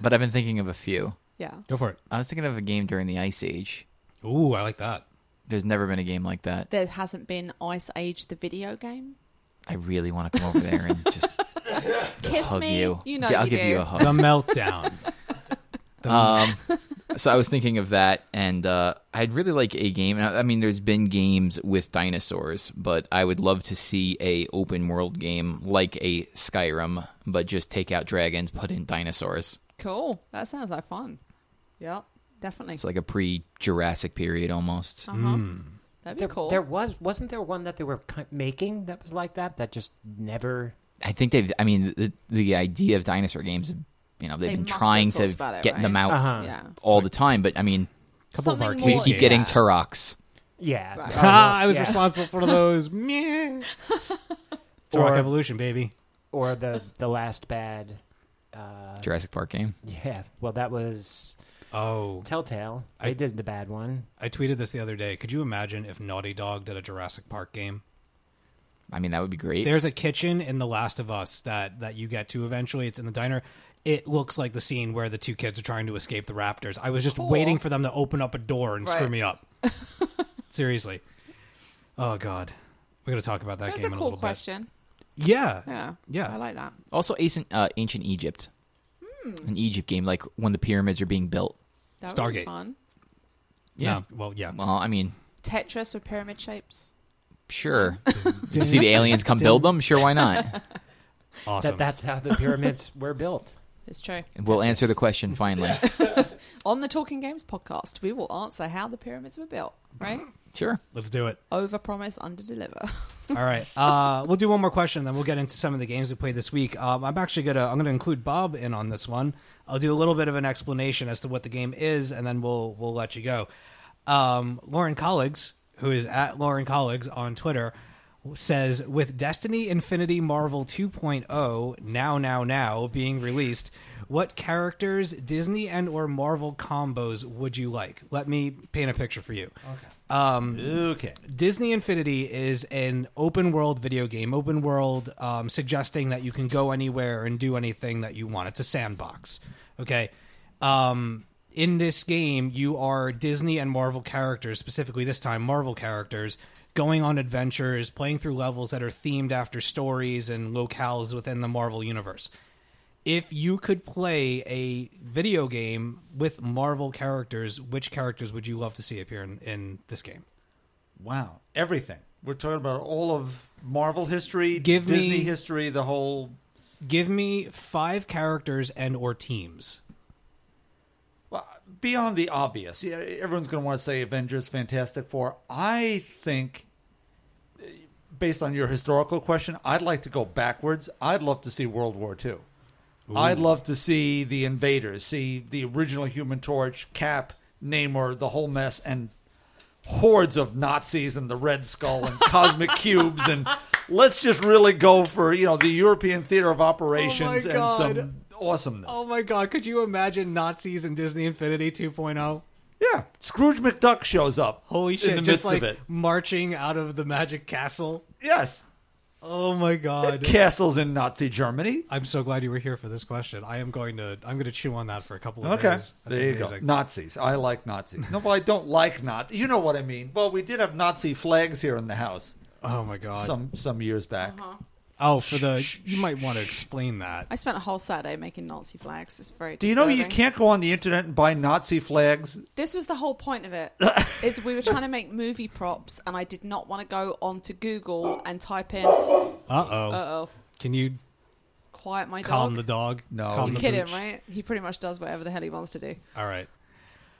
[SPEAKER 3] But I've been thinking of a few.
[SPEAKER 2] Yeah.
[SPEAKER 1] Go for it.
[SPEAKER 3] I was thinking of a game during the Ice Age.
[SPEAKER 1] Ooh, I like that.
[SPEAKER 3] There's never been a game like that.
[SPEAKER 2] There hasn't been Ice Age the video game.
[SPEAKER 3] I really want to come over there and just
[SPEAKER 2] Kiss
[SPEAKER 3] hug
[SPEAKER 2] me.
[SPEAKER 3] you.
[SPEAKER 2] You know
[SPEAKER 3] Yeah, I'll
[SPEAKER 2] you
[SPEAKER 3] give
[SPEAKER 2] do.
[SPEAKER 3] you a
[SPEAKER 1] The
[SPEAKER 3] hug.
[SPEAKER 1] meltdown. The-
[SPEAKER 3] Um, so I was thinking of that, and uh, I'd really like a game. and I I mean, there's been games with dinosaurs, but I would love to see a open world game like a Skyrim, but just take out dragons, put in dinosaurs.
[SPEAKER 2] Cool. That sounds like fun. Yep. Definitely.
[SPEAKER 3] It's like a pre Jurassic period almost.
[SPEAKER 2] uh-huh. That'd be
[SPEAKER 4] There,
[SPEAKER 2] cool.
[SPEAKER 4] there was wasn't there one that they were ki- making that was like that that just never.
[SPEAKER 3] I think they've. I mean, the, the idea of dinosaur games, you know, they've
[SPEAKER 2] They
[SPEAKER 3] been
[SPEAKER 2] must have
[SPEAKER 3] trying
[SPEAKER 2] talked
[SPEAKER 3] to
[SPEAKER 2] about it,
[SPEAKER 3] get them
[SPEAKER 2] right?
[SPEAKER 3] out
[SPEAKER 4] Uh-huh.
[SPEAKER 2] yeah.
[SPEAKER 3] all the time, but I mean,
[SPEAKER 1] couple of
[SPEAKER 2] Something
[SPEAKER 1] arcade
[SPEAKER 2] more-
[SPEAKER 3] we
[SPEAKER 1] games.
[SPEAKER 3] keep
[SPEAKER 2] yeah.
[SPEAKER 3] getting Turoks.
[SPEAKER 4] Yeah.
[SPEAKER 2] Right.
[SPEAKER 4] Oh, well,
[SPEAKER 1] Ah, I was
[SPEAKER 4] yeah.
[SPEAKER 1] responsible for one of those. Meh. It's
[SPEAKER 4] Or-
[SPEAKER 1] Rock Evolution, baby.
[SPEAKER 4] Or the the last bad. Uh,
[SPEAKER 3] Jurassic Park game.
[SPEAKER 4] yeah. Well, that was
[SPEAKER 1] Oh,
[SPEAKER 4] Telltale.
[SPEAKER 1] I-
[SPEAKER 4] I did the bad one.
[SPEAKER 1] I tweeted this the other day. Could you imagine if Naughty Dog did a Jurassic Park game?
[SPEAKER 3] I mean, that would be great.
[SPEAKER 1] There's a kitchen in The Last of Us that that you get to eventually. It's in the diner. It looks like the scene where the two kids are trying to escape the raptors. I was just
[SPEAKER 2] Cool.
[SPEAKER 1] waiting for them to open up a door and screw
[SPEAKER 2] Right.
[SPEAKER 1] me up. Seriously. Oh God, we're gonna talk about that
[SPEAKER 2] That's a
[SPEAKER 1] game in a
[SPEAKER 2] cool
[SPEAKER 1] little
[SPEAKER 2] question.
[SPEAKER 1] bit. Yeah.
[SPEAKER 2] Yeah.
[SPEAKER 1] Yeah.
[SPEAKER 2] I like that.
[SPEAKER 3] Also, ancient, uh, ancient Egypt, an Egypt game, like when the pyramids are being built.
[SPEAKER 2] That would
[SPEAKER 1] Stargate.
[SPEAKER 2] be fun.
[SPEAKER 1] Yeah. well, yeah.
[SPEAKER 3] Well, I mean,
[SPEAKER 2] Tetris with pyramid shapes.
[SPEAKER 3] sure. You see the aliens come build them? Sure, why not?
[SPEAKER 1] Awesome.
[SPEAKER 4] That that's how the pyramids were built.
[SPEAKER 2] It's true.
[SPEAKER 3] We'll answer the question finally.
[SPEAKER 2] on the Talking Games podcast, we will answer how the pyramids were built. Right?
[SPEAKER 3] Sure.
[SPEAKER 1] Let's do it.
[SPEAKER 2] Over promise, under deliver.
[SPEAKER 1] All right. Uh, we'll do one more question, then we'll get into some of the games we played this week. Um, I'm actually gonna I'm gonna include Bob in on this one. I'll do a little bit of an explanation as to what the game is, and then we'll we'll let you go. Um, Lauren Colleagues, who is at Lauren Colleagues on Twitter, says with Destiny Infinity Marvel 2.0 now now now being released, what characters Disney and or Marvel combos would you like? Let me paint a picture for you. Um, Okay.
[SPEAKER 5] Okay.
[SPEAKER 1] Disney Infinity is an open world video game, open world, um, suggesting that you can go anywhere and do anything that you want. It's a sandbox. Okay. Um, in this game, you are Disney and Marvel characters, specifically this time Marvel characters, going on adventures, playing through levels that are themed after stories and locales within the Marvel universe if you could play a video game with Marvel characters, which characters would you love to see appear in, in this game?
[SPEAKER 5] Wow. Everything. We're talking about all of Marvel history,
[SPEAKER 1] Give me-
[SPEAKER 5] Disney history, the whole.
[SPEAKER 1] Give me five characters and or teams.
[SPEAKER 5] Well, beyond the obvious. Yeah, everyone's going to want to say Avengers, Fantastic Four. I think, eh, based on your historical question, I'd like to go backwards. I'd love to see World War II. I'd love to see the invaders, see the original Human Torch, Cap, Namor, the whole mess, and hordes of Nazis and the Red Skull and cosmic cubes and let's just really go for you know the European theater of operations and
[SPEAKER 1] Oh God.
[SPEAKER 5] some awesomeness.
[SPEAKER 1] Oh my god, could you imagine Nazis in Disney Infinity 2.0?
[SPEAKER 5] Yeah, Scrooge McDuck shows up.
[SPEAKER 1] Holy shit,
[SPEAKER 5] In the
[SPEAKER 1] just
[SPEAKER 5] midst
[SPEAKER 1] like
[SPEAKER 5] of it,
[SPEAKER 1] marching out of the magic castle.
[SPEAKER 5] yes,
[SPEAKER 1] Oh my god.
[SPEAKER 5] castles in Nazi Germany.
[SPEAKER 1] I'm so glad you were here for this question. I am going to I'm going to chew on that for a couple of
[SPEAKER 5] Okay,
[SPEAKER 1] days. That's
[SPEAKER 5] there you
[SPEAKER 1] amazing.
[SPEAKER 5] go. Nazis. I like Nazis. No, well, I don't like Nazi. You know what I mean? Well, we did have Nazi flags here in the house
[SPEAKER 1] Oh my god.
[SPEAKER 5] some some years back.
[SPEAKER 1] oh, for the you might want to explain that.
[SPEAKER 2] I spent a whole Saturday making Nazi flags. It's very.
[SPEAKER 5] Do you know you
[SPEAKER 2] disturbing.
[SPEAKER 5] can't go on the internet and buy Nazi flags?
[SPEAKER 2] This was the whole point of it. is we were trying to make movie props, and I did not want to go onto Google and type in. Uh
[SPEAKER 1] Uh-oh.
[SPEAKER 2] oh,
[SPEAKER 1] Can you
[SPEAKER 2] quiet my
[SPEAKER 1] calm
[SPEAKER 2] dog.
[SPEAKER 1] the dog.
[SPEAKER 5] No,
[SPEAKER 1] calm
[SPEAKER 5] you
[SPEAKER 1] the
[SPEAKER 2] Kid him,
[SPEAKER 1] pooch.
[SPEAKER 2] right? He pretty much does whatever the hell he wants to do.
[SPEAKER 1] All right,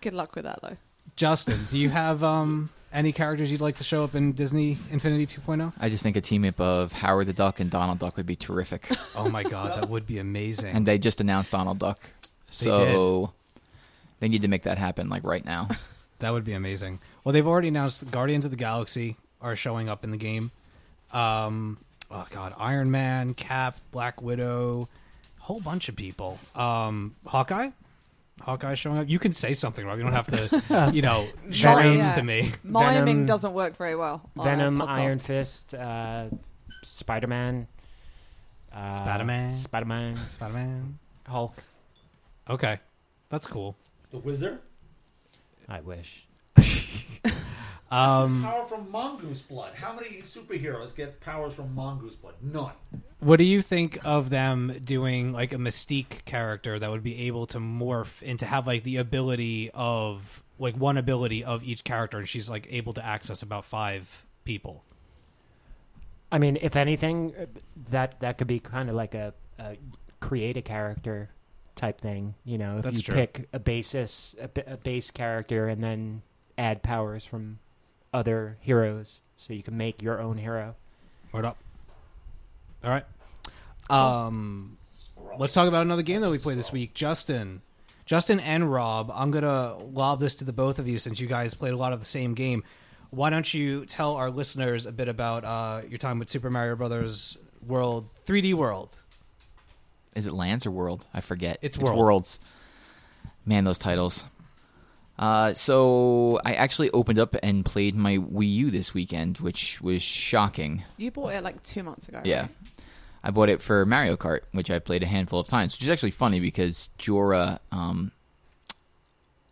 [SPEAKER 2] Good luck with that, though.
[SPEAKER 1] Justin, do you have um, any characters you'd like to show up in Disney Infinity oh? 2.0?
[SPEAKER 3] I just think a team up of Howard the Duck and Donald Duck would be terrific.
[SPEAKER 1] Oh my god, that would be amazing.
[SPEAKER 3] and they just announced Donald Duck. So they need to make that happen like right now.
[SPEAKER 1] that would be amazing. Well, they've already announced Guardians of the Galaxy are showing up in the game. Um, oh god, Iron Man, Cap, Black Widow, whole bunch of people. Um, Hawkeye. Hawkeye showing up. You can say something, Rob. You don't have to, you know, shout
[SPEAKER 2] Venom.
[SPEAKER 1] outs to me.
[SPEAKER 2] Miming
[SPEAKER 4] Venom-
[SPEAKER 2] doesn't work very well. on a
[SPEAKER 4] Venom,
[SPEAKER 2] podcast.
[SPEAKER 4] Iron Fist, uh, Spider Man, uh,
[SPEAKER 1] Spider-Man.
[SPEAKER 4] Spider Man,
[SPEAKER 1] Spider Man.
[SPEAKER 4] Hulk.
[SPEAKER 1] Okay, that's cool.
[SPEAKER 5] The Wizard.
[SPEAKER 4] I wish.
[SPEAKER 1] Um,
[SPEAKER 5] Power from mongoose blood. How many superheroes get powers from mongoose blood? None.
[SPEAKER 1] What do you think of them doing like a mystique character that would be able to morph and to have like the ability of like one ability of each character and she's like able to access about five people?
[SPEAKER 4] I mean, if anything, uh, that that could be kind of like a, a create a character type thing. You know, if
[SPEAKER 1] That's
[SPEAKER 4] you
[SPEAKER 1] true.
[SPEAKER 4] pick a basis, a, b- a base character, and then add powers from other heroes, so you can make your own hero.
[SPEAKER 1] Word up. All right. Um let's talk about another game that we played this week. Justin. Justin and Rob, I'm gonna lob this to the both of you since you guys played a lot of the same game. Why don't you tell our listeners a bit about uh, your time with Super Mario Brothers World 3D World?
[SPEAKER 3] Is it Lands or World? I forget.
[SPEAKER 1] It's World.
[SPEAKER 3] Worlds. Man, those titles. Uh, so I actually opened up and played my Wii U this weekend, which was shocking.
[SPEAKER 2] You bought it like two months ago.
[SPEAKER 3] Yeah.
[SPEAKER 2] right?
[SPEAKER 3] I bought it for Mario Kart, which I played a handful of times, which is actually funny because Jorah, um,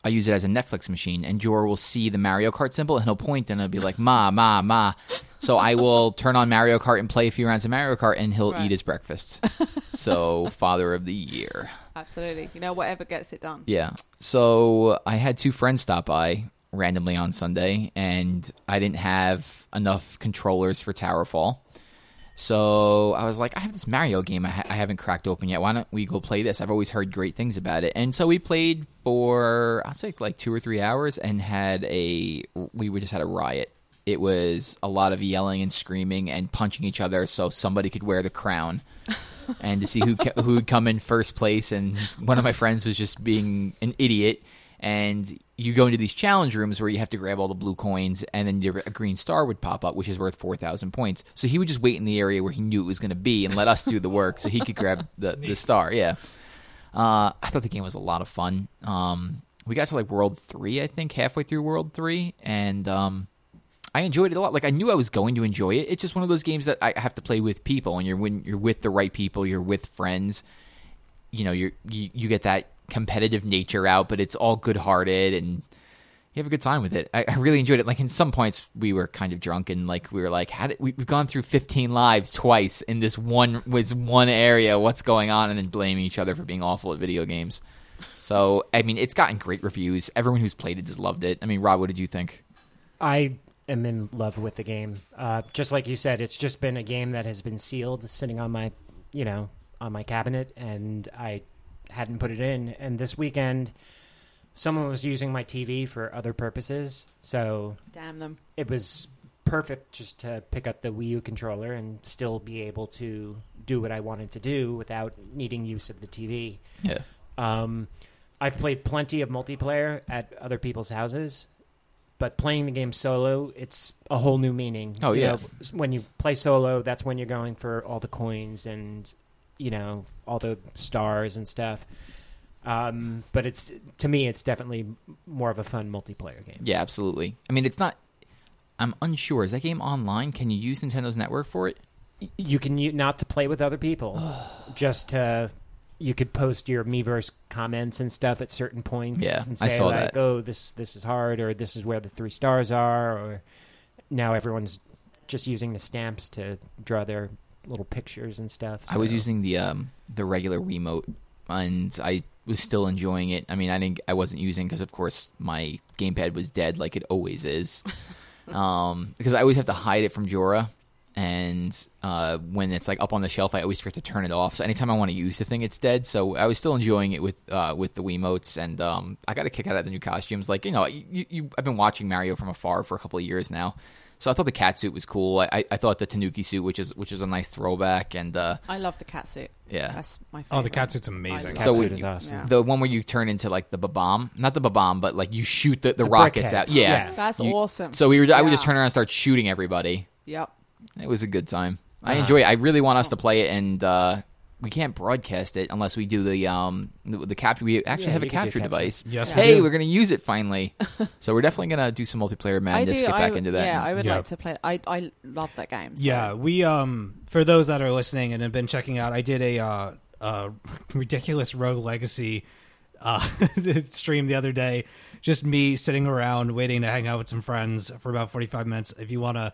[SPEAKER 3] I use it as a Netflix machine, and Jorah will see the Mario Kart symbol and he'll point and he'll be like, Ma, Ma, Ma. So I will turn on Mario Kart and play a few rounds of Mario Kart, and he'll
[SPEAKER 2] Right.
[SPEAKER 3] eat his breakfast. So, Father of the Year.
[SPEAKER 2] absolutely. You know, whatever gets it done.
[SPEAKER 3] Yeah. So I had two friends stop by randomly on Sunday, and I didn't have enough controllers for Towerfall. So I was like, I have this Mario game I, ha- I haven't cracked open yet. Why don't we go play this? I've always heard great things about it. And so we played for I'd say like two or three hours and had a we were just had a riot. It was a lot of yelling and screaming and punching each other, so somebody could wear the crown. and to see who ca- who would come in first place. And one of my friends was just being an idiot. And you go into these challenge rooms where you have to grab all the blue coins, and then your, a green star would pop up, which is worth four thousand points. So he would just wait in the area where he knew it was going to be and let us do the work, so he could grab the, the star. Yeah. Uh, I thought the game was a lot of fun. Um, we got to like World Three, I think, halfway through World Three, and um, I enjoyed it a lot. Like I knew I was going to enjoy it. It's just one of those games that I have to play with people, and you're when you're with the right people, you're with friends. You know, you're, you you get that competitive nature out, but it's all good hearted, and you have a good time with it. I, I really enjoyed it. Like in some points, we were kind of drunk, and like we were like, how did we, we've gone through 15 lives twice in this one with one area? What's going on? And then blaming each other for being awful at video games. So I mean, it's gotten great reviews. Everyone who's played it has loved it. I mean, Rob, what did you think?
[SPEAKER 4] I am in love with the game. Uh, just like you said, it's just been a game that has been sealed, sitting on my, you know, on my cabinet, and I hadn't put it in. And this weekend, someone was using my TV for other purposes, so
[SPEAKER 2] Damn them.
[SPEAKER 4] it was perfect just to pick up the Wii U controller and still be able to do what I wanted to do without needing use of the TV.
[SPEAKER 3] Yeah.
[SPEAKER 4] Um, I've played plenty of multiplayer at other people's houses, but playing the game solo, it's a whole new meaning.
[SPEAKER 3] Oh,
[SPEAKER 4] You
[SPEAKER 3] yeah.
[SPEAKER 4] know, s- when you play solo, that's when you're going for all the coins and you know all the stars and stuff. Um, but it's to me, it's definitely m- more of a fun multiplayer game.
[SPEAKER 3] Yeah, absolutely. I mean, it's not. I'm unsure. Is that game online? Can you use Nintendo's network for it?
[SPEAKER 4] Y- You can u- not to play with other people, just to. You could post your Miiverse comments and stuff at certain points.
[SPEAKER 3] Yeah,
[SPEAKER 4] and say
[SPEAKER 3] I saw
[SPEAKER 4] like,
[SPEAKER 3] that.
[SPEAKER 4] "Oh, this this is hard," or "This is where the three stars are," or now everyone's just using the stamps to draw their little pictures and stuff.
[SPEAKER 3] I was
[SPEAKER 4] so-
[SPEAKER 3] using the um the regular Wiimote, and I was still enjoying it. I mean, I didn't. I wasn't using because, of course, my gamepad was dead, like it always is. um, because I always have to hide it from Jorah, and uh, when it's like up on the shelf, I always forget to turn it off. So anytime I want to use the thing, it's dead. So I was still enjoying it with uh, with the Wiimotes, and um, I got a kick out of the new costumes. Like you know, you, you, I've been watching Mario from afar for a couple of years now. So I thought the cat suit was cool. I, I, I thought the Tanuki suit, which is which is a nice throwback, and uh,
[SPEAKER 2] I love the cat suit.
[SPEAKER 3] Yeah.
[SPEAKER 2] That's my favorite.
[SPEAKER 1] Oh, the cat suit's amazing.
[SPEAKER 2] I-
[SPEAKER 4] Cat
[SPEAKER 3] So
[SPEAKER 4] suit
[SPEAKER 3] we-
[SPEAKER 4] is awesome.
[SPEAKER 2] Yeah.
[SPEAKER 3] the one where you turn into like the bomb, not the bomb, but like you shoot the, the,
[SPEAKER 4] brick
[SPEAKER 3] rockets
[SPEAKER 4] head.
[SPEAKER 3] out. Yeah.
[SPEAKER 4] Yeah.
[SPEAKER 2] That's
[SPEAKER 3] You-
[SPEAKER 2] awesome.
[SPEAKER 3] So we were. I would just
[SPEAKER 2] Yeah.
[SPEAKER 3] turn around and start shooting everybody.
[SPEAKER 2] Yep.
[SPEAKER 3] It was a good time. I
[SPEAKER 4] Uh-huh.
[SPEAKER 3] enjoy it. I really want us to play it, and uh, we can't broadcast it unless we do the um the, the capture. We actually
[SPEAKER 4] Yeah,
[SPEAKER 3] have a
[SPEAKER 4] you can do
[SPEAKER 3] capture
[SPEAKER 4] capture.
[SPEAKER 3] device.
[SPEAKER 1] Yes, we
[SPEAKER 3] Hey,
[SPEAKER 1] do.
[SPEAKER 3] we're gonna use it finally. so we're definitely gonna do some multiplayer madness. Get back
[SPEAKER 2] I,
[SPEAKER 3] into that.
[SPEAKER 2] Yeah, I would
[SPEAKER 1] Yeah.
[SPEAKER 2] like to play. I I love that game. so-
[SPEAKER 1] Yeah, we um for those that are listening and have been checking out, I did a uh, uh ridiculous Rogue Legacy uh stream the other day. Just me sitting around waiting to hang out with some friends for about 45 minutes. If you want to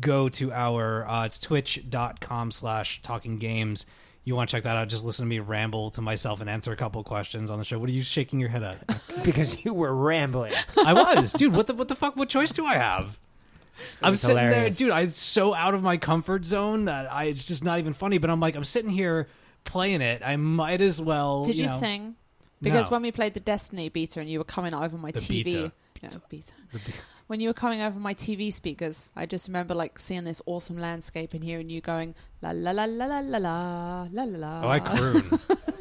[SPEAKER 1] go to our uh it's twitch.com slash talking games. You want to check that out? Just listen to me ramble to myself and answer a couple questions on the show. What are you shaking your head at?
[SPEAKER 4] because you were rambling.
[SPEAKER 1] I was, dude. What the what the fuck? What choice do I have? I'm
[SPEAKER 4] was
[SPEAKER 1] sitting
[SPEAKER 4] hilarious.
[SPEAKER 1] there, dude. I'm so out of my comfort zone that I it's just not even funny. But I'm like, I'm sitting here playing it. I might as well.
[SPEAKER 2] Did you,
[SPEAKER 1] know,
[SPEAKER 2] sing? Because
[SPEAKER 1] No.
[SPEAKER 2] when we played the Destiny beta and you were coming over my
[SPEAKER 1] The
[SPEAKER 2] TV,
[SPEAKER 1] beta.
[SPEAKER 2] Yeah, beta. when you were coming over my TV speakers, I just remember like seeing this awesome landscape in here and you going la la la la la la la la la.
[SPEAKER 1] Oh, I croon.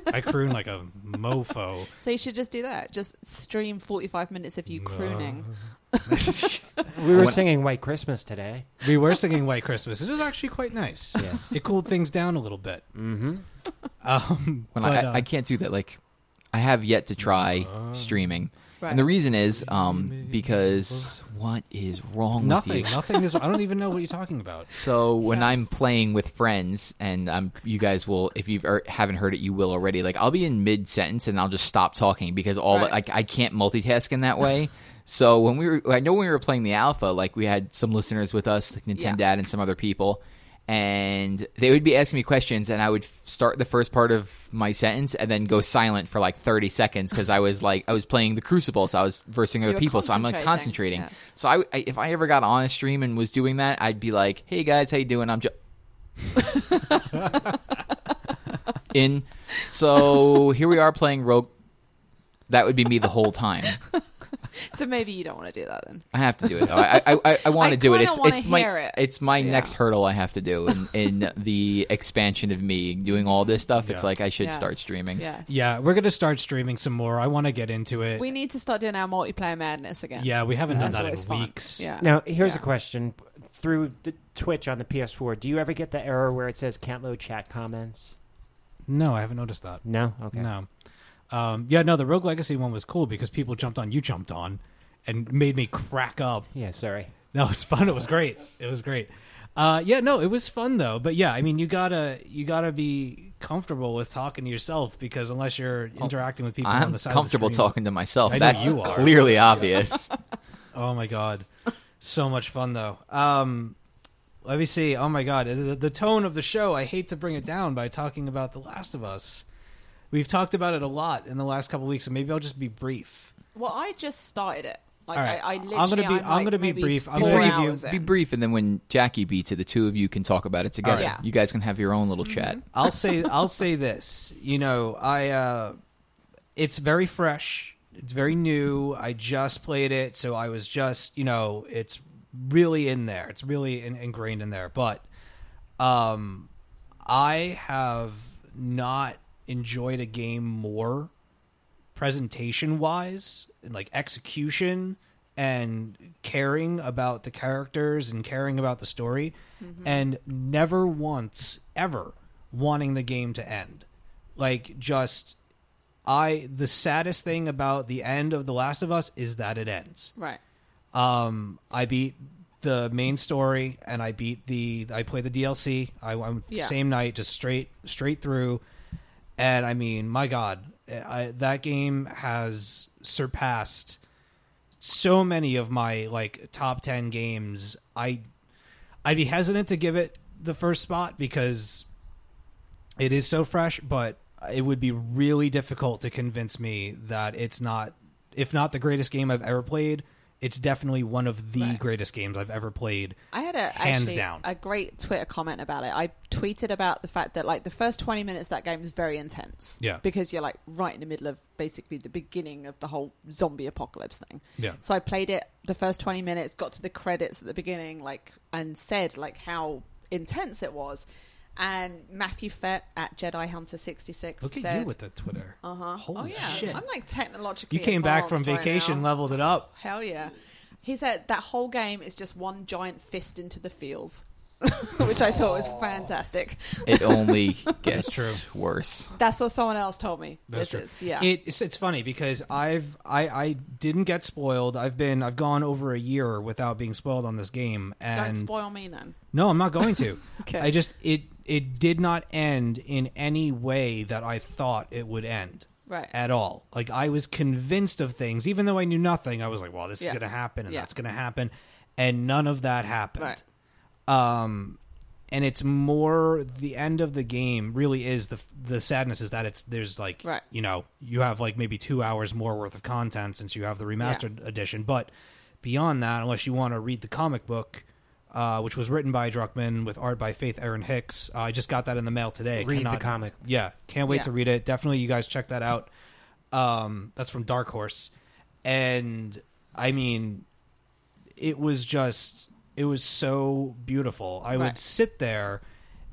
[SPEAKER 1] I croon like a mofo.
[SPEAKER 2] so you should just do that. Just stream forty-five minutes of you crooning.
[SPEAKER 4] We were
[SPEAKER 3] went-
[SPEAKER 4] singing White Christmas today.
[SPEAKER 1] We were singing White Christmas. It was actually quite nice.
[SPEAKER 4] Yes.
[SPEAKER 1] It cooled things down a little bit.
[SPEAKER 4] Mm-hmm.
[SPEAKER 1] Um,
[SPEAKER 3] when
[SPEAKER 1] but,
[SPEAKER 3] I,
[SPEAKER 1] uh,
[SPEAKER 3] I can't do that. Like, I have yet to try streaming,
[SPEAKER 2] Right.
[SPEAKER 3] and the reason is um because what is wrong with
[SPEAKER 1] nothing.
[SPEAKER 3] you?
[SPEAKER 1] Nothing is. I don't even know what you're talking about.
[SPEAKER 3] So when
[SPEAKER 2] Yes.
[SPEAKER 3] I'm playing with friends, and um, you guys will, if you er, haven't heard it, you will already. Like I'll be in mid sentence and I'll just stop talking because all
[SPEAKER 2] Right.
[SPEAKER 3] like I can't multitask in that way. so when we were, I know when we were playing the alpha, like we had some listeners with us, like
[SPEAKER 2] Yeah.
[SPEAKER 3] Nintendo Dad and some other people, and they would be asking me questions, and I would f- start the first part of my sentence and then go silent for like 30 seconds because I was like I was playing the Crucible, so I was versing
[SPEAKER 2] You
[SPEAKER 3] other
[SPEAKER 2] were
[SPEAKER 3] people, so I'm like
[SPEAKER 2] concentrating,
[SPEAKER 3] concentrating.
[SPEAKER 2] yes.
[SPEAKER 3] So I, I- if I ever got on a stream and was doing that, I'd be like, "Hey guys, how you doing?" I'm just in. So here we are playing Rogue. That would be me the whole time.
[SPEAKER 2] So maybe you don't want to do that then.
[SPEAKER 3] I have to do it. Though. I I, I, I want
[SPEAKER 2] I
[SPEAKER 3] to do it.
[SPEAKER 2] kinda
[SPEAKER 3] It's
[SPEAKER 2] wanna
[SPEAKER 3] it's my
[SPEAKER 2] hear it.
[SPEAKER 3] it's my
[SPEAKER 2] Yeah.
[SPEAKER 3] next hurdle I have to do in, in the expansion of me doing all this stuff. It's
[SPEAKER 6] Yeah.
[SPEAKER 3] like I should
[SPEAKER 2] Yes.
[SPEAKER 3] start streaming.
[SPEAKER 2] Yes.
[SPEAKER 1] Yeah, we're gonna start streaming some more. I want to get into it.
[SPEAKER 2] We need to start doing our multiplayer madness again.
[SPEAKER 1] yeah, we haven't done
[SPEAKER 2] That's
[SPEAKER 1] that
[SPEAKER 2] always
[SPEAKER 1] in
[SPEAKER 2] fun.
[SPEAKER 1] weeks.
[SPEAKER 3] Uh,
[SPEAKER 2] Yeah.
[SPEAKER 4] Now, here's
[SPEAKER 2] Yeah.
[SPEAKER 4] a question: through the Twitch on the PS4, do you ever get the error where it says can't load chat comments?
[SPEAKER 1] No, I haven't noticed that.
[SPEAKER 4] No. Okay.
[SPEAKER 1] No. Um, yeah, no, the Rogue Legacy one was cool because people jumped on you jumped on and made me crack up.
[SPEAKER 4] Yeah. Sorry.
[SPEAKER 1] No, it was fun. It was great. It was great. Uh, yeah, no, it was fun though. But yeah, I mean, you gotta you gotta be comfortable with talking to yourself because unless you're interacting with people on
[SPEAKER 3] I'm
[SPEAKER 1] the side of the
[SPEAKER 3] Oh, comfortable
[SPEAKER 1] stream-
[SPEAKER 3] talking to myself.
[SPEAKER 1] I know
[SPEAKER 3] That's
[SPEAKER 1] you are.
[SPEAKER 3] clearly obvious.
[SPEAKER 1] Oh my god, so much fun though. Um, let me see. Oh my god, the, the tone of the show. I hate to bring it down by talking about The Last of Us. We've talked about it a lot in the last couple weeks, so maybe I'll just be brief.
[SPEAKER 2] Well, I just started it. Like
[SPEAKER 1] All right.
[SPEAKER 2] I, I
[SPEAKER 1] I'm gonna
[SPEAKER 2] literally,
[SPEAKER 1] be- I'm
[SPEAKER 2] like,
[SPEAKER 1] gonna be
[SPEAKER 2] maybe
[SPEAKER 1] brief. I'm
[SPEAKER 2] four
[SPEAKER 1] gonna
[SPEAKER 2] hours
[SPEAKER 1] review-
[SPEAKER 2] in.
[SPEAKER 3] Be brief, and then when Jackie beats it, the two of you can talk about it together.
[SPEAKER 2] Yeah.
[SPEAKER 3] You guys can have your own little
[SPEAKER 2] Mm-hmm.
[SPEAKER 3] chat.
[SPEAKER 1] I'll say I'll say this. You know, I uh, it's very fresh. It's very new. I just played it, so I was just you know, it's really in there. It's really in, ingrained in there. But um, I have not enjoyed a game more presentation wise and like execution and caring about the characters and caring about the story and never once ever wanting the game to end like just i the saddest thing about the end of the last of us is that it ends
[SPEAKER 2] Right.
[SPEAKER 1] um i beat the main story and i beat the i played the dlc i went
[SPEAKER 2] Yeah.
[SPEAKER 1] same night just straight straight through and i mean my god I, that game has surpassed so many of my like top 10 games i i'd be hesitant to give it the first spot because it is so fresh but it would be really difficult to convince me that it's not if not the greatest game i've ever played it's definitely one of the
[SPEAKER 2] Right.
[SPEAKER 1] greatest games i've ever played
[SPEAKER 2] I had a
[SPEAKER 1] Hands
[SPEAKER 2] actually,
[SPEAKER 1] down.
[SPEAKER 2] a great Twitter comment about it. I tweeted about the fact that like the first twenty minutes of that game is very intense.
[SPEAKER 1] Yeah.
[SPEAKER 2] Because you're like right in the middle of basically the beginning of the whole zombie apocalypse thing.
[SPEAKER 1] Yeah.
[SPEAKER 2] So I played it the first twenty minutes, got to the credits at the beginning, like and said like how intense it was. And Matthew Fett at Jedi Hunter sixty six
[SPEAKER 1] look at
[SPEAKER 2] said
[SPEAKER 1] you with the twitter
[SPEAKER 2] uh-huh.
[SPEAKER 1] holy
[SPEAKER 2] oh yeah.
[SPEAKER 1] shit
[SPEAKER 2] I'm like technologically
[SPEAKER 1] you came back from
[SPEAKER 2] advanced right
[SPEAKER 1] vacation
[SPEAKER 2] now.
[SPEAKER 1] leveled it up
[SPEAKER 2] Hell yeah. He said that whole game is just one giant fist into the fields, which I thought was fantastic.
[SPEAKER 3] It only gets
[SPEAKER 1] true.
[SPEAKER 3] worse.
[SPEAKER 2] That's what someone else told me. this is, yeah.
[SPEAKER 1] It, it's, it's funny because I've I, I didn't get spoiled. I've been I've gone over a year without being spoiled on this game.
[SPEAKER 2] Don't
[SPEAKER 1] And
[SPEAKER 2] spoil me then.
[SPEAKER 1] no, I'm not going to.
[SPEAKER 2] Okay.
[SPEAKER 1] I just it it did not end in any way that I thought it would end.
[SPEAKER 2] Right.
[SPEAKER 1] At all. Like I was convinced of things, even though I knew nothing. I was like, "Well, this
[SPEAKER 2] Yeah.
[SPEAKER 1] is going to happen, and
[SPEAKER 2] Yeah.
[SPEAKER 1] that's going to happen," and none of that happened
[SPEAKER 2] Right.
[SPEAKER 1] um and it's more the end of the game really is the the sadness is that it's there's like
[SPEAKER 2] Right.
[SPEAKER 1] you know you have like maybe two hours more worth of content since you have the remastered edition but beyond that unless you want to read the comic book uh, which was written by Druckman with art by Faith Aaron Hicks. Uh, I just got that in the mail today.
[SPEAKER 4] Read the comic.
[SPEAKER 1] Yeah, can't wait
[SPEAKER 2] Yeah.
[SPEAKER 1] to read it. Definitely, you guys check that out. Um, that's from Dark Horse, and I mean, it was just it was so beautiful. I would
[SPEAKER 2] Right.
[SPEAKER 1] sit there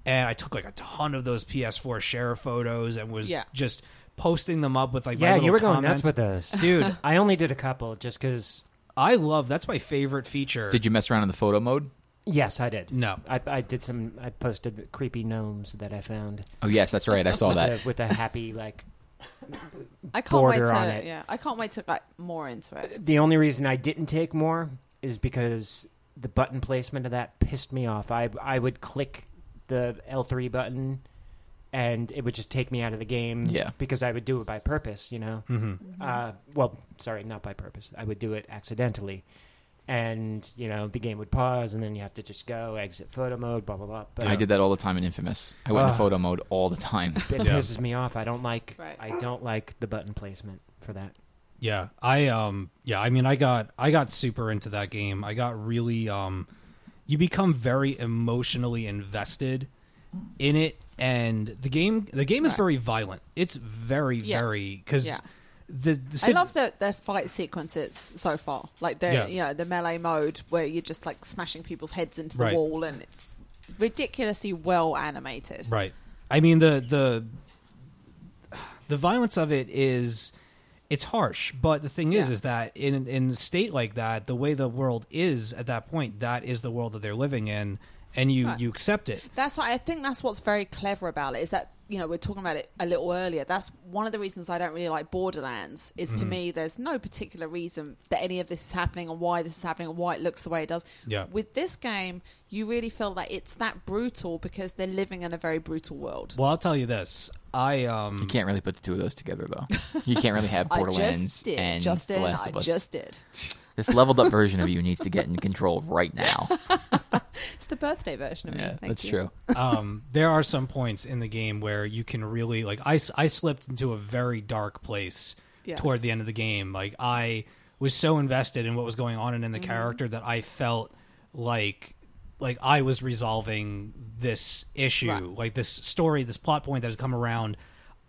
[SPEAKER 1] and I took like a ton of those PS4 share photos and was
[SPEAKER 2] Yeah.
[SPEAKER 1] just posting them up with like my
[SPEAKER 4] Yeah,
[SPEAKER 1] little
[SPEAKER 4] you were going nuts
[SPEAKER 1] comments.
[SPEAKER 4] with those,
[SPEAKER 1] Dude,
[SPEAKER 4] I only did a couple just because.
[SPEAKER 1] I love that's my favorite feature.
[SPEAKER 3] Did you mess around in the photo mode?
[SPEAKER 4] Yes, I did.
[SPEAKER 1] No.
[SPEAKER 4] I, I did some. I posted the creepy gnomes that I found
[SPEAKER 3] Oh yes, that's right. I saw that.
[SPEAKER 4] with, a, with a happy like.
[SPEAKER 2] I can't wait
[SPEAKER 4] border
[SPEAKER 2] to
[SPEAKER 4] on it.
[SPEAKER 2] yeah. I can't wait to get more into it.
[SPEAKER 4] The only reason I didn't take more is because the button placement of that pissed me off. I I would click the L three button, and it would just take me out of the game.
[SPEAKER 3] Yeah.
[SPEAKER 4] because I would do it by purpose. You know.
[SPEAKER 1] hmm
[SPEAKER 4] uh, well, sorry, not by purpose. I would do it accidentally, and you know the game would pause, and then you have to just go exit photo mode, blah blah blah. But
[SPEAKER 3] I did that all the time in Infamous. I went in
[SPEAKER 4] Ugh.
[SPEAKER 3] photo mode all the time.
[SPEAKER 4] It
[SPEAKER 1] Yeah.
[SPEAKER 4] pisses me off. I don't like.
[SPEAKER 2] Right.
[SPEAKER 4] I don't like the button placement for that.
[SPEAKER 1] Yeah, I um yeah, I mean I got I got super into that game. I got really um you become very emotionally invested in it, and the game the game is
[SPEAKER 2] Right.
[SPEAKER 1] very violent. It's very
[SPEAKER 2] Yeah.
[SPEAKER 1] very because
[SPEAKER 2] Yeah.
[SPEAKER 1] the, the
[SPEAKER 2] I
[SPEAKER 1] Sid-
[SPEAKER 2] love the, their fight sequences so far, like the
[SPEAKER 1] Yeah.
[SPEAKER 2] you know the melee mode where you're just like smashing people's heads into the
[SPEAKER 1] Right.
[SPEAKER 2] wall, and it's ridiculously well animated.
[SPEAKER 1] Right. I mean the the the violence of it is it's harsh, but the thing is
[SPEAKER 2] Yeah.
[SPEAKER 1] is that in in a state like that, the way the world is at that point, that is the world that they're living in and you
[SPEAKER 2] Right.
[SPEAKER 1] you accept it.
[SPEAKER 2] That's why I think that's what's very clever about it is that you know we're talking about it a little earlier. That's one of the reasons I don't really like Borderlands. Is to me there's no particular reason that any of this is happening and why this is happening and why it looks the way it does.
[SPEAKER 1] Yeah.
[SPEAKER 2] With this game, you really feel that it's that brutal because they're living in a very brutal world.
[SPEAKER 1] Well, I'll tell you this. I um
[SPEAKER 3] You can't really put the two of those together, though. You can't really have
[SPEAKER 2] I
[SPEAKER 3] Borderlands
[SPEAKER 2] just did,
[SPEAKER 3] and
[SPEAKER 2] Justin.
[SPEAKER 3] The Last
[SPEAKER 2] I
[SPEAKER 3] of Us.
[SPEAKER 2] just did.
[SPEAKER 3] This leveled up version of you needs to get in control right now.
[SPEAKER 2] It's the birthday version of me.
[SPEAKER 3] Yeah,
[SPEAKER 2] Thank
[SPEAKER 3] that's
[SPEAKER 2] you.
[SPEAKER 3] true.
[SPEAKER 1] um, there are some points in the game where you can really like I, s- I slipped into a very dark place
[SPEAKER 2] Yes.
[SPEAKER 1] toward the end of the game like i was so invested in what was going on and in the
[SPEAKER 2] Mm-hmm.
[SPEAKER 1] character that i felt like like i was resolving this issue
[SPEAKER 2] Right.
[SPEAKER 1] like this story this plot point that has come around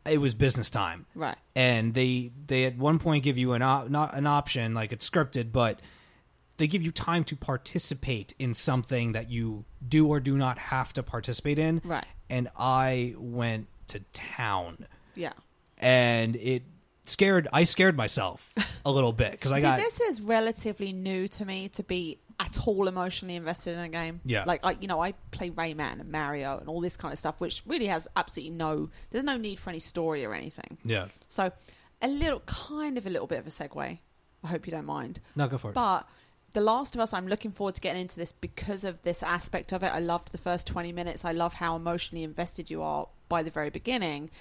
[SPEAKER 1] it was business time
[SPEAKER 2] Right.
[SPEAKER 1] and they they at one point give you an op- not an option like it's scripted but they give you time to participate in something that you do or do not have to participate in
[SPEAKER 2] Right.
[SPEAKER 1] and i went to town
[SPEAKER 2] Yeah.
[SPEAKER 1] and it scared i scared myself a little bit because i
[SPEAKER 2] See,
[SPEAKER 1] got
[SPEAKER 2] this is relatively new to me to be at all emotionally invested in a game.
[SPEAKER 1] Yeah.
[SPEAKER 2] Like, I, you know, I play Rayman and Mario and all this kind of stuff, which really has absolutely no, there's no need for any story or anything.
[SPEAKER 1] yeah
[SPEAKER 2] So, a little, kind of a little bit of a segue. I hope you don't mind.
[SPEAKER 1] no go for it
[SPEAKER 2] But The Last of Us, I'm looking forward to getting into this because of this aspect of it. I loved the first 20 minutes. I love how emotionally invested you are by the very beginning.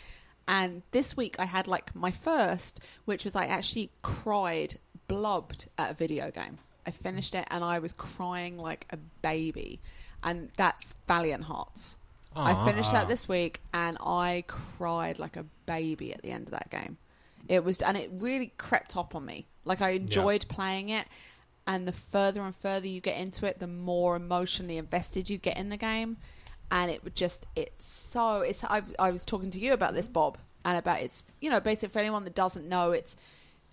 [SPEAKER 2] And this week I had like my first, which was I actually cried, blubbed at a video game. I finished it and I was crying like a baby. And that's Valiant Hearts. I finished that this week and I cried like a baby at the end of that game. It was, and it really crept up on me. Like I enjoyed playing it, and the further and further you get into it, the more emotionally invested you get in the game. And it would just, it's so, it's, I, I was talking to you about this, Bob, and about it's, you know, basically for anyone that doesn't know, it's,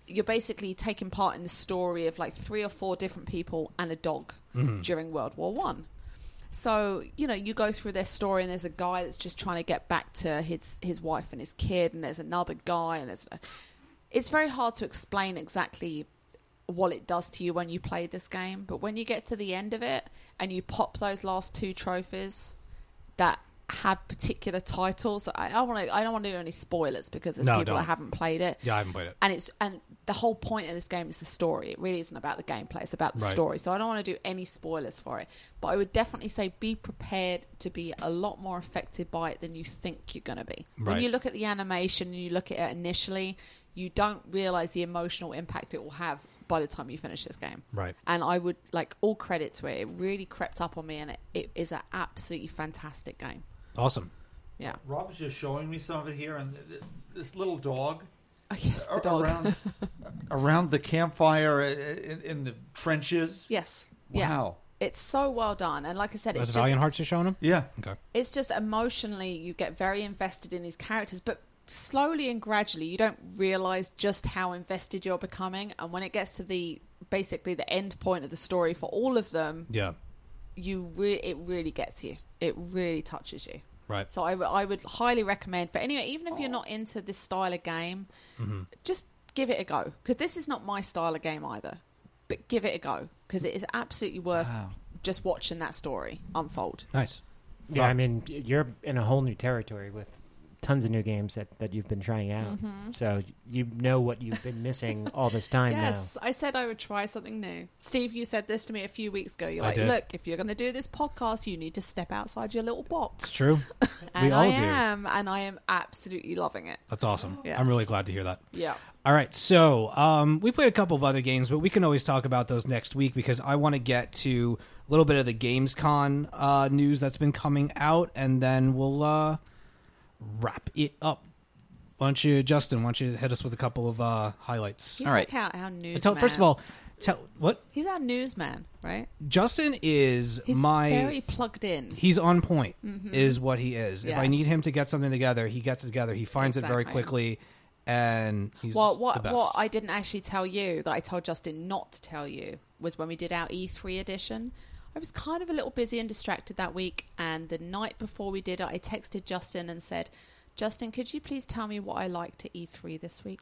[SPEAKER 2] you're basically taking part in the story of like three or four different people and a dog during World War One. So you know, you go through their story, and there's a guy that's just trying to get back to his his wife and his kid, and there's another guy, and there's. It's very hard to explain exactly what it does to you when you play this game, but when you get to the end of it and you pop those last two trophies that have particular titles, I, I want to. I don't want to do any spoilers because there's
[SPEAKER 1] No,
[SPEAKER 2] people
[SPEAKER 1] don't.
[SPEAKER 2] that haven't played it
[SPEAKER 1] yeah i haven't played it
[SPEAKER 2] and it's and the whole point of this game is the story it really isn't about the gameplay it's about the
[SPEAKER 1] Right.
[SPEAKER 2] story so i don't want to do any spoilers for it but i would definitely say be prepared to be a lot more affected by it than you think you're going to be when
[SPEAKER 1] Right.
[SPEAKER 2] you look at the animation and you look at it initially you don't realize the emotional impact it will have by the time you finish this game
[SPEAKER 1] Right.
[SPEAKER 2] and i would like all credit to it it really crept up on me and it, it is an absolutely fantastic game
[SPEAKER 1] awesome
[SPEAKER 2] yeah
[SPEAKER 5] Rob's just showing me some of it here, and th- th- this little dog,
[SPEAKER 2] i guess the
[SPEAKER 5] a-
[SPEAKER 2] dog
[SPEAKER 5] around around the campfire uh, in, in the trenches.
[SPEAKER 2] yes yeah
[SPEAKER 5] Wow.
[SPEAKER 2] it's so well done and like i said
[SPEAKER 1] that's
[SPEAKER 2] it's just
[SPEAKER 1] valiant hearts you're showing him
[SPEAKER 5] Yeah.
[SPEAKER 1] okay
[SPEAKER 2] it's just emotionally you get very invested in these characters but slowly and gradually you don't realize just how invested you're becoming and when it gets to the basically the end point of the story for all of them
[SPEAKER 1] yeah
[SPEAKER 2] you re- it really gets you it really touches you
[SPEAKER 1] right
[SPEAKER 2] so I, w- I would highly recommend for anyway even if you're not into this style of game just give it a go because this is not my style of game either but give it a go because it is absolutely worth
[SPEAKER 5] Wow.
[SPEAKER 2] just watching that story unfold
[SPEAKER 1] nice
[SPEAKER 4] Yeah, I mean, you're in a whole new territory with tons of new games that, that you've been trying out.
[SPEAKER 2] Mm-hmm.
[SPEAKER 4] So you know what you've been missing all this time
[SPEAKER 2] Yes, I said I would try something new. Steve, you said this to me a few weeks ago. You're
[SPEAKER 1] I
[SPEAKER 2] like,
[SPEAKER 1] did.
[SPEAKER 2] look, if you're going to do this podcast, you need to step outside your little box.
[SPEAKER 1] it's true
[SPEAKER 2] And
[SPEAKER 1] all
[SPEAKER 2] I
[SPEAKER 1] do.
[SPEAKER 2] am, and I am absolutely loving it.
[SPEAKER 1] that's awesome
[SPEAKER 2] Yes.
[SPEAKER 1] i'm really glad to hear that
[SPEAKER 2] Yeah.
[SPEAKER 1] All right, so um, we played a couple of other games, but we can always talk about those next week because I want to get to a little bit of the GamesCon uh, news that's been coming out, and then we'll uh, wrap it up. Why don't you, Justin? Why don't you hit us with a couple of uh, highlights?
[SPEAKER 2] Please
[SPEAKER 3] All right.
[SPEAKER 2] look out how news.
[SPEAKER 1] So, first of all, Tell what
[SPEAKER 2] He's our newsman, right?
[SPEAKER 1] Justin is
[SPEAKER 2] He's
[SPEAKER 1] my
[SPEAKER 2] very plugged in.
[SPEAKER 1] he's on point is what he is. If I
[SPEAKER 2] Yes.
[SPEAKER 1] need him to get something together, he gets it together. He finds it very
[SPEAKER 2] Exactly.
[SPEAKER 1] quickly, and he's
[SPEAKER 2] Well,
[SPEAKER 1] the
[SPEAKER 2] what
[SPEAKER 1] best.
[SPEAKER 2] what I didn't actually tell you that I told Justin not to tell you was when we did our E3 edition. I was kind of a little busy and distracted that week, and the night before we did it, I texted Justin and said, "Justin, could you please tell me what I liked at E3 this week?"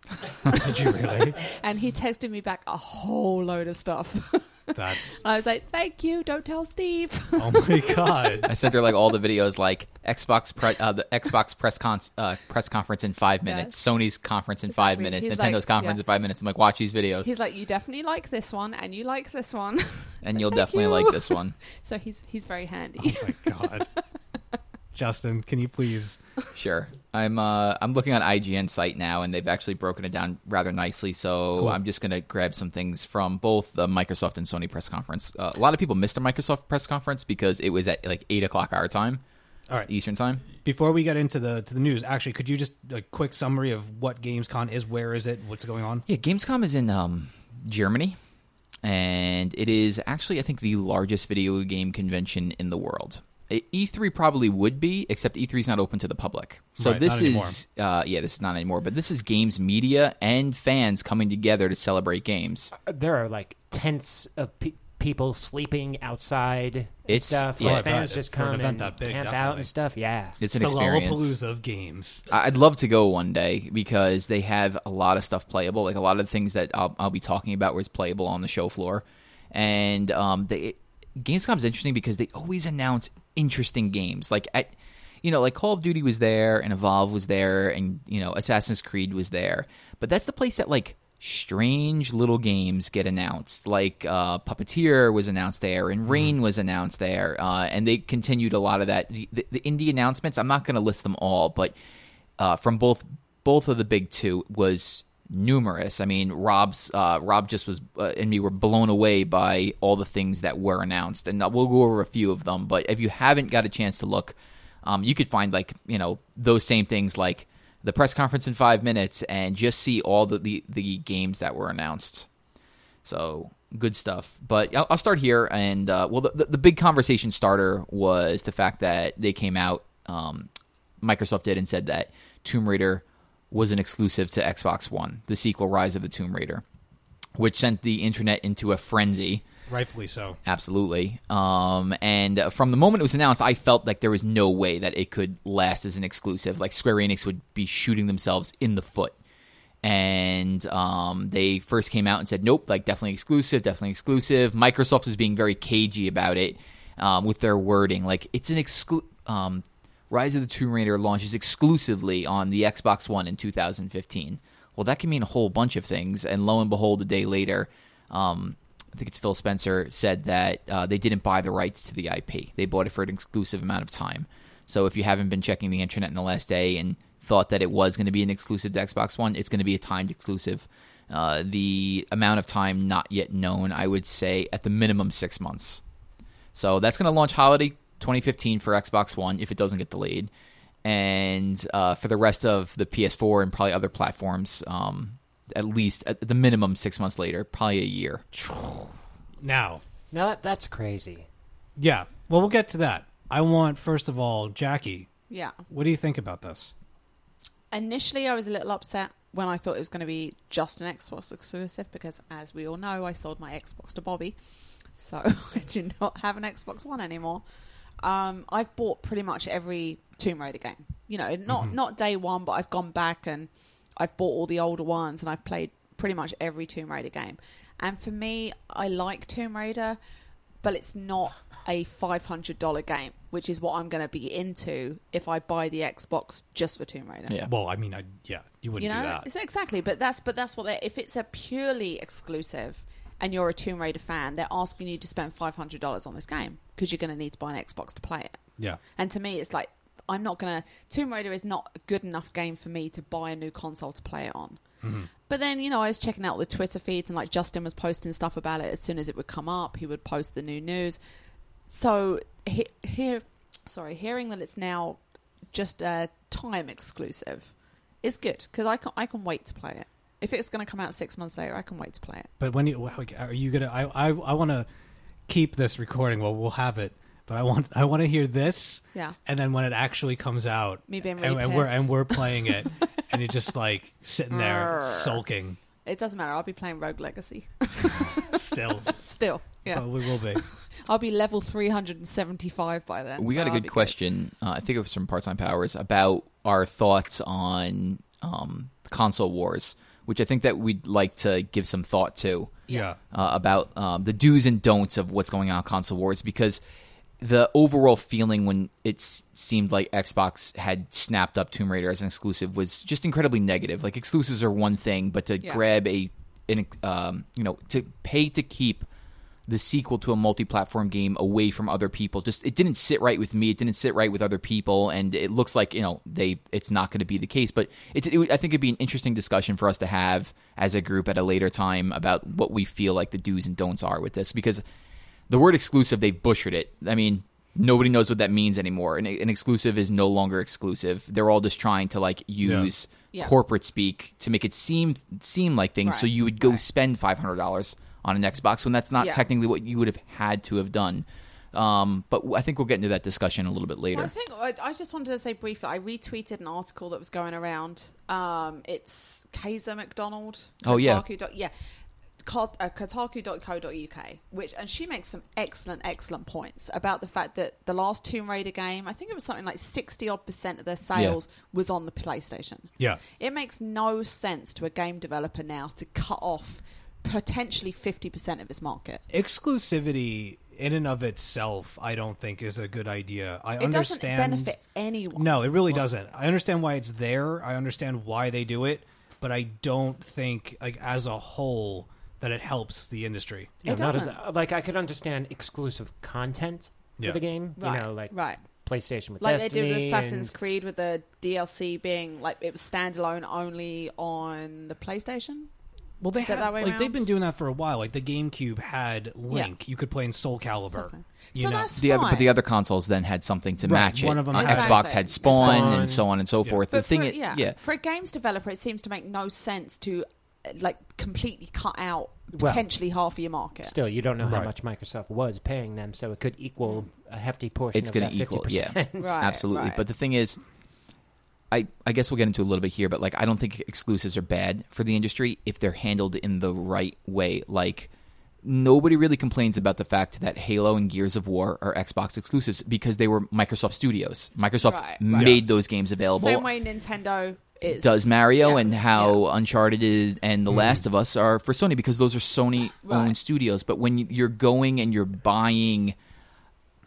[SPEAKER 1] Did you really?
[SPEAKER 2] and he texted me back a whole load of stuff.
[SPEAKER 1] That's
[SPEAKER 2] I was like, "Thank you. Don't tell Steve."
[SPEAKER 1] oh my god.
[SPEAKER 3] I sent her like all the videos, like Xbox pre- uh, the Xbox press con- uh, press conference in five minutes,
[SPEAKER 2] Yes.
[SPEAKER 3] Sony's conference in five
[SPEAKER 2] Exactly.
[SPEAKER 3] minutes,
[SPEAKER 2] He's
[SPEAKER 3] Nintendo's
[SPEAKER 2] like-
[SPEAKER 3] conference
[SPEAKER 2] yeah.
[SPEAKER 3] in five minutes. I'm like, watch these videos,
[SPEAKER 2] He's like, "You definitely like this one, and you like this one."
[SPEAKER 3] and you'll
[SPEAKER 2] "Thank
[SPEAKER 3] definitely
[SPEAKER 2] you."
[SPEAKER 3] like this one.
[SPEAKER 2] so he's he's very handy.
[SPEAKER 1] Oh my god. Justin, can you please?
[SPEAKER 3] Sure. I'm uh, I'm looking on IGN site now, and they've actually broken it down rather nicely. So I'm just gonna grab some things from both the Microsoft and Sony press conference. Uh, a lot of people missed the Microsoft press conference because it was at like eight o'clock our time,
[SPEAKER 1] All right.
[SPEAKER 3] Eastern time.
[SPEAKER 1] Before we get into the to the news, actually, could you just a quick summary of what GamesCon is? Where is it? What's going on?
[SPEAKER 3] Yeah, Gamescom is in um, Germany, and it is actually, I think, the largest video game convention in the world. E- E3 probably would be, except E3 is not open to the public. So
[SPEAKER 1] Right,
[SPEAKER 3] this
[SPEAKER 1] not anymore.
[SPEAKER 3] is, uh, yeah, this is not anymore. But this is games media and fans coming together to celebrate games.
[SPEAKER 4] There are like tents of pe- people sleeping outside and
[SPEAKER 3] It's-
[SPEAKER 4] stuff.
[SPEAKER 3] yeah.
[SPEAKER 4] where
[SPEAKER 3] Oh, I
[SPEAKER 4] fans
[SPEAKER 1] bet.
[SPEAKER 4] just
[SPEAKER 1] For an
[SPEAKER 4] come
[SPEAKER 1] event
[SPEAKER 4] and
[SPEAKER 1] that big,
[SPEAKER 4] camp out
[SPEAKER 1] definitely.
[SPEAKER 4] and stuff. Yeah,
[SPEAKER 3] It's an
[SPEAKER 1] the
[SPEAKER 3] experience.
[SPEAKER 1] Lollapalooza of games.
[SPEAKER 3] I- I'd love to go one day because they have a lot of stuff playable. Like a lot of the things that I'll, I'll be talking about was playable on the show floor, and um, they, Gamescom's interesting because they always announce interesting games. Like at you know, like Call of Duty was there, and Evolve was there, and you know, Assassin's Creed was there. But that's the place that like strange little games get announced. Like uh, Puppeteer was announced there, and Rain was announced there, uh, and they continued a lot of that. The, the indie announcements, I'm not going to list them all, but uh, from both both of the big two was numerous. I mean, Rob's uh, Rob just was uh, and me were blown away by all the things that were announced, and we'll go over a few of them. But if you haven't got a chance to look, um, you could find like you know those same things like the press conference in five minutes and just see all the the, the games that were announced. So good stuff. But I'll, I'll start here. And uh, well, the, the, the big conversation starter was the fact that they came out, um, Microsoft did, and said that Tomb Raider was an exclusive to Xbox One, the sequel Rise of the Tomb Raider, which sent the internet into a frenzy.
[SPEAKER 1] Rightfully so.
[SPEAKER 3] Absolutely. Um, and uh, from the moment it was announced, I felt like there was no way that it could last as an exclusive. Like Square Enix would be shooting themselves in the foot. And um, they first came out and said, nope, like definitely exclusive, definitely exclusive. Microsoft was being very cagey about it um, with their wording. Like, it's an exclu Um, Rise of the Tomb Raider launches exclusively on the Xbox One in 2015. Well, that can mean a whole bunch of things. And lo and behold, a day later, um, I think it's Phil Spencer said that uh, they didn't buy the rights to the IP. They bought it for an exclusive amount of time. So if you haven't been checking the internet in the last day and thought that it was going to be an exclusive to Xbox One, it's going to be a timed exclusive. Uh, the amount of time not yet known, I would say at the minimum six months. So that's going to launch holiday 2015 for Xbox One if it doesn't get delayed, and uh, for the rest of the PS4 and probably other platforms, um, at least at the minimum six months later, probably a year.
[SPEAKER 1] Now,
[SPEAKER 4] now that, that's crazy.
[SPEAKER 1] yeah. Well, we'll get to that. I want first of all, Jackie.
[SPEAKER 2] yeah.
[SPEAKER 1] What do you think about this?
[SPEAKER 2] Initially, I was a little upset when I thought it was going to be just an Xbox exclusive because, as we all know, I sold my Xbox to Bobby. So I do not have an Xbox One anymore. Um, I've bought pretty much every Tomb Raider game. You know, not not day one, but I've gone back and I've bought all the older ones and I've played pretty much every Tomb Raider game. And for me, I like Tomb Raider, but it's not a $500 game, which is what I'm going to be into if I buy the Xbox just for Tomb Raider
[SPEAKER 3] Yeah.
[SPEAKER 1] Well, I mean, I yeah, you wouldn't
[SPEAKER 2] you know
[SPEAKER 1] do that.
[SPEAKER 2] It's- exactly but that's but that's what they if it's a purely exclusive and you're a tomb raider fan they're asking you to spend $500 on this game because you're going to need to buy an xbox to play it
[SPEAKER 1] Yeah.
[SPEAKER 2] and to me it's like i'm not going to tomb raider is not a good enough game for me to buy a new console to play it on but then you know i was checking out the twitter feeds and like justin was posting stuff about it as soon as it would come up he would post the new news so he, here sorry hearing that it's now just a time exclusive is good because I can, I can wait to play it If it's going to come out six months later, I can wait to play it.
[SPEAKER 1] But when you wow, like, are you gonna? I I, I want to keep this recording. Well, we'll have it, but I want I want to hear this.
[SPEAKER 2] Yeah.
[SPEAKER 1] And then when it actually comes out,
[SPEAKER 2] Me being
[SPEAKER 1] and,
[SPEAKER 2] really
[SPEAKER 1] and we're
[SPEAKER 2] pissed.
[SPEAKER 1] and we're playing it, and you're just like sitting there
[SPEAKER 2] Grr.
[SPEAKER 1] sulking.
[SPEAKER 2] It doesn't matter. I'll be playing Rogue Legacy
[SPEAKER 1] Still,
[SPEAKER 2] still. Yeah,
[SPEAKER 1] probably will be.
[SPEAKER 2] I'll be level three hundred and seventy-five by then.
[SPEAKER 3] we
[SPEAKER 2] so
[SPEAKER 3] got a
[SPEAKER 2] I'll
[SPEAKER 3] good
[SPEAKER 2] be
[SPEAKER 3] question. Uh, I think it was from Part Time Powers about our thoughts on um, console wars, which I think that we'd like to give some thought to.
[SPEAKER 1] Yeah.
[SPEAKER 3] uh, about um, the do's and don'ts of what's going on with console wars because the overall feeling when it s- seemed like Xbox had snapped up Tomb Raider as an exclusive was just incredibly negative. Like exclusives are one thing, but to
[SPEAKER 2] Yeah.
[SPEAKER 3] grab a an, um, you know to pay to keep the sequel to a multi-platform game away from other people just it didn't sit right with me it didn't sit right with other people and it looks like you know they it's not going to be the case but it's it, would- i think it'd be an interesting discussion for us to have as a group at a later time about what we feel like the do's and don'ts are with this because the word exclusive they've butchered it i mean nobody knows what that means anymore an, an exclusive is no longer exclusive they're all just trying to like use
[SPEAKER 2] Yeah.
[SPEAKER 3] corporate speak to make it seem seem like things so
[SPEAKER 2] Right.
[SPEAKER 3] you would go spend five hundred dollars on an Xbox when that's not
[SPEAKER 2] Yeah.
[SPEAKER 3] technically what you would have had to have done. Um, but I think we'll get into that discussion a little bit later.
[SPEAKER 2] Well, I think I, I just wanted to say briefly. I retweeted an article that was going around. Um, it's Kaiser McDonald.
[SPEAKER 3] Oh, yeah.
[SPEAKER 2] Kotaku dot- yeah. Kot- uh, Kotaku.co.uk, which and she makes some excellent, excellent points about the fact that the last Tomb Raider game, I think it was something like sixty odd percent of their sales was on the PlayStation.
[SPEAKER 1] Yeah.
[SPEAKER 2] It makes no sense to a game developer now to cut off potentially fifty percent of its market.
[SPEAKER 1] Exclusivity in and of itself, I don't think is a good idea. I
[SPEAKER 2] It doesn't
[SPEAKER 1] understand.
[SPEAKER 2] benefit anyone.
[SPEAKER 1] No, it really doesn't. I understand why it's there. I understand why they do it, but I don't think, like as a whole, that it helps the industry.
[SPEAKER 4] You
[SPEAKER 2] It
[SPEAKER 4] know, not as
[SPEAKER 2] doesn't.
[SPEAKER 4] like I could understand exclusive content
[SPEAKER 1] Yeah.
[SPEAKER 4] for the game.
[SPEAKER 2] Right,
[SPEAKER 4] You know, like
[SPEAKER 2] right.
[SPEAKER 4] PlayStation with
[SPEAKER 2] like
[SPEAKER 4] Destiny
[SPEAKER 2] they did with Assassin's
[SPEAKER 4] and-
[SPEAKER 2] Creed with the DLC being like it was standalone only on the PlayStation.
[SPEAKER 1] Well, they
[SPEAKER 2] Is that
[SPEAKER 1] have,
[SPEAKER 2] that way
[SPEAKER 1] like they've
[SPEAKER 2] round?
[SPEAKER 1] been doing that for a while. Like the GameCube had Link. You could play in Soul Calibur.
[SPEAKER 2] Something.
[SPEAKER 1] You
[SPEAKER 2] so
[SPEAKER 1] know.
[SPEAKER 2] that's
[SPEAKER 3] the
[SPEAKER 2] fine.
[SPEAKER 3] other, but the other consoles then had something to
[SPEAKER 1] Right,
[SPEAKER 3] match
[SPEAKER 1] one
[SPEAKER 3] it.
[SPEAKER 1] of them
[SPEAKER 3] Uh,
[SPEAKER 1] had-
[SPEAKER 3] Xbox had
[SPEAKER 2] Exactly.
[SPEAKER 3] Spawn,
[SPEAKER 4] Spawn.
[SPEAKER 3] and so on and so
[SPEAKER 1] Yeah.
[SPEAKER 3] forth.
[SPEAKER 2] But
[SPEAKER 3] the thing,
[SPEAKER 2] for,
[SPEAKER 3] it,
[SPEAKER 2] yeah, for a games developer, it seems to make no sense to uh, like completely cut out
[SPEAKER 4] Well,
[SPEAKER 2] potentially half of your market.
[SPEAKER 4] Still, you don't know
[SPEAKER 1] Right.
[SPEAKER 4] how much Microsoft was paying them, so it could equal
[SPEAKER 2] Mm-hmm.
[SPEAKER 4] a hefty portion.
[SPEAKER 3] it's
[SPEAKER 4] of going to
[SPEAKER 3] equal, yeah,
[SPEAKER 2] Right,
[SPEAKER 3] absolutely.
[SPEAKER 2] right.
[SPEAKER 3] But the thing is, I I guess we'll get into a little bit here, but like I don't think exclusives are bad for the industry if they're handled in the right way. Like nobody really complains about the fact that Halo and Gears of War are Xbox exclusives because they were Microsoft Studios. Microsoft
[SPEAKER 2] Right, right.
[SPEAKER 3] made those games available.
[SPEAKER 2] Same way Nintendo is
[SPEAKER 3] does Mario
[SPEAKER 2] Yeah,
[SPEAKER 3] and how Uncharted is, and The Last of Us are for Sony because those are Sony
[SPEAKER 2] Right.
[SPEAKER 3] owned studios. But when you- you're going and you're buying,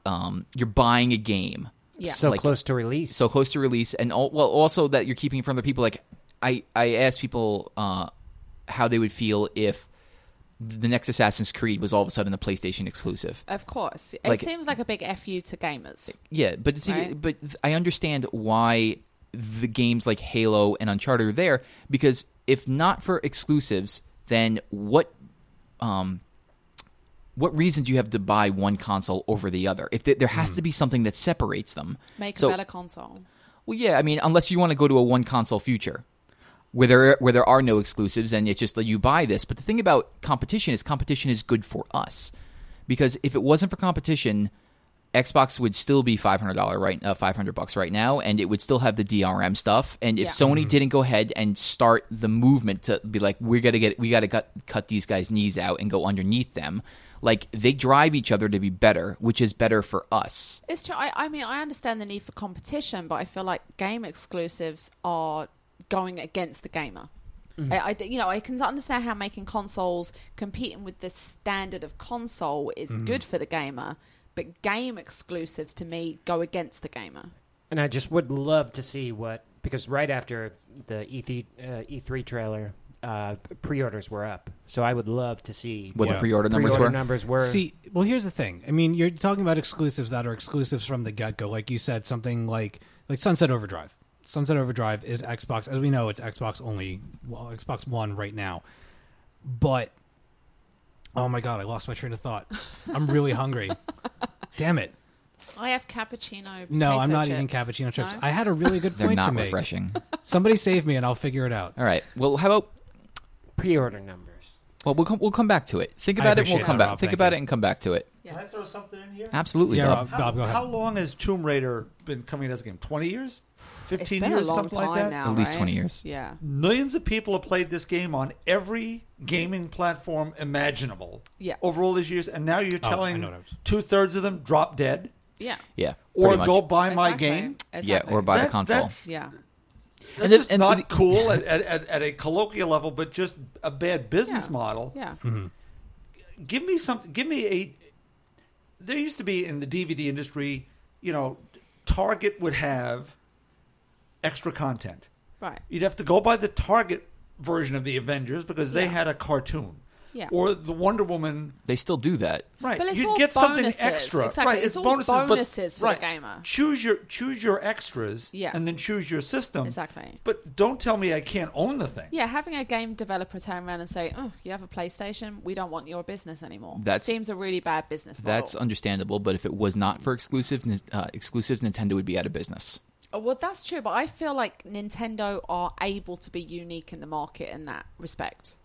[SPEAKER 3] um, you're buying a game
[SPEAKER 2] yeah.
[SPEAKER 4] So
[SPEAKER 3] Like-
[SPEAKER 4] close to release.
[SPEAKER 3] so close to release, and all, well, also that you're keeping it from other people. Like I, I asked people uh, how they would feel if the next Assassin's Creed was all of a sudden a PlayStation exclusive.
[SPEAKER 2] of course, it
[SPEAKER 3] Like-
[SPEAKER 2] seems like a big fu to gamers.
[SPEAKER 3] Yeah, but the thing,
[SPEAKER 2] Right?
[SPEAKER 3] but th- I understand why the games like Halo and Uncharted are there because if not for exclusives, then what um what reason do you have to buy one console over the other? If th- there has to be something that separates them.
[SPEAKER 2] Make
[SPEAKER 3] So-
[SPEAKER 2] a better console.
[SPEAKER 3] Well, yeah, I mean, unless you want to go to a one console future where there where there are no exclusives and it's just that you buy this. But the thing about competition is competition is good for us because if it wasn't for competition, Xbox would still be five hundred dollar right uh, five hundred bucks right now, and it would still have the DRM stuff. And if
[SPEAKER 2] Yeah.
[SPEAKER 3] Sony
[SPEAKER 1] Mm-hmm.
[SPEAKER 3] didn't go ahead and start the movement to be like, we're gonna get we gotta cut, cut these guys' knees out and go underneath them, like they drive each other to be better, which is better for us.
[SPEAKER 2] It's true. I, I mean, I understand the need for competition, but I feel like game exclusives are going against the gamer. I, I- you know, I can understand how making consoles competing with the standard of console is good for the gamer, but game exclusives to me go against the gamer.
[SPEAKER 4] And I just would love to see what because right after the E3, uh, E3 trailer, uh, pre-orders were up. So I would love to see
[SPEAKER 3] What the
[SPEAKER 1] Yeah.
[SPEAKER 3] pre-order numbers were?
[SPEAKER 4] numbers were.
[SPEAKER 1] See, well, here's the thing. I mean, you're talking about exclusives that are exclusives from the get go. Like you said, something like like Sunset Overdrive. Sunset Overdrive is Xbox, as we know, it's Xbox only, well, Xbox One right now. But oh my god, I lost my train of thought. I'm really hungry. Damn it!
[SPEAKER 2] I have
[SPEAKER 1] No,
[SPEAKER 2] cappuccino. potato
[SPEAKER 1] I'm not
[SPEAKER 2] chips.
[SPEAKER 1] eating cappuccino chips.
[SPEAKER 2] No?
[SPEAKER 1] I had a really good
[SPEAKER 3] They're
[SPEAKER 1] point
[SPEAKER 3] not
[SPEAKER 1] to make.
[SPEAKER 3] refreshing.
[SPEAKER 1] Somebody save me, and I'll figure it out.
[SPEAKER 3] All right. Well, how about
[SPEAKER 4] pre-order numbers.
[SPEAKER 3] Well, we'll come, we'll come back to it. Think
[SPEAKER 1] I
[SPEAKER 3] about it. and
[SPEAKER 1] appreciate
[SPEAKER 3] We'll come
[SPEAKER 1] that,
[SPEAKER 3] back.
[SPEAKER 1] Rob.
[SPEAKER 3] Think
[SPEAKER 1] Thank
[SPEAKER 3] about
[SPEAKER 1] you.
[SPEAKER 3] it and come back to it.
[SPEAKER 5] Can I throw
[SPEAKER 2] Yes.
[SPEAKER 5] something in here?
[SPEAKER 3] Absolutely,
[SPEAKER 1] Yeah,
[SPEAKER 3] Bob.
[SPEAKER 1] Rob.
[SPEAKER 5] How,
[SPEAKER 1] go ahead.
[SPEAKER 5] how long has Tomb Raider been coming as a game? Twenty years,
[SPEAKER 2] It's
[SPEAKER 5] fifteen
[SPEAKER 2] been
[SPEAKER 5] years,
[SPEAKER 2] a long
[SPEAKER 5] something
[SPEAKER 2] time
[SPEAKER 5] like that.
[SPEAKER 2] now.
[SPEAKER 3] At least
[SPEAKER 2] right?
[SPEAKER 3] 20 years.
[SPEAKER 2] Yeah.
[SPEAKER 5] Millions of people have played this game on every gaming platform imaginable
[SPEAKER 2] Yeah. Oh,
[SPEAKER 5] over all these years, and now you're
[SPEAKER 1] I
[SPEAKER 5] telling
[SPEAKER 1] know what I was-
[SPEAKER 5] two thirds of them drop dead
[SPEAKER 2] Yeah.
[SPEAKER 3] Yeah.
[SPEAKER 5] or
[SPEAKER 3] pretty much.
[SPEAKER 5] go buy my
[SPEAKER 2] Exactly.
[SPEAKER 5] game.
[SPEAKER 2] Exactly.
[SPEAKER 3] Yeah, or buy the
[SPEAKER 5] That-
[SPEAKER 3] console.
[SPEAKER 5] that's-
[SPEAKER 2] Yeah.
[SPEAKER 5] That's
[SPEAKER 3] then-
[SPEAKER 5] just
[SPEAKER 3] and-
[SPEAKER 5] not cool at, at, at, at a colloquial level, but just a bad business
[SPEAKER 2] Yeah.
[SPEAKER 5] model.
[SPEAKER 2] Yeah.
[SPEAKER 5] Give me something. Give me a. There used to be in the DVD industry, you know, Target would have extra content.
[SPEAKER 2] Right.
[SPEAKER 5] You'd have to go by the Target version of the Avengers because they
[SPEAKER 2] Yeah.
[SPEAKER 5] had a cartoon.
[SPEAKER 2] Yeah.
[SPEAKER 5] Or the Wonder Woman.
[SPEAKER 3] They still do that.
[SPEAKER 5] Right.
[SPEAKER 2] But it's
[SPEAKER 5] You'd
[SPEAKER 2] all
[SPEAKER 5] get
[SPEAKER 2] bonuses.
[SPEAKER 5] something extra.
[SPEAKER 2] Exactly.
[SPEAKER 5] Right.
[SPEAKER 2] It's
[SPEAKER 5] It's,
[SPEAKER 2] all
[SPEAKER 5] bonuses, but-
[SPEAKER 2] bonuses for the
[SPEAKER 5] right.
[SPEAKER 2] gamer.
[SPEAKER 5] Choose your choose your extras
[SPEAKER 2] Yeah.
[SPEAKER 5] and then choose your system.
[SPEAKER 2] Exactly.
[SPEAKER 5] But don't tell me I can't own the thing.
[SPEAKER 2] Yeah, having a game developer turn around and say, "Oh, you have a PlayStation. We don't want your business anymore."
[SPEAKER 3] That's-
[SPEAKER 2] seems a really bad business model.
[SPEAKER 3] That's understandable, but if it was not for exclusive uh, exclusives, Nintendo would be out of business.
[SPEAKER 2] Oh, well, that's true, but I feel like Nintendo are able to be unique in the market in that respect.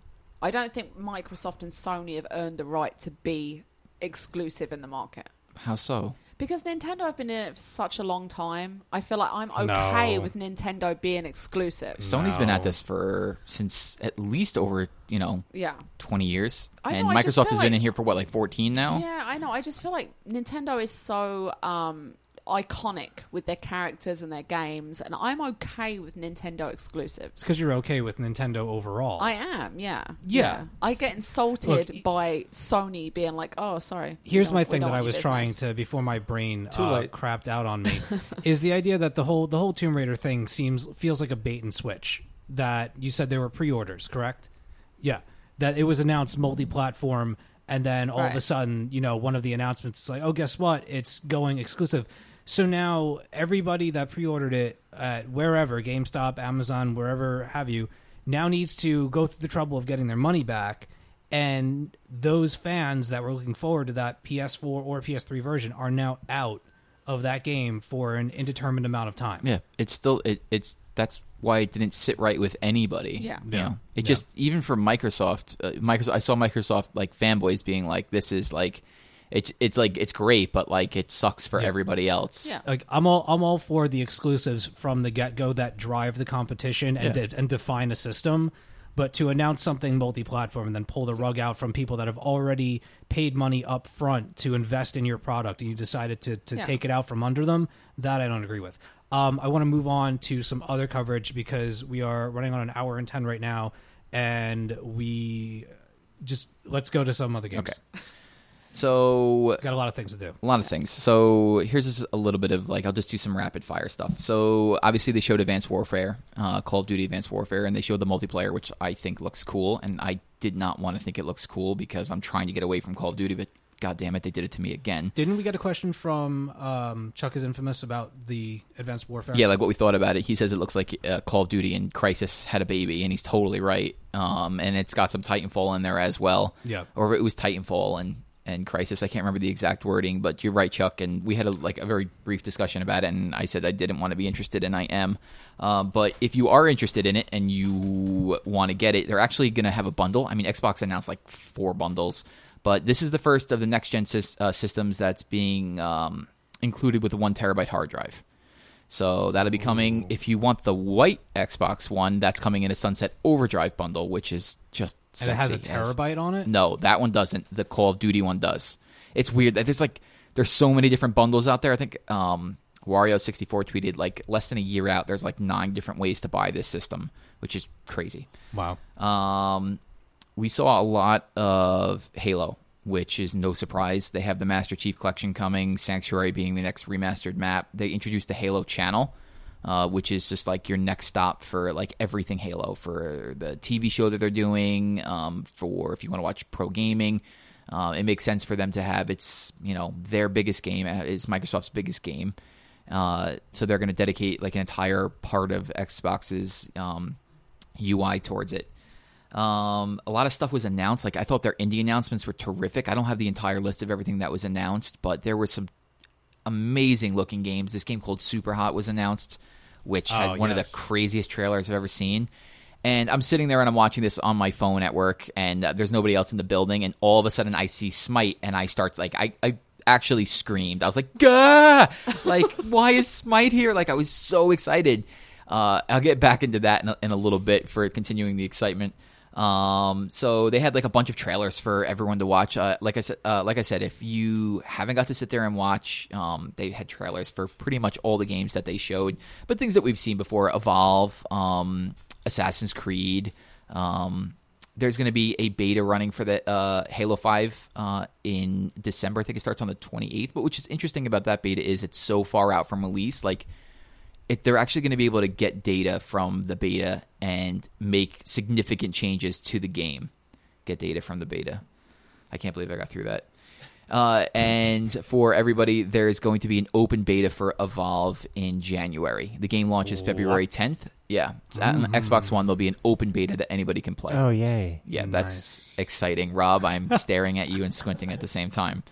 [SPEAKER 2] I don't think Microsoft and Sony have earned the right to be exclusive in the market.
[SPEAKER 3] How so?
[SPEAKER 2] Because Nintendo have been in it for such a long time, I feel like I'm okay
[SPEAKER 1] No.
[SPEAKER 2] with Nintendo being exclusive.
[SPEAKER 3] Sony's been
[SPEAKER 1] No.
[SPEAKER 3] at this for since at least over you know
[SPEAKER 2] yeah.
[SPEAKER 3] twenty years,
[SPEAKER 2] I know,
[SPEAKER 3] and
[SPEAKER 2] I just
[SPEAKER 3] Microsoft
[SPEAKER 2] feel
[SPEAKER 3] has
[SPEAKER 2] like-
[SPEAKER 3] been in here for what like fourteen
[SPEAKER 1] Oh.
[SPEAKER 3] now.
[SPEAKER 2] Yeah, I know. I just feel like Nintendo is so um, iconic with their characters and their games, and I'm okay with Nintendo exclusives.
[SPEAKER 1] because you're okay with Nintendo overall.
[SPEAKER 2] I am, yeah.
[SPEAKER 1] Yeah.
[SPEAKER 2] I get insulted by Sony being like, "Oh, sorry." we
[SPEAKER 1] Here's
[SPEAKER 2] don't-
[SPEAKER 1] my
[SPEAKER 2] we
[SPEAKER 1] thing
[SPEAKER 2] don't
[SPEAKER 1] that I
[SPEAKER 2] want
[SPEAKER 1] was
[SPEAKER 2] your
[SPEAKER 1] trying
[SPEAKER 2] business."
[SPEAKER 1] to before my brain
[SPEAKER 5] Too
[SPEAKER 1] uh,
[SPEAKER 5] late.
[SPEAKER 1] crapped out on me is the idea that the whole the whole Tomb Raider thing seems feels like a bait and switch. That you said there were pre-orders, correct? Yeah, that it was announced multi-platform, and then all of a
[SPEAKER 2] Right.
[SPEAKER 1] sudden, you know, one of the announcements is like, "Oh, guess what? It's going exclusive." So now everybody that pre-ordered it at wherever GameStop, Amazon, wherever have you, now needs to go through the trouble of getting their money back and those fans that were looking forward to that PS4 or PS3 version are now out of that game for an indeterminate amount of time.
[SPEAKER 3] Yeah, it's still it, it's that's why it didn't sit right with anybody.
[SPEAKER 2] Yeah.
[SPEAKER 3] you
[SPEAKER 1] Yeah.
[SPEAKER 3] know? it
[SPEAKER 1] Yeah.
[SPEAKER 3] just even for Microsoft, uh, Microsoft. I saw Microsoft like fanboys being like, "This is like, it's it's like it's great, but like it sucks for everybody else."
[SPEAKER 2] Yeah.
[SPEAKER 1] Like I'm all I'm all for the exclusives from the get go that drive the competition and
[SPEAKER 3] Yeah.
[SPEAKER 1] de- and define a system, but to announce something multi platform and then pull the rug out from people that have already paid money up front to invest in your product and you decided to to
[SPEAKER 2] Yeah.
[SPEAKER 1] take it out from under them, that I don't agree with. Um, I want to move on to some other coverage because we are running on an hour and ten right now, and we just let's go to some other games.
[SPEAKER 3] Okay. So
[SPEAKER 1] got a lot of things to do.
[SPEAKER 3] a lot of things. So here's just a little bit of like I'll just do some rapid fire stuff. So obviously they showed Advanced Warfare, uh, Call of Duty Advanced Warfare, and they showed the multiplayer, which I think looks cool. And I did not want to think it looks cool because I'm trying to get away from Call of Duty, but god damn it, they did it to me again.
[SPEAKER 1] Didn't we get a question from um, Chuck is infamous about the advanced warfare?
[SPEAKER 3] Yeah, like what we thought about it. He says it looks like uh, Call of Duty and Crisis had a baby, and he's totally right. Um, and it's got some Titanfall in there as well.
[SPEAKER 1] Yeah.
[SPEAKER 3] or it was Titanfall and and Crisis. I can't remember the exact wording, but you're right, Chuck. And we had a, like a very brief discussion about it, and I said I didn't want to be interested, and I am. Um, but if you are interested in it and you want to get it, they're actually going to have a bundle. I mean, Xbox announced like four bundles, but this is the first of the next gen sys- uh, systems that's being um, included with a one terabyte hard drive. So that'll be coming. If you want the white Xbox One, that's coming in a Sunset Overdrive bundle, which is just
[SPEAKER 1] and it has a
[SPEAKER 3] sexy as-
[SPEAKER 1] terabyte on it.
[SPEAKER 3] no, that one doesn't. The Call of Duty one does. It's weird that there's like there's so many different bundles out there. I think um, Wario sixty four tweeted like less than a year out. There's like nine different ways to buy this system, which is crazy.
[SPEAKER 1] Wow.
[SPEAKER 3] Um, we saw a lot of Halo, which is no surprise. They have the Master Chief Collection coming, Sanctuary being the next remastered map. They introduced the Halo Channel. Uh, which is just like your next stop for like everything Halo for the TV show that they're doing, um, for if you want to watch pro gaming, uh, it makes sense for them to have it's you know their biggest game uh, is Microsoft's biggest game, uh, so they're going to dedicate like an entire part of Xbox's um, UI towards it. Um, a lot of stuff was announced. Like I thought their indie announcements were terrific. I don't have the entire list of everything that was announced, but there were some amazing looking games. This game called Super Hot was announced, which had
[SPEAKER 1] Oh,
[SPEAKER 3] one of
[SPEAKER 1] yes.
[SPEAKER 3] the craziest trailers I've ever seen. And I'm sitting there and I'm watching this on my phone at work, and uh, there's nobody else in the building. And all of a sudden, I see Smite, and I start like I, I actually screamed. I was like, "Gah!" Like, why is Smite here? Like, I was so excited. Uh, I'll get back into that in a, in a little bit for continuing the excitement. Um, so they had like a bunch of trailers for everyone to watch. Uh, like I said, uh, like I said, if you haven't got to sit there and watch, um, they had trailers for pretty much all the games that they showed, but things that we've seen before: Evolve, um, Assassin's Creed. Um, there's going to be a beta running for the uh, Halo Five uh, in December. I think it starts on the 28th. But which is interesting about that beta is it's so far out from release. Like it, they're actually going to be able to get data from the beta and make significant changes to the game. Get data from the beta. I can't believe I got through that. Uh, and for everybody, there is going to be an open beta for Evolve in January. The game launches February 10th. Yeah, It's on the Xbox One. There'll be an open beta that anybody can play.
[SPEAKER 4] Oh yay!
[SPEAKER 3] Yeah, that's exciting, Rob. I'm staring at you and squinting at the same time.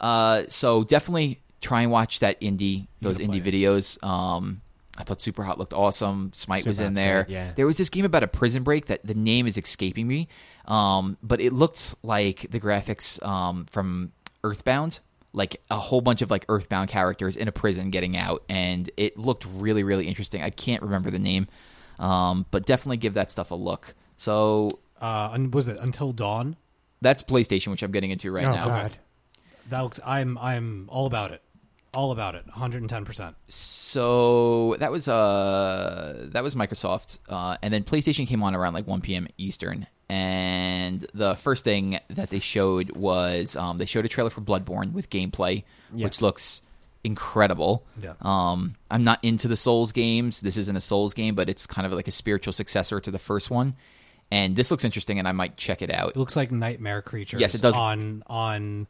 [SPEAKER 3] Uh, so definitely try and watch that indie those indie videos. Um, I thought Super Hot looked awesome. Smite was
[SPEAKER 4] Super
[SPEAKER 3] in
[SPEAKER 4] Hot's
[SPEAKER 3] there.
[SPEAKER 4] great, yeah.
[SPEAKER 3] There was this game about a prison break that the name is escaping me, um, but it looked like the graphics um, from Earthbound, like a whole bunch of like Earthbound characters in a prison getting out, and it looked really really interesting. I can't remember the name, um, but definitely give that stuff a look. So
[SPEAKER 1] Uh, and was it Until Dawn?
[SPEAKER 3] that's PlayStation, which I'm getting into right
[SPEAKER 1] Oh,
[SPEAKER 3] now.
[SPEAKER 1] God. That looks. I'm. I'm all about it. All about it. 110. percent
[SPEAKER 3] So that was uh that was Microsoft, uh, and then PlayStation came on around like 1 p.m. Eastern, and the first thing that they showed was um, they showed a trailer for Bloodborne with gameplay, which looks incredible.
[SPEAKER 1] Yeah.
[SPEAKER 3] Um, I'm not into the Souls games. This isn't a Souls game, but it's kind of like a spiritual successor to the first one, and this looks interesting, and I might check it out.
[SPEAKER 1] It looks like Nightmare Creatures.
[SPEAKER 3] Yes, it does.
[SPEAKER 1] On on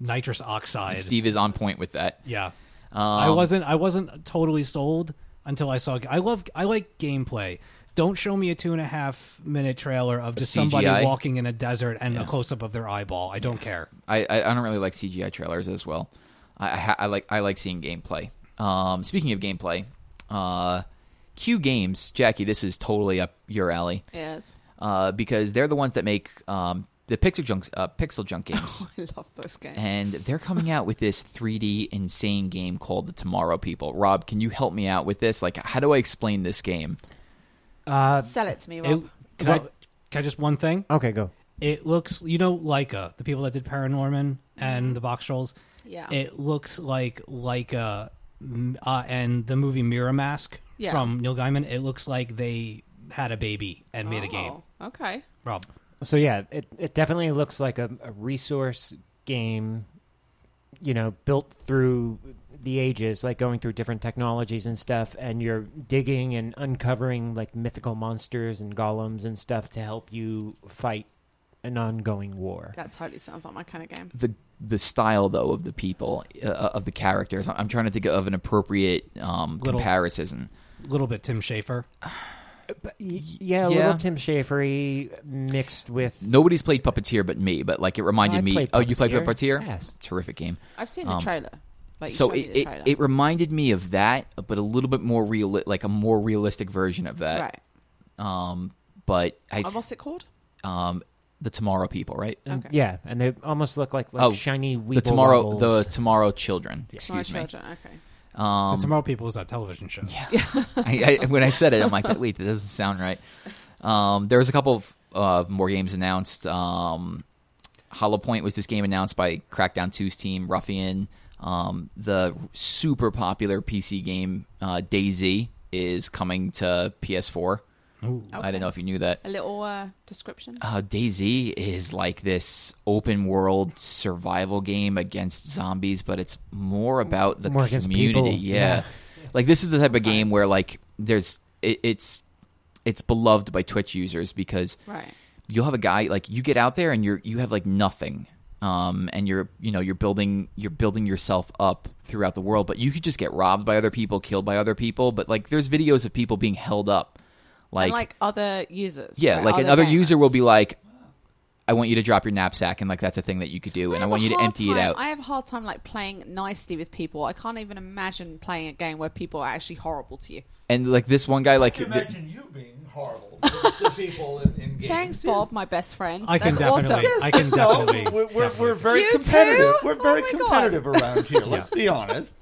[SPEAKER 1] nitrous oxide.
[SPEAKER 3] Steve Um, is on point with that.
[SPEAKER 1] Yeah. I wasn't I wasn't totally sold until I saw I love I like gameplay. Don't show me a two and a half minute trailer of just somebody
[SPEAKER 3] CGI?
[SPEAKER 1] walking in a desert and a close up of their eyeball. I don't care.
[SPEAKER 3] I, I I don't really like CGI trailers as well. I, I, ha- I like I like seeing gameplay. Um, speaking of gameplay, uh, Q Games, Jackie, this is totally up your alley
[SPEAKER 2] Yes.
[SPEAKER 3] uh, because they're the ones that make um, the Pixel Junk uh, Pixel Junk games,
[SPEAKER 2] I love those games.
[SPEAKER 3] and they're coming out with this 3D insane game called The Tomorrow People. Rob, can you help me out with this? Like, how do I explain this game?
[SPEAKER 4] Uh,
[SPEAKER 2] Sell it to me, Rob.
[SPEAKER 1] It, can, I, can I just one thing?
[SPEAKER 4] okay, go.
[SPEAKER 1] It looks you know Leica, the people that did Paranorman and the box trolls.
[SPEAKER 2] Yeah.
[SPEAKER 1] It looks like Leica mm, uh, and the movie Mirror Mask
[SPEAKER 2] Yeah.
[SPEAKER 1] from Neil Gaiman. It looks like they had a baby and made a game.
[SPEAKER 2] Oh, Okay.
[SPEAKER 1] Rob.
[SPEAKER 4] So yeah, it, it definitely looks like a, a resource game, you know, built through the ages, like going through different technologies and stuff, and you're digging and uncovering like mythical monsters and golems and stuff to help you fight an ongoing war.
[SPEAKER 2] That totally sounds like my kind of game.
[SPEAKER 3] the the style though of the people uh, of the characters. I'm trying to think of an appropriate um,
[SPEAKER 1] Little-
[SPEAKER 3] comparison.
[SPEAKER 1] Little bit Tim Schafer.
[SPEAKER 4] yeah, a
[SPEAKER 3] yeah.
[SPEAKER 4] little Tim Schafery mixed with.
[SPEAKER 3] Nobody's played Puppeteer but me, but like it reminded
[SPEAKER 4] I
[SPEAKER 3] me.
[SPEAKER 4] played
[SPEAKER 3] oh, you played
[SPEAKER 4] Puppeteer?
[SPEAKER 3] Puppeteer?
[SPEAKER 4] Yes.
[SPEAKER 3] terrific game.
[SPEAKER 2] I've seen
[SPEAKER 1] Um,
[SPEAKER 2] the trailer. Like, you
[SPEAKER 3] so
[SPEAKER 2] showed me
[SPEAKER 3] it,
[SPEAKER 2] the
[SPEAKER 3] it,
[SPEAKER 2] trailer.
[SPEAKER 3] it reminded me of that, but a little bit more real, like a more realistic version of
[SPEAKER 1] uh,
[SPEAKER 3] that.
[SPEAKER 2] right.
[SPEAKER 3] Um, but I,
[SPEAKER 2] Uh, what's it called?
[SPEAKER 3] um, the Tomorrow People, right?
[SPEAKER 2] Okay.
[SPEAKER 4] Yeah, and they almost look like, like
[SPEAKER 3] Oh,
[SPEAKER 4] shiny Weeble
[SPEAKER 3] the Tomorrow,
[SPEAKER 4] Wobbles.
[SPEAKER 3] the Tomorrow Children.
[SPEAKER 2] Tomorrow
[SPEAKER 3] Excuse me.
[SPEAKER 2] Children. Okay.
[SPEAKER 1] The Tomorrow People is that television show.
[SPEAKER 3] I, I, when I said it, I'm like, wait, that doesn't sound right. Um, there was a couple of uh, more games announced. Um, Hollow Point was this game announced by Crackdown 2's team, Ruffian. Um, the super popular PC game uh, DayZ is coming to PS4. I don't know if you knew that.
[SPEAKER 2] A little uh, description.
[SPEAKER 3] Uh, DayZ is like this open world survival game against zombies, but it's more about the
[SPEAKER 4] More against
[SPEAKER 3] community.
[SPEAKER 4] people,
[SPEAKER 3] Yeah. like this is the type of game where like there's it, it's it's beloved by Twitch users because
[SPEAKER 2] Right.
[SPEAKER 3] you'll have a guy like you get out there and you're you have like nothing um and you're you know you're building you're building yourself up throughout the world but you could just get robbed by other people killed by other people but like there's videos of people being held up
[SPEAKER 2] and like other users.
[SPEAKER 3] yeah,
[SPEAKER 2] right?
[SPEAKER 3] like
[SPEAKER 2] Other
[SPEAKER 3] another user will
[SPEAKER 2] gamers.
[SPEAKER 3] be like, I want you to drop your knapsack and like that's a thing that you could do, and I,
[SPEAKER 2] have
[SPEAKER 3] want
[SPEAKER 2] a
[SPEAKER 3] you to
[SPEAKER 2] hard
[SPEAKER 3] empty
[SPEAKER 2] time-
[SPEAKER 3] it out.
[SPEAKER 2] I have a hard time like playing nicely with people. I can't even imagine playing a game where people are actually horrible to you.
[SPEAKER 3] and like this one guy, like
[SPEAKER 5] can imagine you being horrible to people in, in games.
[SPEAKER 2] Thanks, Bob, my best friend.
[SPEAKER 1] I can
[SPEAKER 2] That's
[SPEAKER 1] definitely.
[SPEAKER 2] awesome.
[SPEAKER 1] I can
[SPEAKER 5] No,
[SPEAKER 1] definitely.
[SPEAKER 5] we're, we're, we're very
[SPEAKER 2] You
[SPEAKER 5] competitive.
[SPEAKER 2] too?
[SPEAKER 5] We're very
[SPEAKER 2] Oh my God.
[SPEAKER 5] competitive around here. Let's be honest.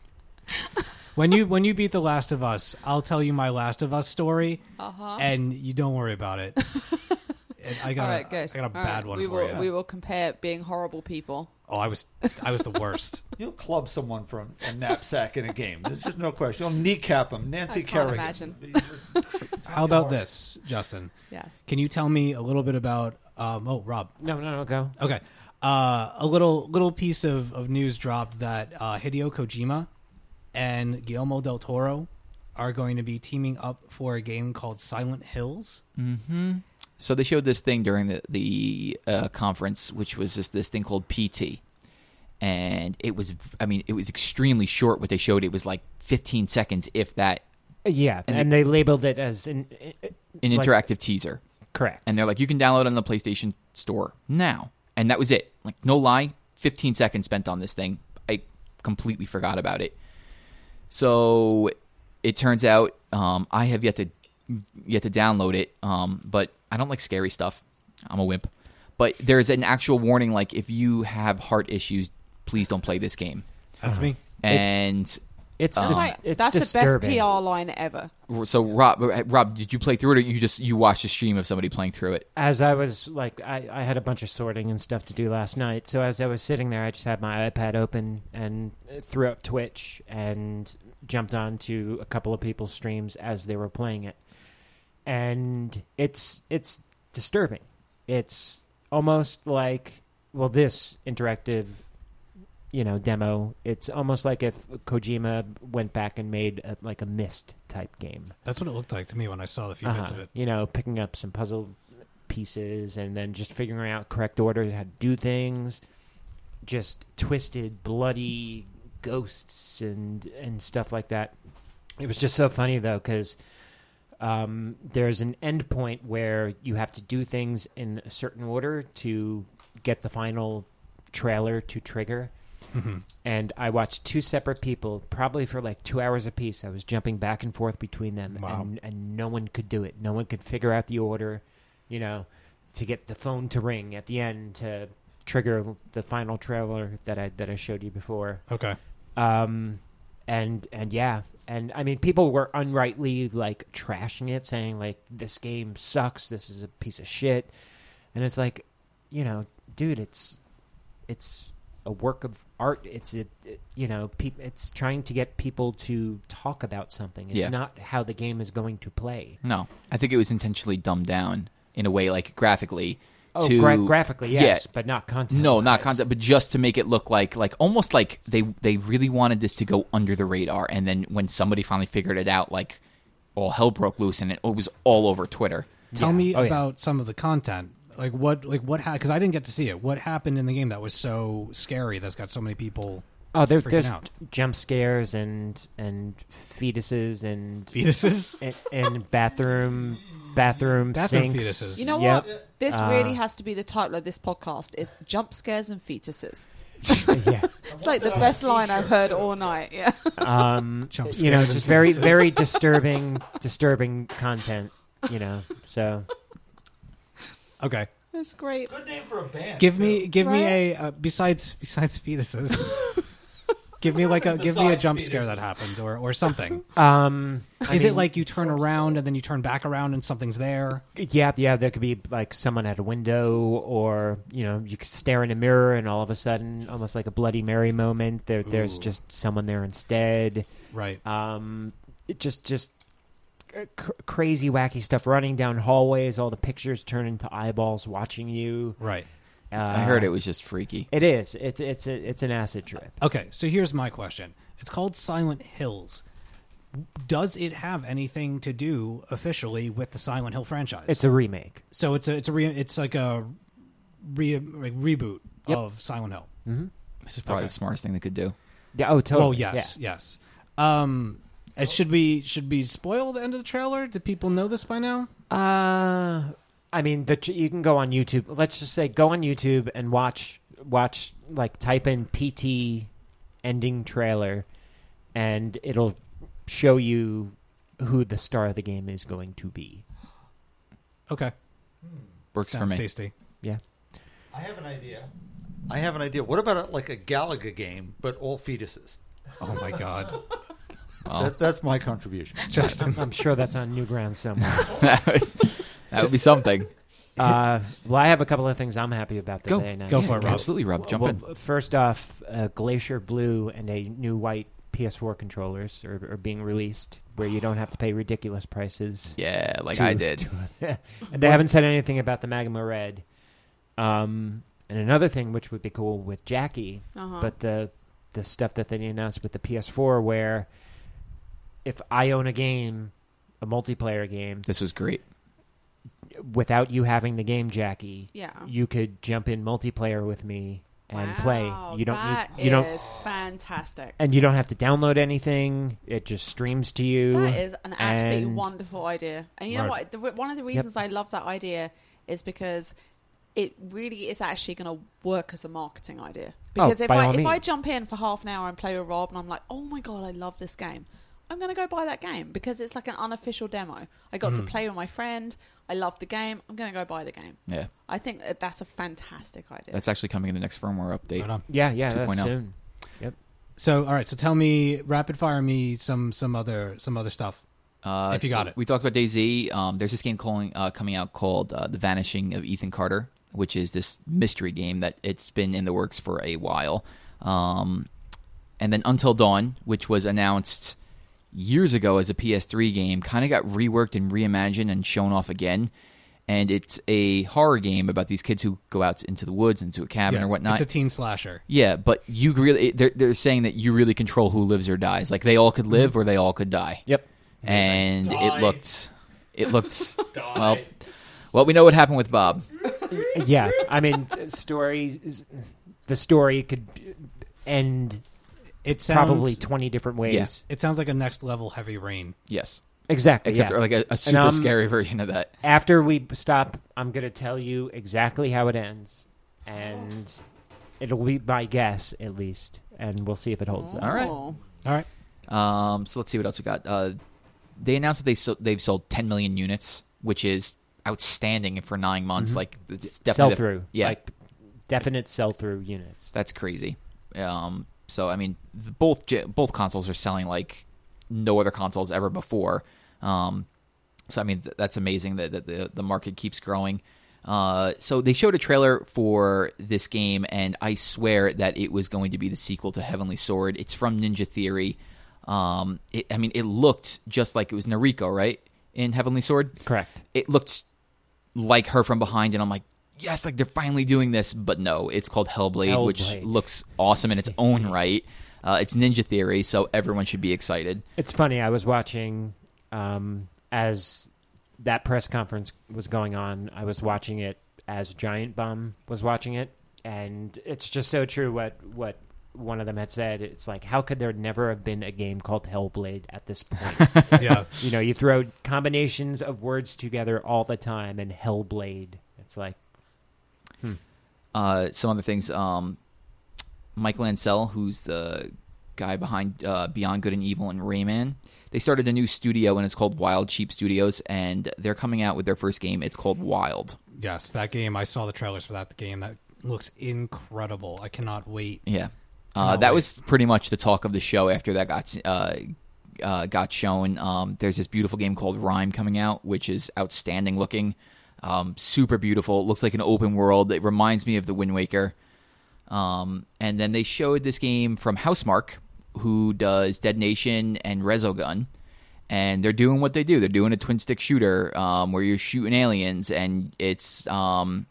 [SPEAKER 1] when you when you beat The Last of Us, I'll tell you my Last of Us story,
[SPEAKER 2] Uh-huh.
[SPEAKER 1] and you don't worry about it. And I got
[SPEAKER 2] All
[SPEAKER 1] a-
[SPEAKER 2] right, good.
[SPEAKER 1] I got a
[SPEAKER 2] All
[SPEAKER 1] bad
[SPEAKER 2] right,
[SPEAKER 1] one
[SPEAKER 2] we
[SPEAKER 1] for
[SPEAKER 2] will,
[SPEAKER 1] you.
[SPEAKER 2] We will compare being horrible people.
[SPEAKER 1] Oh, I was I was the worst.
[SPEAKER 5] You'll club someone from a knapsack in a game. There's just no question. You'll kneecap them. Nancy
[SPEAKER 2] I can't
[SPEAKER 5] Kerrigan.
[SPEAKER 2] imagine.
[SPEAKER 1] How about this, Justin?
[SPEAKER 2] Yes.
[SPEAKER 1] Can you tell me a little bit about? Um, oh, Rob.
[SPEAKER 4] No, no, no, go.
[SPEAKER 1] Okay. Uh, a little little piece of, of news dropped that uh, Hideo Kojima and Guillermo del Toro are going to be teaming up for a game called Silent Hills.
[SPEAKER 3] So they showed this thing during the the uh, conference, which was this this thing called PT, and it was I mean it was extremely short. What they showed it was like 15 seconds, if that,
[SPEAKER 4] Yeah, and, they labeled it as an
[SPEAKER 3] an
[SPEAKER 4] Like-
[SPEAKER 3] interactive teaser.
[SPEAKER 4] correct.
[SPEAKER 3] And they're like, you can download on the PlayStation Store now, and that was it. Like no lie, 15 seconds spent on this thing. I completely forgot about it. So it turns out um, I have yet to yet to download it, um, but I don't like scary stuff. I'm a wimp. But there's an actual warning like if you have heart issues, please don't play this game.
[SPEAKER 1] That's me.
[SPEAKER 3] And
[SPEAKER 4] it's
[SPEAKER 3] That's
[SPEAKER 4] just
[SPEAKER 2] Right,
[SPEAKER 4] it's
[SPEAKER 2] That's
[SPEAKER 4] disturbing.
[SPEAKER 2] the best PR line ever.
[SPEAKER 3] so Rob, Rob, did you play through it or you just you watched a stream of somebody playing through it?
[SPEAKER 4] As I was like, I, I had a bunch of sorting and stuff to do last night. So as I was sitting there, I just had my iPad open and uh, threw up Twitch and jumped on to a couple of people's streams as they were playing it. And it's it's disturbing. It's almost like well, this interactive, you know, demo. It's almost like if Kojima went back and made a, like a Mist type game.
[SPEAKER 1] That's what it looked like to me when I saw the few bits of
[SPEAKER 4] Uh-huh.
[SPEAKER 1] it.
[SPEAKER 4] You know, picking up some puzzle pieces and then just figuring out correct order, how to do things. Just twisted, bloody ghosts and and stuff like that. It was just so funny though because um, there's an end point where you have to do things in a certain order to get the final trailer to trigger. And I watched two separate people, probably for like two hours apiece. I was jumping back and forth between them,
[SPEAKER 1] Wow.
[SPEAKER 4] and, and no one could do it. No one could figure out the order, you know, to get the phone to ring at the end to trigger the final trailer that I that I showed you before
[SPEAKER 1] Okay.
[SPEAKER 4] um, and and yeah, and I mean, people were unrightly like trashing it, saying like this game sucks, this is a piece of shit, and it's like, you know, dude, it's it's a work of art. It's a it- you know, peop it's trying to get people to talk about something. It's
[SPEAKER 3] Yeah.
[SPEAKER 4] not how the game is going to play.
[SPEAKER 3] No, I think it was intentionally dumbed down in a way, like graphically.
[SPEAKER 4] Oh,
[SPEAKER 3] to,
[SPEAKER 4] gra- graphically,
[SPEAKER 3] Yeah.
[SPEAKER 4] yes, but not content.
[SPEAKER 3] no, not concept, but just to make it look like, like almost like they they really wanted this to go under the radar, and then when somebody finally figured it out, like all hell broke loose, and it was all over Twitter.
[SPEAKER 1] Tell
[SPEAKER 4] Yeah.
[SPEAKER 1] me
[SPEAKER 4] Oh, yeah.
[SPEAKER 1] about some of the content. Like what? Like what? Because I didn't get to see it. What happened in the game that was so scary? That's got so many people.
[SPEAKER 4] Oh, there,
[SPEAKER 1] freaking
[SPEAKER 4] there's
[SPEAKER 1] out.
[SPEAKER 4] jump scares and and fetuses and
[SPEAKER 1] fetuses.
[SPEAKER 4] and, and bathroom bathroom,
[SPEAKER 1] Bathroom
[SPEAKER 4] sinks.
[SPEAKER 1] fetuses.
[SPEAKER 2] You know
[SPEAKER 4] Yep.
[SPEAKER 2] what? This
[SPEAKER 1] Uh,
[SPEAKER 2] really has to be the title of this podcast: is jump scares and fetuses.
[SPEAKER 4] yeah.
[SPEAKER 2] It's like the best line I've heard all night. Yeah.
[SPEAKER 4] Um,
[SPEAKER 1] Jump
[SPEAKER 4] you know,
[SPEAKER 1] scares and
[SPEAKER 4] just very
[SPEAKER 1] fetuses.
[SPEAKER 4] very disturbing disturbing content. You know, so
[SPEAKER 1] Okay.
[SPEAKER 2] That's great.
[SPEAKER 5] Good name for a band.
[SPEAKER 1] Give me, give me
[SPEAKER 2] Right?
[SPEAKER 1] a uh, besides besides fetuses. give me like a give me a
[SPEAKER 5] Besides
[SPEAKER 1] jump scare
[SPEAKER 5] fetuses.
[SPEAKER 1] that happened or or something.
[SPEAKER 4] um, I
[SPEAKER 1] Is it
[SPEAKER 4] mean,
[SPEAKER 1] like you turn around and then you turn back around and something's there?
[SPEAKER 4] yeah, yeah? There could be like someone at a window, or you know, you could stare in a mirror, and all of a sudden, almost like a Bloody Mary moment. There, there's
[SPEAKER 1] Ooh.
[SPEAKER 4] just someone there instead.
[SPEAKER 1] Right.
[SPEAKER 4] um, it just just c- cr- crazy wacky stuff running down hallways all the pictures turn into eyeballs watching you
[SPEAKER 1] Right.
[SPEAKER 4] uh,
[SPEAKER 3] I
[SPEAKER 1] Ah.
[SPEAKER 3] heard it was just freaky.
[SPEAKER 4] it is it's it's a, it's an acid trip
[SPEAKER 1] Okay. So here's my question. It's called Silent Hills. Does it have anything to do officially with the Silent Hill franchise?
[SPEAKER 4] it's a remake
[SPEAKER 1] so it's a it's a re, it's like a re, like reboot
[SPEAKER 4] Yep.
[SPEAKER 1] of Silent Hill.
[SPEAKER 3] This is probably
[SPEAKER 1] Okay.
[SPEAKER 3] the smartest thing they could do.
[SPEAKER 4] yeah oh totally
[SPEAKER 1] Oh yes, yes. Um, it should be should be spoiled end of the trailer. Do people know this by now?
[SPEAKER 4] yeah. uh I mean, the, you can go on YouTube. Let's just say go on YouTube and watch watch like type in PT ending trailer, and it'll show you who the star of the game is going to be.
[SPEAKER 1] Okay.
[SPEAKER 3] Works
[SPEAKER 1] Sounds
[SPEAKER 3] for me.
[SPEAKER 1] tasty.
[SPEAKER 4] Yeah.
[SPEAKER 5] I have an idea. I have an idea. What about a, like a Galaga game, but all fetuses?
[SPEAKER 1] Oh my god. Oh.
[SPEAKER 3] Well,
[SPEAKER 5] That, that's my contribution.
[SPEAKER 1] Justin.
[SPEAKER 4] I'm sure that's on new ground somewhere.
[SPEAKER 3] that would- that would be something.
[SPEAKER 4] Uh, well, I have a couple of things I'm happy about
[SPEAKER 3] Go.
[SPEAKER 4] today. now.
[SPEAKER 1] Go for it, Rob.
[SPEAKER 3] Absolutely, Rob. Jump in.
[SPEAKER 4] Well, first off, uh, Glacier Blue and a new white PS4 controllers are, are being released, where you don't have to pay ridiculous prices.
[SPEAKER 3] Yeah, like
[SPEAKER 4] to-
[SPEAKER 3] I did.
[SPEAKER 4] to- and they haven't said anything about the Magma Red. Um, and another thing, which would be cool with Jackie,
[SPEAKER 2] Uh-huh.
[SPEAKER 4] but the the stuff that they announced with the PS4, where if I own a game, a multiplayer game,
[SPEAKER 3] This was great.
[SPEAKER 4] without you having the game, Jackie,
[SPEAKER 2] yeah.
[SPEAKER 4] you could jump in multiplayer with me and play. You don't need, you don't
[SPEAKER 2] That is fantastic.
[SPEAKER 4] and you don't have to download anything. It just streams to you.
[SPEAKER 2] That is an absolutely
[SPEAKER 4] and-
[SPEAKER 2] wonderful idea. And you know
[SPEAKER 1] Right.
[SPEAKER 2] what? The, one of the reasons I love that idea is because it really is actually going to work as a marketing idea. Because if
[SPEAKER 4] Oh, by
[SPEAKER 2] I
[SPEAKER 4] all
[SPEAKER 2] if I
[SPEAKER 4] means.
[SPEAKER 2] jump in for half an hour and play with Rob and I'm like, oh my god, I love this game. I'm going to go buy that game because it's like an unofficial demo. I
[SPEAKER 4] Hmm.
[SPEAKER 2] got to play with my friend. I love the game. I'm going to go buy the game.
[SPEAKER 3] Yeah,
[SPEAKER 2] I think that that's a fantastic idea.
[SPEAKER 3] that's actually coming in the next firmware update.
[SPEAKER 1] Right on.
[SPEAKER 4] Yeah, yeah, that's
[SPEAKER 3] 2.0.
[SPEAKER 4] soon. Yep.
[SPEAKER 1] So all right, so tell me rapid fire me some some other some other stuff.
[SPEAKER 3] Uh,
[SPEAKER 1] If you
[SPEAKER 3] so
[SPEAKER 1] got it.
[SPEAKER 3] we talked about DayZ. Um, there's this game calling, uh, coming out called uh, The Vanishing of Ethan Carter, which is this mystery game that it's been in the works for a while. Um, and then Until Dawn, which was announced years ago as a PS3 game, kind of got reworked and reimagined and shown off again. And it's a horror game about these kids who go out into the woods, into a cabin
[SPEAKER 1] Yeah,
[SPEAKER 3] or whatnot.
[SPEAKER 1] It's a teen slasher.
[SPEAKER 3] Yeah, but you really they're, they're saying that you really control who lives or dies. Like they all could live
[SPEAKER 1] Mm-hmm.
[SPEAKER 3] or they all could die.
[SPEAKER 4] Yep.
[SPEAKER 3] And
[SPEAKER 5] Die.
[SPEAKER 3] it looked it looked well well we know what happened with Bob.
[SPEAKER 4] yeah, I mean, stories. The story could end
[SPEAKER 1] It sounds
[SPEAKER 4] probably twenty different ways.
[SPEAKER 3] Yes.
[SPEAKER 1] it sounds like a next level heavy rain.
[SPEAKER 3] Yes.
[SPEAKER 4] Exactly.
[SPEAKER 3] Except
[SPEAKER 4] yeah.
[SPEAKER 3] for like a, a super
[SPEAKER 4] um,
[SPEAKER 3] scary version of that.
[SPEAKER 4] After we stop, I'm going to tell you exactly how it ends, and it'll be my guess at least, and we'll see if it holds up.
[SPEAKER 3] All right.
[SPEAKER 2] Oh.
[SPEAKER 1] All right.
[SPEAKER 3] Um so let's see what else we got. Uh they announced that they so- they've sold 10 million units, which is outstanding for 9 months like it's definitely
[SPEAKER 4] Sell
[SPEAKER 3] the-
[SPEAKER 4] through.
[SPEAKER 3] yeah.
[SPEAKER 4] Mm-hmm. Like definite sell through units.
[SPEAKER 3] That's crazy. Um, so I mean, th- both ge- both consoles are selling like no other consoles ever before. Um, so I mean, th- that's amazing that, that the the market keeps growing. Uh, so they showed a trailer for this game, and I swear that it was going to be the sequel to Heavenly Sword. It's from Ninja Theory. Um, it, I mean, it looked just like it was Nariko, right? In Heavenly Sword,
[SPEAKER 4] Correct.
[SPEAKER 3] it looked like her from behind, and I'm like, yes, like they're finally doing this. But no, it's called Hellblade, which
[SPEAKER 4] Hellblade.
[SPEAKER 3] looks awesome in its own right. Uh, it's Ninja Theory, so everyone should be excited.
[SPEAKER 4] It's funny. I was watching um, as that press conference was going on. I was watching it as Giant Bum was watching it, and it's just so true what what one of them had said. It's like, how could there never have been a game called Hellblade at this point?
[SPEAKER 1] Yeah.
[SPEAKER 4] you know, you throw combinations of words together all the time, and Hellblade. It's like,
[SPEAKER 3] Uh, some other things. Um, Mike Lancel, who's the guy behind uh, Beyond Good and Evil and Rayman, they started a new studio, and it's called Wild Sheep Studios, and they're coming out with their first game. It's called Wild.
[SPEAKER 1] yes, that game. I saw the trailers for that game. That looks incredible. I cannot wait.
[SPEAKER 3] Yeah, uh,
[SPEAKER 1] Cannot
[SPEAKER 3] that
[SPEAKER 1] wait.
[SPEAKER 3] was pretty much the talk of the show after that got uh, uh, got shown. Um, there's this beautiful game called Rhyme coming out, which is outstanding looking, um, super beautiful. It looks like an open world. It reminds me of the Wind Waker. Um, and then they showed this game from Housemark, who does Dead Nation and Resogun. And they're doing what they do. They're doing a twin stick shooter um, where you're shooting aliens, and it's um,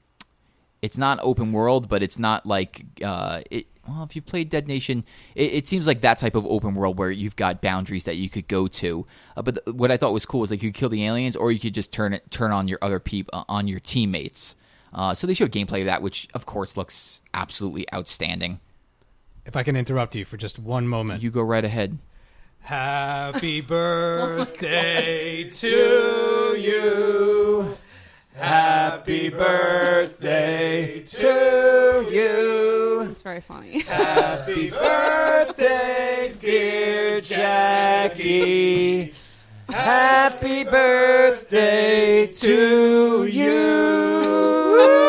[SPEAKER 3] it's not open world, but it's not like uh, it. Well, if you played Dead Nation, it, it seems like that type of open world where you've got boundaries that you could go to. Uh, but th- what I thought was cool was like you could kill the aliens, or you could just turn it turn on your other peop- uh, on your teammates. Uh, so they showed gameplay of that, which of course looks absolutely outstanding.
[SPEAKER 1] If I can interrupt you for just one moment.
[SPEAKER 3] You go right ahead.
[SPEAKER 1] Happy birthday to you.
[SPEAKER 4] Happy birthday to you.
[SPEAKER 2] It's very funny.
[SPEAKER 4] Happy birthday, dear Jackie. Happy birthday to you.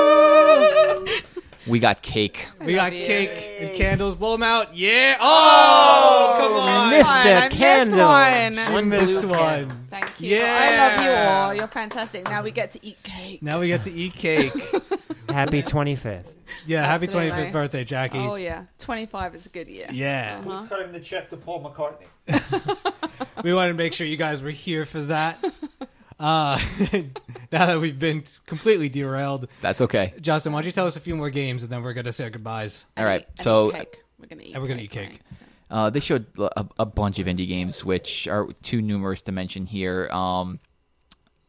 [SPEAKER 3] We got cake.
[SPEAKER 1] we got
[SPEAKER 2] love you.
[SPEAKER 1] cake and candles. Blow them out. Yeah. Oh, come on.
[SPEAKER 2] Miss- Mr. I missed Kendall. one.
[SPEAKER 1] I missed
[SPEAKER 4] blue
[SPEAKER 1] one.
[SPEAKER 2] Thank you.
[SPEAKER 1] Yeah.
[SPEAKER 2] I love you all. You're fantastic. Now we get to eat cake.
[SPEAKER 1] Now we get to eat cake.
[SPEAKER 4] Happy 25th.
[SPEAKER 1] Yeah, happy
[SPEAKER 2] Absolutely.
[SPEAKER 1] 25th birthday, Jackie.
[SPEAKER 2] Oh yeah, 25 is a good year.
[SPEAKER 1] Yeah.
[SPEAKER 2] Uh-huh.
[SPEAKER 5] Who's cutting the check to Paul McCartney?
[SPEAKER 1] we wanted to make sure you guys were here for that. Uh, now that we've been completely derailed,
[SPEAKER 3] That's okay.
[SPEAKER 1] Justin, why don't you tell us a few more games and then we're going to say our goodbyes.
[SPEAKER 3] All right.
[SPEAKER 2] And eat-
[SPEAKER 3] So
[SPEAKER 2] and eat cake. we're gonna eat.
[SPEAKER 1] And we're gonna
[SPEAKER 2] cake,
[SPEAKER 1] eat cake.
[SPEAKER 2] right.
[SPEAKER 3] Uh, they showed a, a bunch of indie games, which are too numerous to mention here. Um,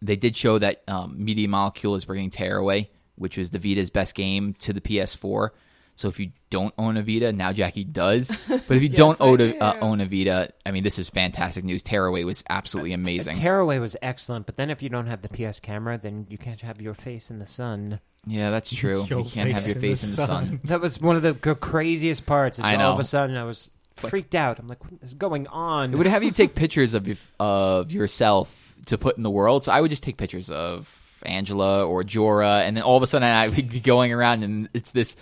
[SPEAKER 3] they did show that um, Media Molecule is bringing Tearaway, which was the Vita's best game, to the PS4. So if you don't own a Vita, now Jackie does. But if you don't
[SPEAKER 2] I
[SPEAKER 3] own a, uh,
[SPEAKER 2] do.
[SPEAKER 3] own a Vita, I mean, this is fantastic news. Tearaway was absolutely amazing.
[SPEAKER 4] Tearaway was excellent, but then if you don't have the PS camera, then you can't have your face in the sun.
[SPEAKER 3] yeah, that's true.
[SPEAKER 1] Your
[SPEAKER 3] you can't have
[SPEAKER 1] face
[SPEAKER 3] your
[SPEAKER 1] in
[SPEAKER 3] face
[SPEAKER 1] the
[SPEAKER 3] in the sun.
[SPEAKER 1] sun.
[SPEAKER 4] That was one of the c- craziest parts. Is
[SPEAKER 3] I
[SPEAKER 4] All of
[SPEAKER 3] know.
[SPEAKER 4] a sudden, I was freaked out. I'm like, what is going on?
[SPEAKER 3] It would have you take pictures of your, of yourself to put in the world. So I would just take pictures of Angela or Jorah, and then all of a sudden I would be going around, and it's this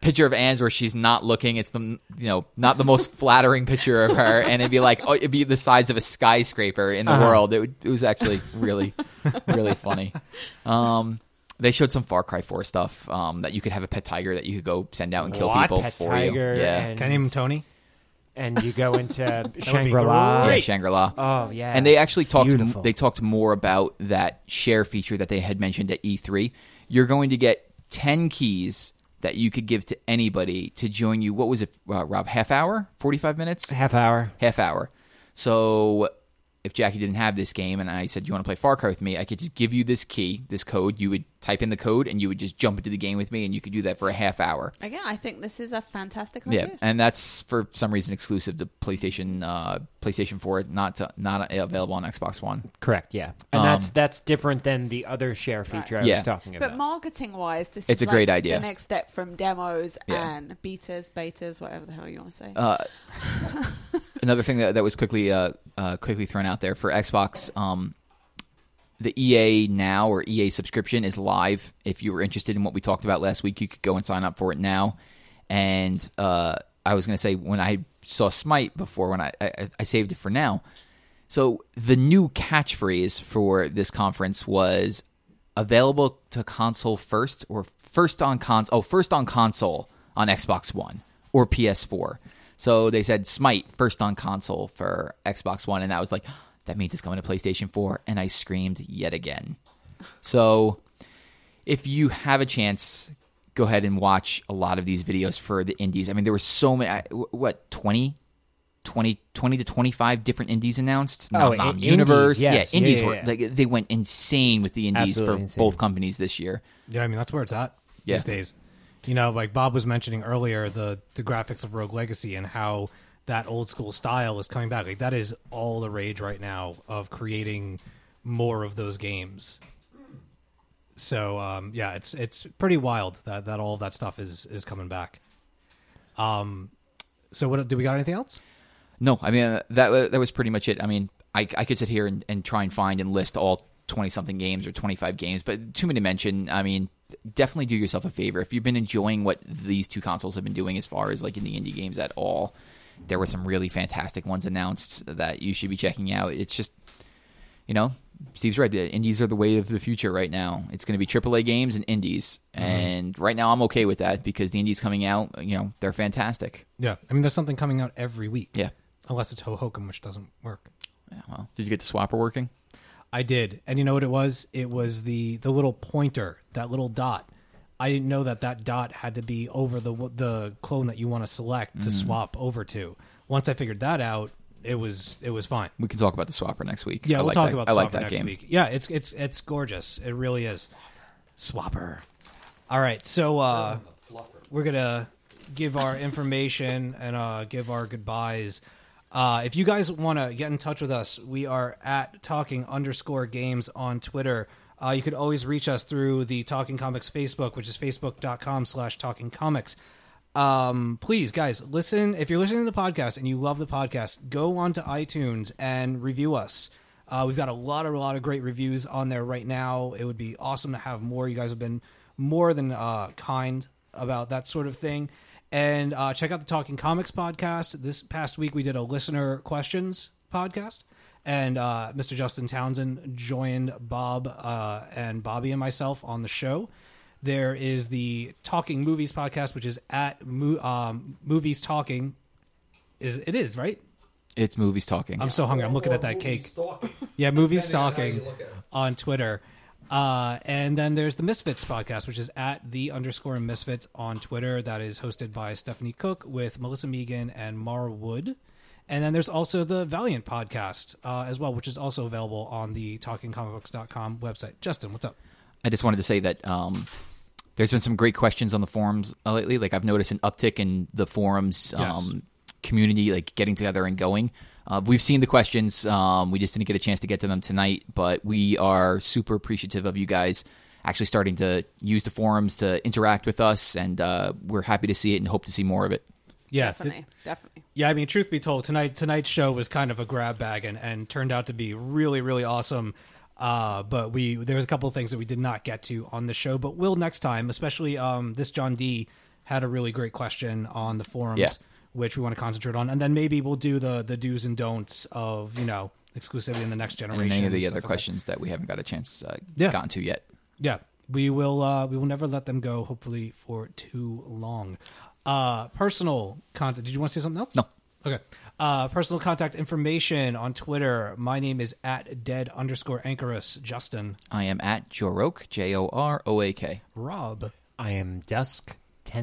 [SPEAKER 3] picture of Anne's where she's not looking. It's the you know not the most flattering picture of her, and it'd be like oh, it'd be the size of a skyscraper in the
[SPEAKER 4] Uh-huh.
[SPEAKER 3] world. It, would, it was actually really really funny. Um, they showed some Far Cry Four stuff um, that you could have a pet tiger that you could go send out and kill
[SPEAKER 4] What?
[SPEAKER 3] people
[SPEAKER 4] Pet
[SPEAKER 3] for
[SPEAKER 4] tiger
[SPEAKER 3] you. Yeah,
[SPEAKER 4] and-
[SPEAKER 1] Can I name him Tony?
[SPEAKER 4] and you go into Shangri La.
[SPEAKER 1] great.
[SPEAKER 3] yeah, Shangri La.
[SPEAKER 4] Oh yeah,
[SPEAKER 3] and they actually talked
[SPEAKER 4] Beautiful.
[SPEAKER 3] they talked more about that share feature that they had mentioned at E3. You're going to get 10 keys that you could give to anybody to join you. What was it, uh, Rob? Half hour? 45 minutes?
[SPEAKER 4] half hour.
[SPEAKER 3] Half hour. So if Jackie didn't have this game and I said, "You want to play Far Cry with me?" I could just give you this key, this code. You would type in the code and you would just jump into the game with me and you could do that for a half hour.
[SPEAKER 2] Again, I think this is a fantastic
[SPEAKER 3] Yeah,
[SPEAKER 2] idea.
[SPEAKER 3] and that's for some reason exclusive to PlayStation uh, PlayStation 4, not to, not available on Xbox One.
[SPEAKER 4] Correct. Yeah, and
[SPEAKER 3] Um,
[SPEAKER 4] that's that's different than the other share feature I
[SPEAKER 3] Yeah.
[SPEAKER 4] was talking about.
[SPEAKER 2] But marketing wise, this
[SPEAKER 3] It's
[SPEAKER 2] is
[SPEAKER 3] a great
[SPEAKER 2] like
[SPEAKER 3] idea.
[SPEAKER 2] The next step from demos
[SPEAKER 3] Yeah.
[SPEAKER 2] and betas, betas, whatever the hell you want to say.
[SPEAKER 3] Uh, another thing that, that was quickly uh, uh, quickly thrown out there for Xbox, um, the EA Now or EA subscription is live. If you were interested in what we talked about last week, you could go and sign up for it now. And uh, I was going to say when I saw Smite before, when I, I I saved it for now. So the new catchphrase for this conference was available to console first or first on cons oh first on console on Xbox One or PS4. So they said Smite first on console for Xbox One and I was like that means it's coming to PlayStation 4 and I screamed yet again. So if you have a chance go ahead and watch a lot of these videos for the indies. I mean there were so many I- wh- what 20 20, 20 to 25 different indies announced.
[SPEAKER 4] Oh,
[SPEAKER 3] Nom Nom
[SPEAKER 4] in-
[SPEAKER 3] Universe.
[SPEAKER 4] indies, yes.
[SPEAKER 3] Yeah,
[SPEAKER 4] Yeah,
[SPEAKER 3] indies
[SPEAKER 4] yeah,
[SPEAKER 3] were
[SPEAKER 4] yeah.
[SPEAKER 3] like they went insane with the indies for
[SPEAKER 4] Absolutely insane.
[SPEAKER 3] both companies this year.
[SPEAKER 1] Yeah, I mean, that's where it's at
[SPEAKER 3] Yeah.
[SPEAKER 1] these days. You know, like Bob was mentioning earlier, the, the graphics of Rogue Legacy and how that old school style is coming back. Like, that is all the rage right now of creating more of those games. So um, yeah, it's it's pretty wild that, that all of that stuff is is coming back. Um, so what do we got? Anything else?
[SPEAKER 3] No, I mean uh, that wa- that was pretty much it. I mean, I, I could sit here and, and try and find and list all twenty something games or twenty five games, but too many to mention. I mean, definitely do yourself a favor if you've been enjoying what these two consoles have been doing as far as like in the indie games at all. There were some really fantastic ones announced that you should be checking out. It's just you know, Steve's right. The indies are the way of the future right now. It's going to be AAA games and indies, and right now I'm okay with that because the indies coming out, you know, they're fantastic.
[SPEAKER 1] Yeah, I mean, there's something coming out every week.
[SPEAKER 3] Yeah.
[SPEAKER 1] unless it's Hohokum, which doesn't work.
[SPEAKER 3] Yeah, well, did you get the swapper working?
[SPEAKER 1] I did, and you know what it was? It was the the little pointer, that little dot. I didn't know that that dot had to be over the the clone that you want to select to swap over to. Once I figured that out, it was it was fine.
[SPEAKER 3] We can talk about the swapper next week.
[SPEAKER 1] Yeah,
[SPEAKER 3] I
[SPEAKER 1] we'll
[SPEAKER 3] like
[SPEAKER 1] talk
[SPEAKER 3] that.
[SPEAKER 1] about
[SPEAKER 3] I
[SPEAKER 1] Swapper
[SPEAKER 3] like that
[SPEAKER 1] next
[SPEAKER 3] game.
[SPEAKER 1] week. Yeah, it's it's it's gorgeous. It really is. Swapper. All right, so uh, we're gonna give our information and uh, give our goodbyes. Uh, if you guys want to get in touch with us, we are at talking underscore games on Twitter. Uh, you could always reach us through the Talking Comics Facebook, which is facebook.com slash talking comics. Um, please, guys, listen. If you're listening to the podcast and you love the podcast, go onto iTunes and review us. Uh, we've got a lot of a lot of great reviews on there right now. It would be awesome to have more. You guys have been more than uh, kind about that sort of thing. And uh, check out the Talking Comics podcast. This past week, we did a listener questions podcast, and uh, Mr. Justin Townsend joined Bob uh, and Bobby and myself on the show. There is the Talking Movies podcast, which is at mo- um, Movies Talking. Is it is right?
[SPEAKER 3] It's movies talking.
[SPEAKER 1] I'm so hungry. I'm looking at that cake. Yeah, movie stalking on Twitter. Uh, and then there's the Misfits podcast, which is at the underscore Misfits on Twitter. That is hosted by Stephanie Cook with Melissa Megan and Mara Wood. And then there's also the Valiant podcast uh, as well, which is also available on the TalkingComicBooks.com website. Justin, what's up?
[SPEAKER 3] I just wanted to say that um, there's been some great questions on the forums uh, lately. Like I've noticed an uptick in the forums um,
[SPEAKER 1] Yes.
[SPEAKER 3] community, like getting together and going. Uh, we've seen the questions. Um, we just didn't get a chance to get to them tonight, but we are super appreciative of you guys actually starting to use the forums to interact with us, and uh, we're happy to see it and hope to see more of it.
[SPEAKER 1] Yeah,
[SPEAKER 2] definitely, definitely.
[SPEAKER 1] Yeah, I mean, truth be told, tonight tonight's show was kind of a grab bag and, and turned out to be really really awesome. Uh, but we there was a couple of things that we did not get to on the show, but will next time. Especially um, this John D had a really great question on the forums,
[SPEAKER 3] Yeah.
[SPEAKER 1] which we want to concentrate on, and then maybe we'll do the the do's and don'ts of you know exclusivity in the next generation.
[SPEAKER 3] And any of the
[SPEAKER 1] stuff
[SPEAKER 3] other
[SPEAKER 1] like that.
[SPEAKER 3] questions that we haven't got a chance uh,
[SPEAKER 1] Yeah.
[SPEAKER 3] gotten to yet.
[SPEAKER 1] Yeah, we will. Uh, we will never let them go. Hopefully, for too long. Uh, personal contact. Did you want to say something else?
[SPEAKER 3] No.
[SPEAKER 1] Okay. Uh, personal contact information on Twitter. My name is at dead underscore anchorus. Justin,
[SPEAKER 3] I am at Jorok, J O R O A K.
[SPEAKER 1] Rob,
[SPEAKER 4] I am Dusk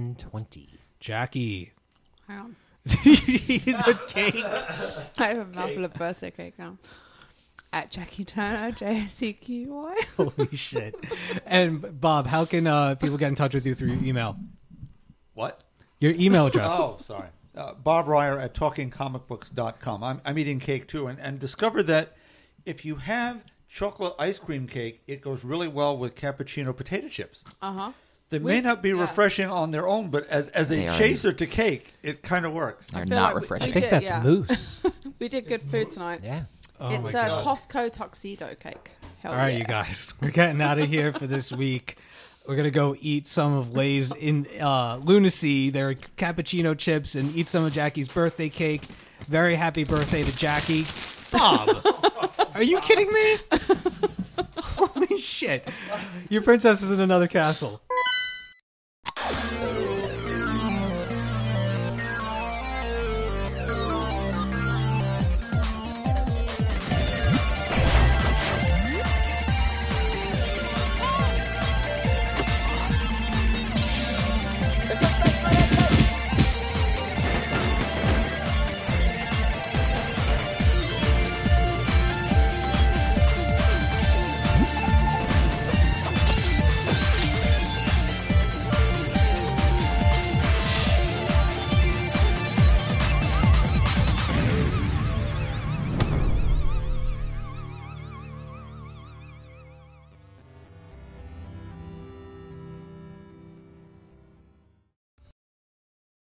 [SPEAKER 4] 1020.
[SPEAKER 1] Jackie.
[SPEAKER 2] Hang on. I have a mouthful of birthday cake now. At Jackie Turner, J S C Q Y.
[SPEAKER 1] Holy shit! And Bob, how can uh, people get in touch with you through your email?
[SPEAKER 5] What?
[SPEAKER 1] Your email address.
[SPEAKER 5] Oh, sorry. Uh, Bob Ryer at talkingcomicbooks.com. I'm, I'm eating cake too and, and discovered that if you have chocolate ice cream cake, it goes really well with cappuccino potato chips.
[SPEAKER 2] Uh huh.
[SPEAKER 5] They may
[SPEAKER 2] We-
[SPEAKER 5] not be
[SPEAKER 2] yeah.
[SPEAKER 5] refreshing on their own, but as, as a
[SPEAKER 3] They are-
[SPEAKER 5] chaser to cake, it kind of works.
[SPEAKER 3] They're
[SPEAKER 2] feel
[SPEAKER 3] not
[SPEAKER 2] like we-
[SPEAKER 3] refreshing.
[SPEAKER 4] I think
[SPEAKER 2] did,
[SPEAKER 4] that's
[SPEAKER 2] yeah.
[SPEAKER 4] moose.
[SPEAKER 2] We did good food tonight.
[SPEAKER 4] yeah.
[SPEAKER 1] Oh my
[SPEAKER 2] it's a
[SPEAKER 1] God.
[SPEAKER 2] Costco tuxedo cake. Hell
[SPEAKER 1] All right,
[SPEAKER 2] yeah.
[SPEAKER 1] you guys, we're getting out of here for this week. We're gonna go eat some of Lay's in uh, lunacy, their cappuccino chips, and eat some of Jackie's birthday cake. Very happy birthday to Jackie, Bob. Are you kidding me? Holy shit! Your princess is in another castle.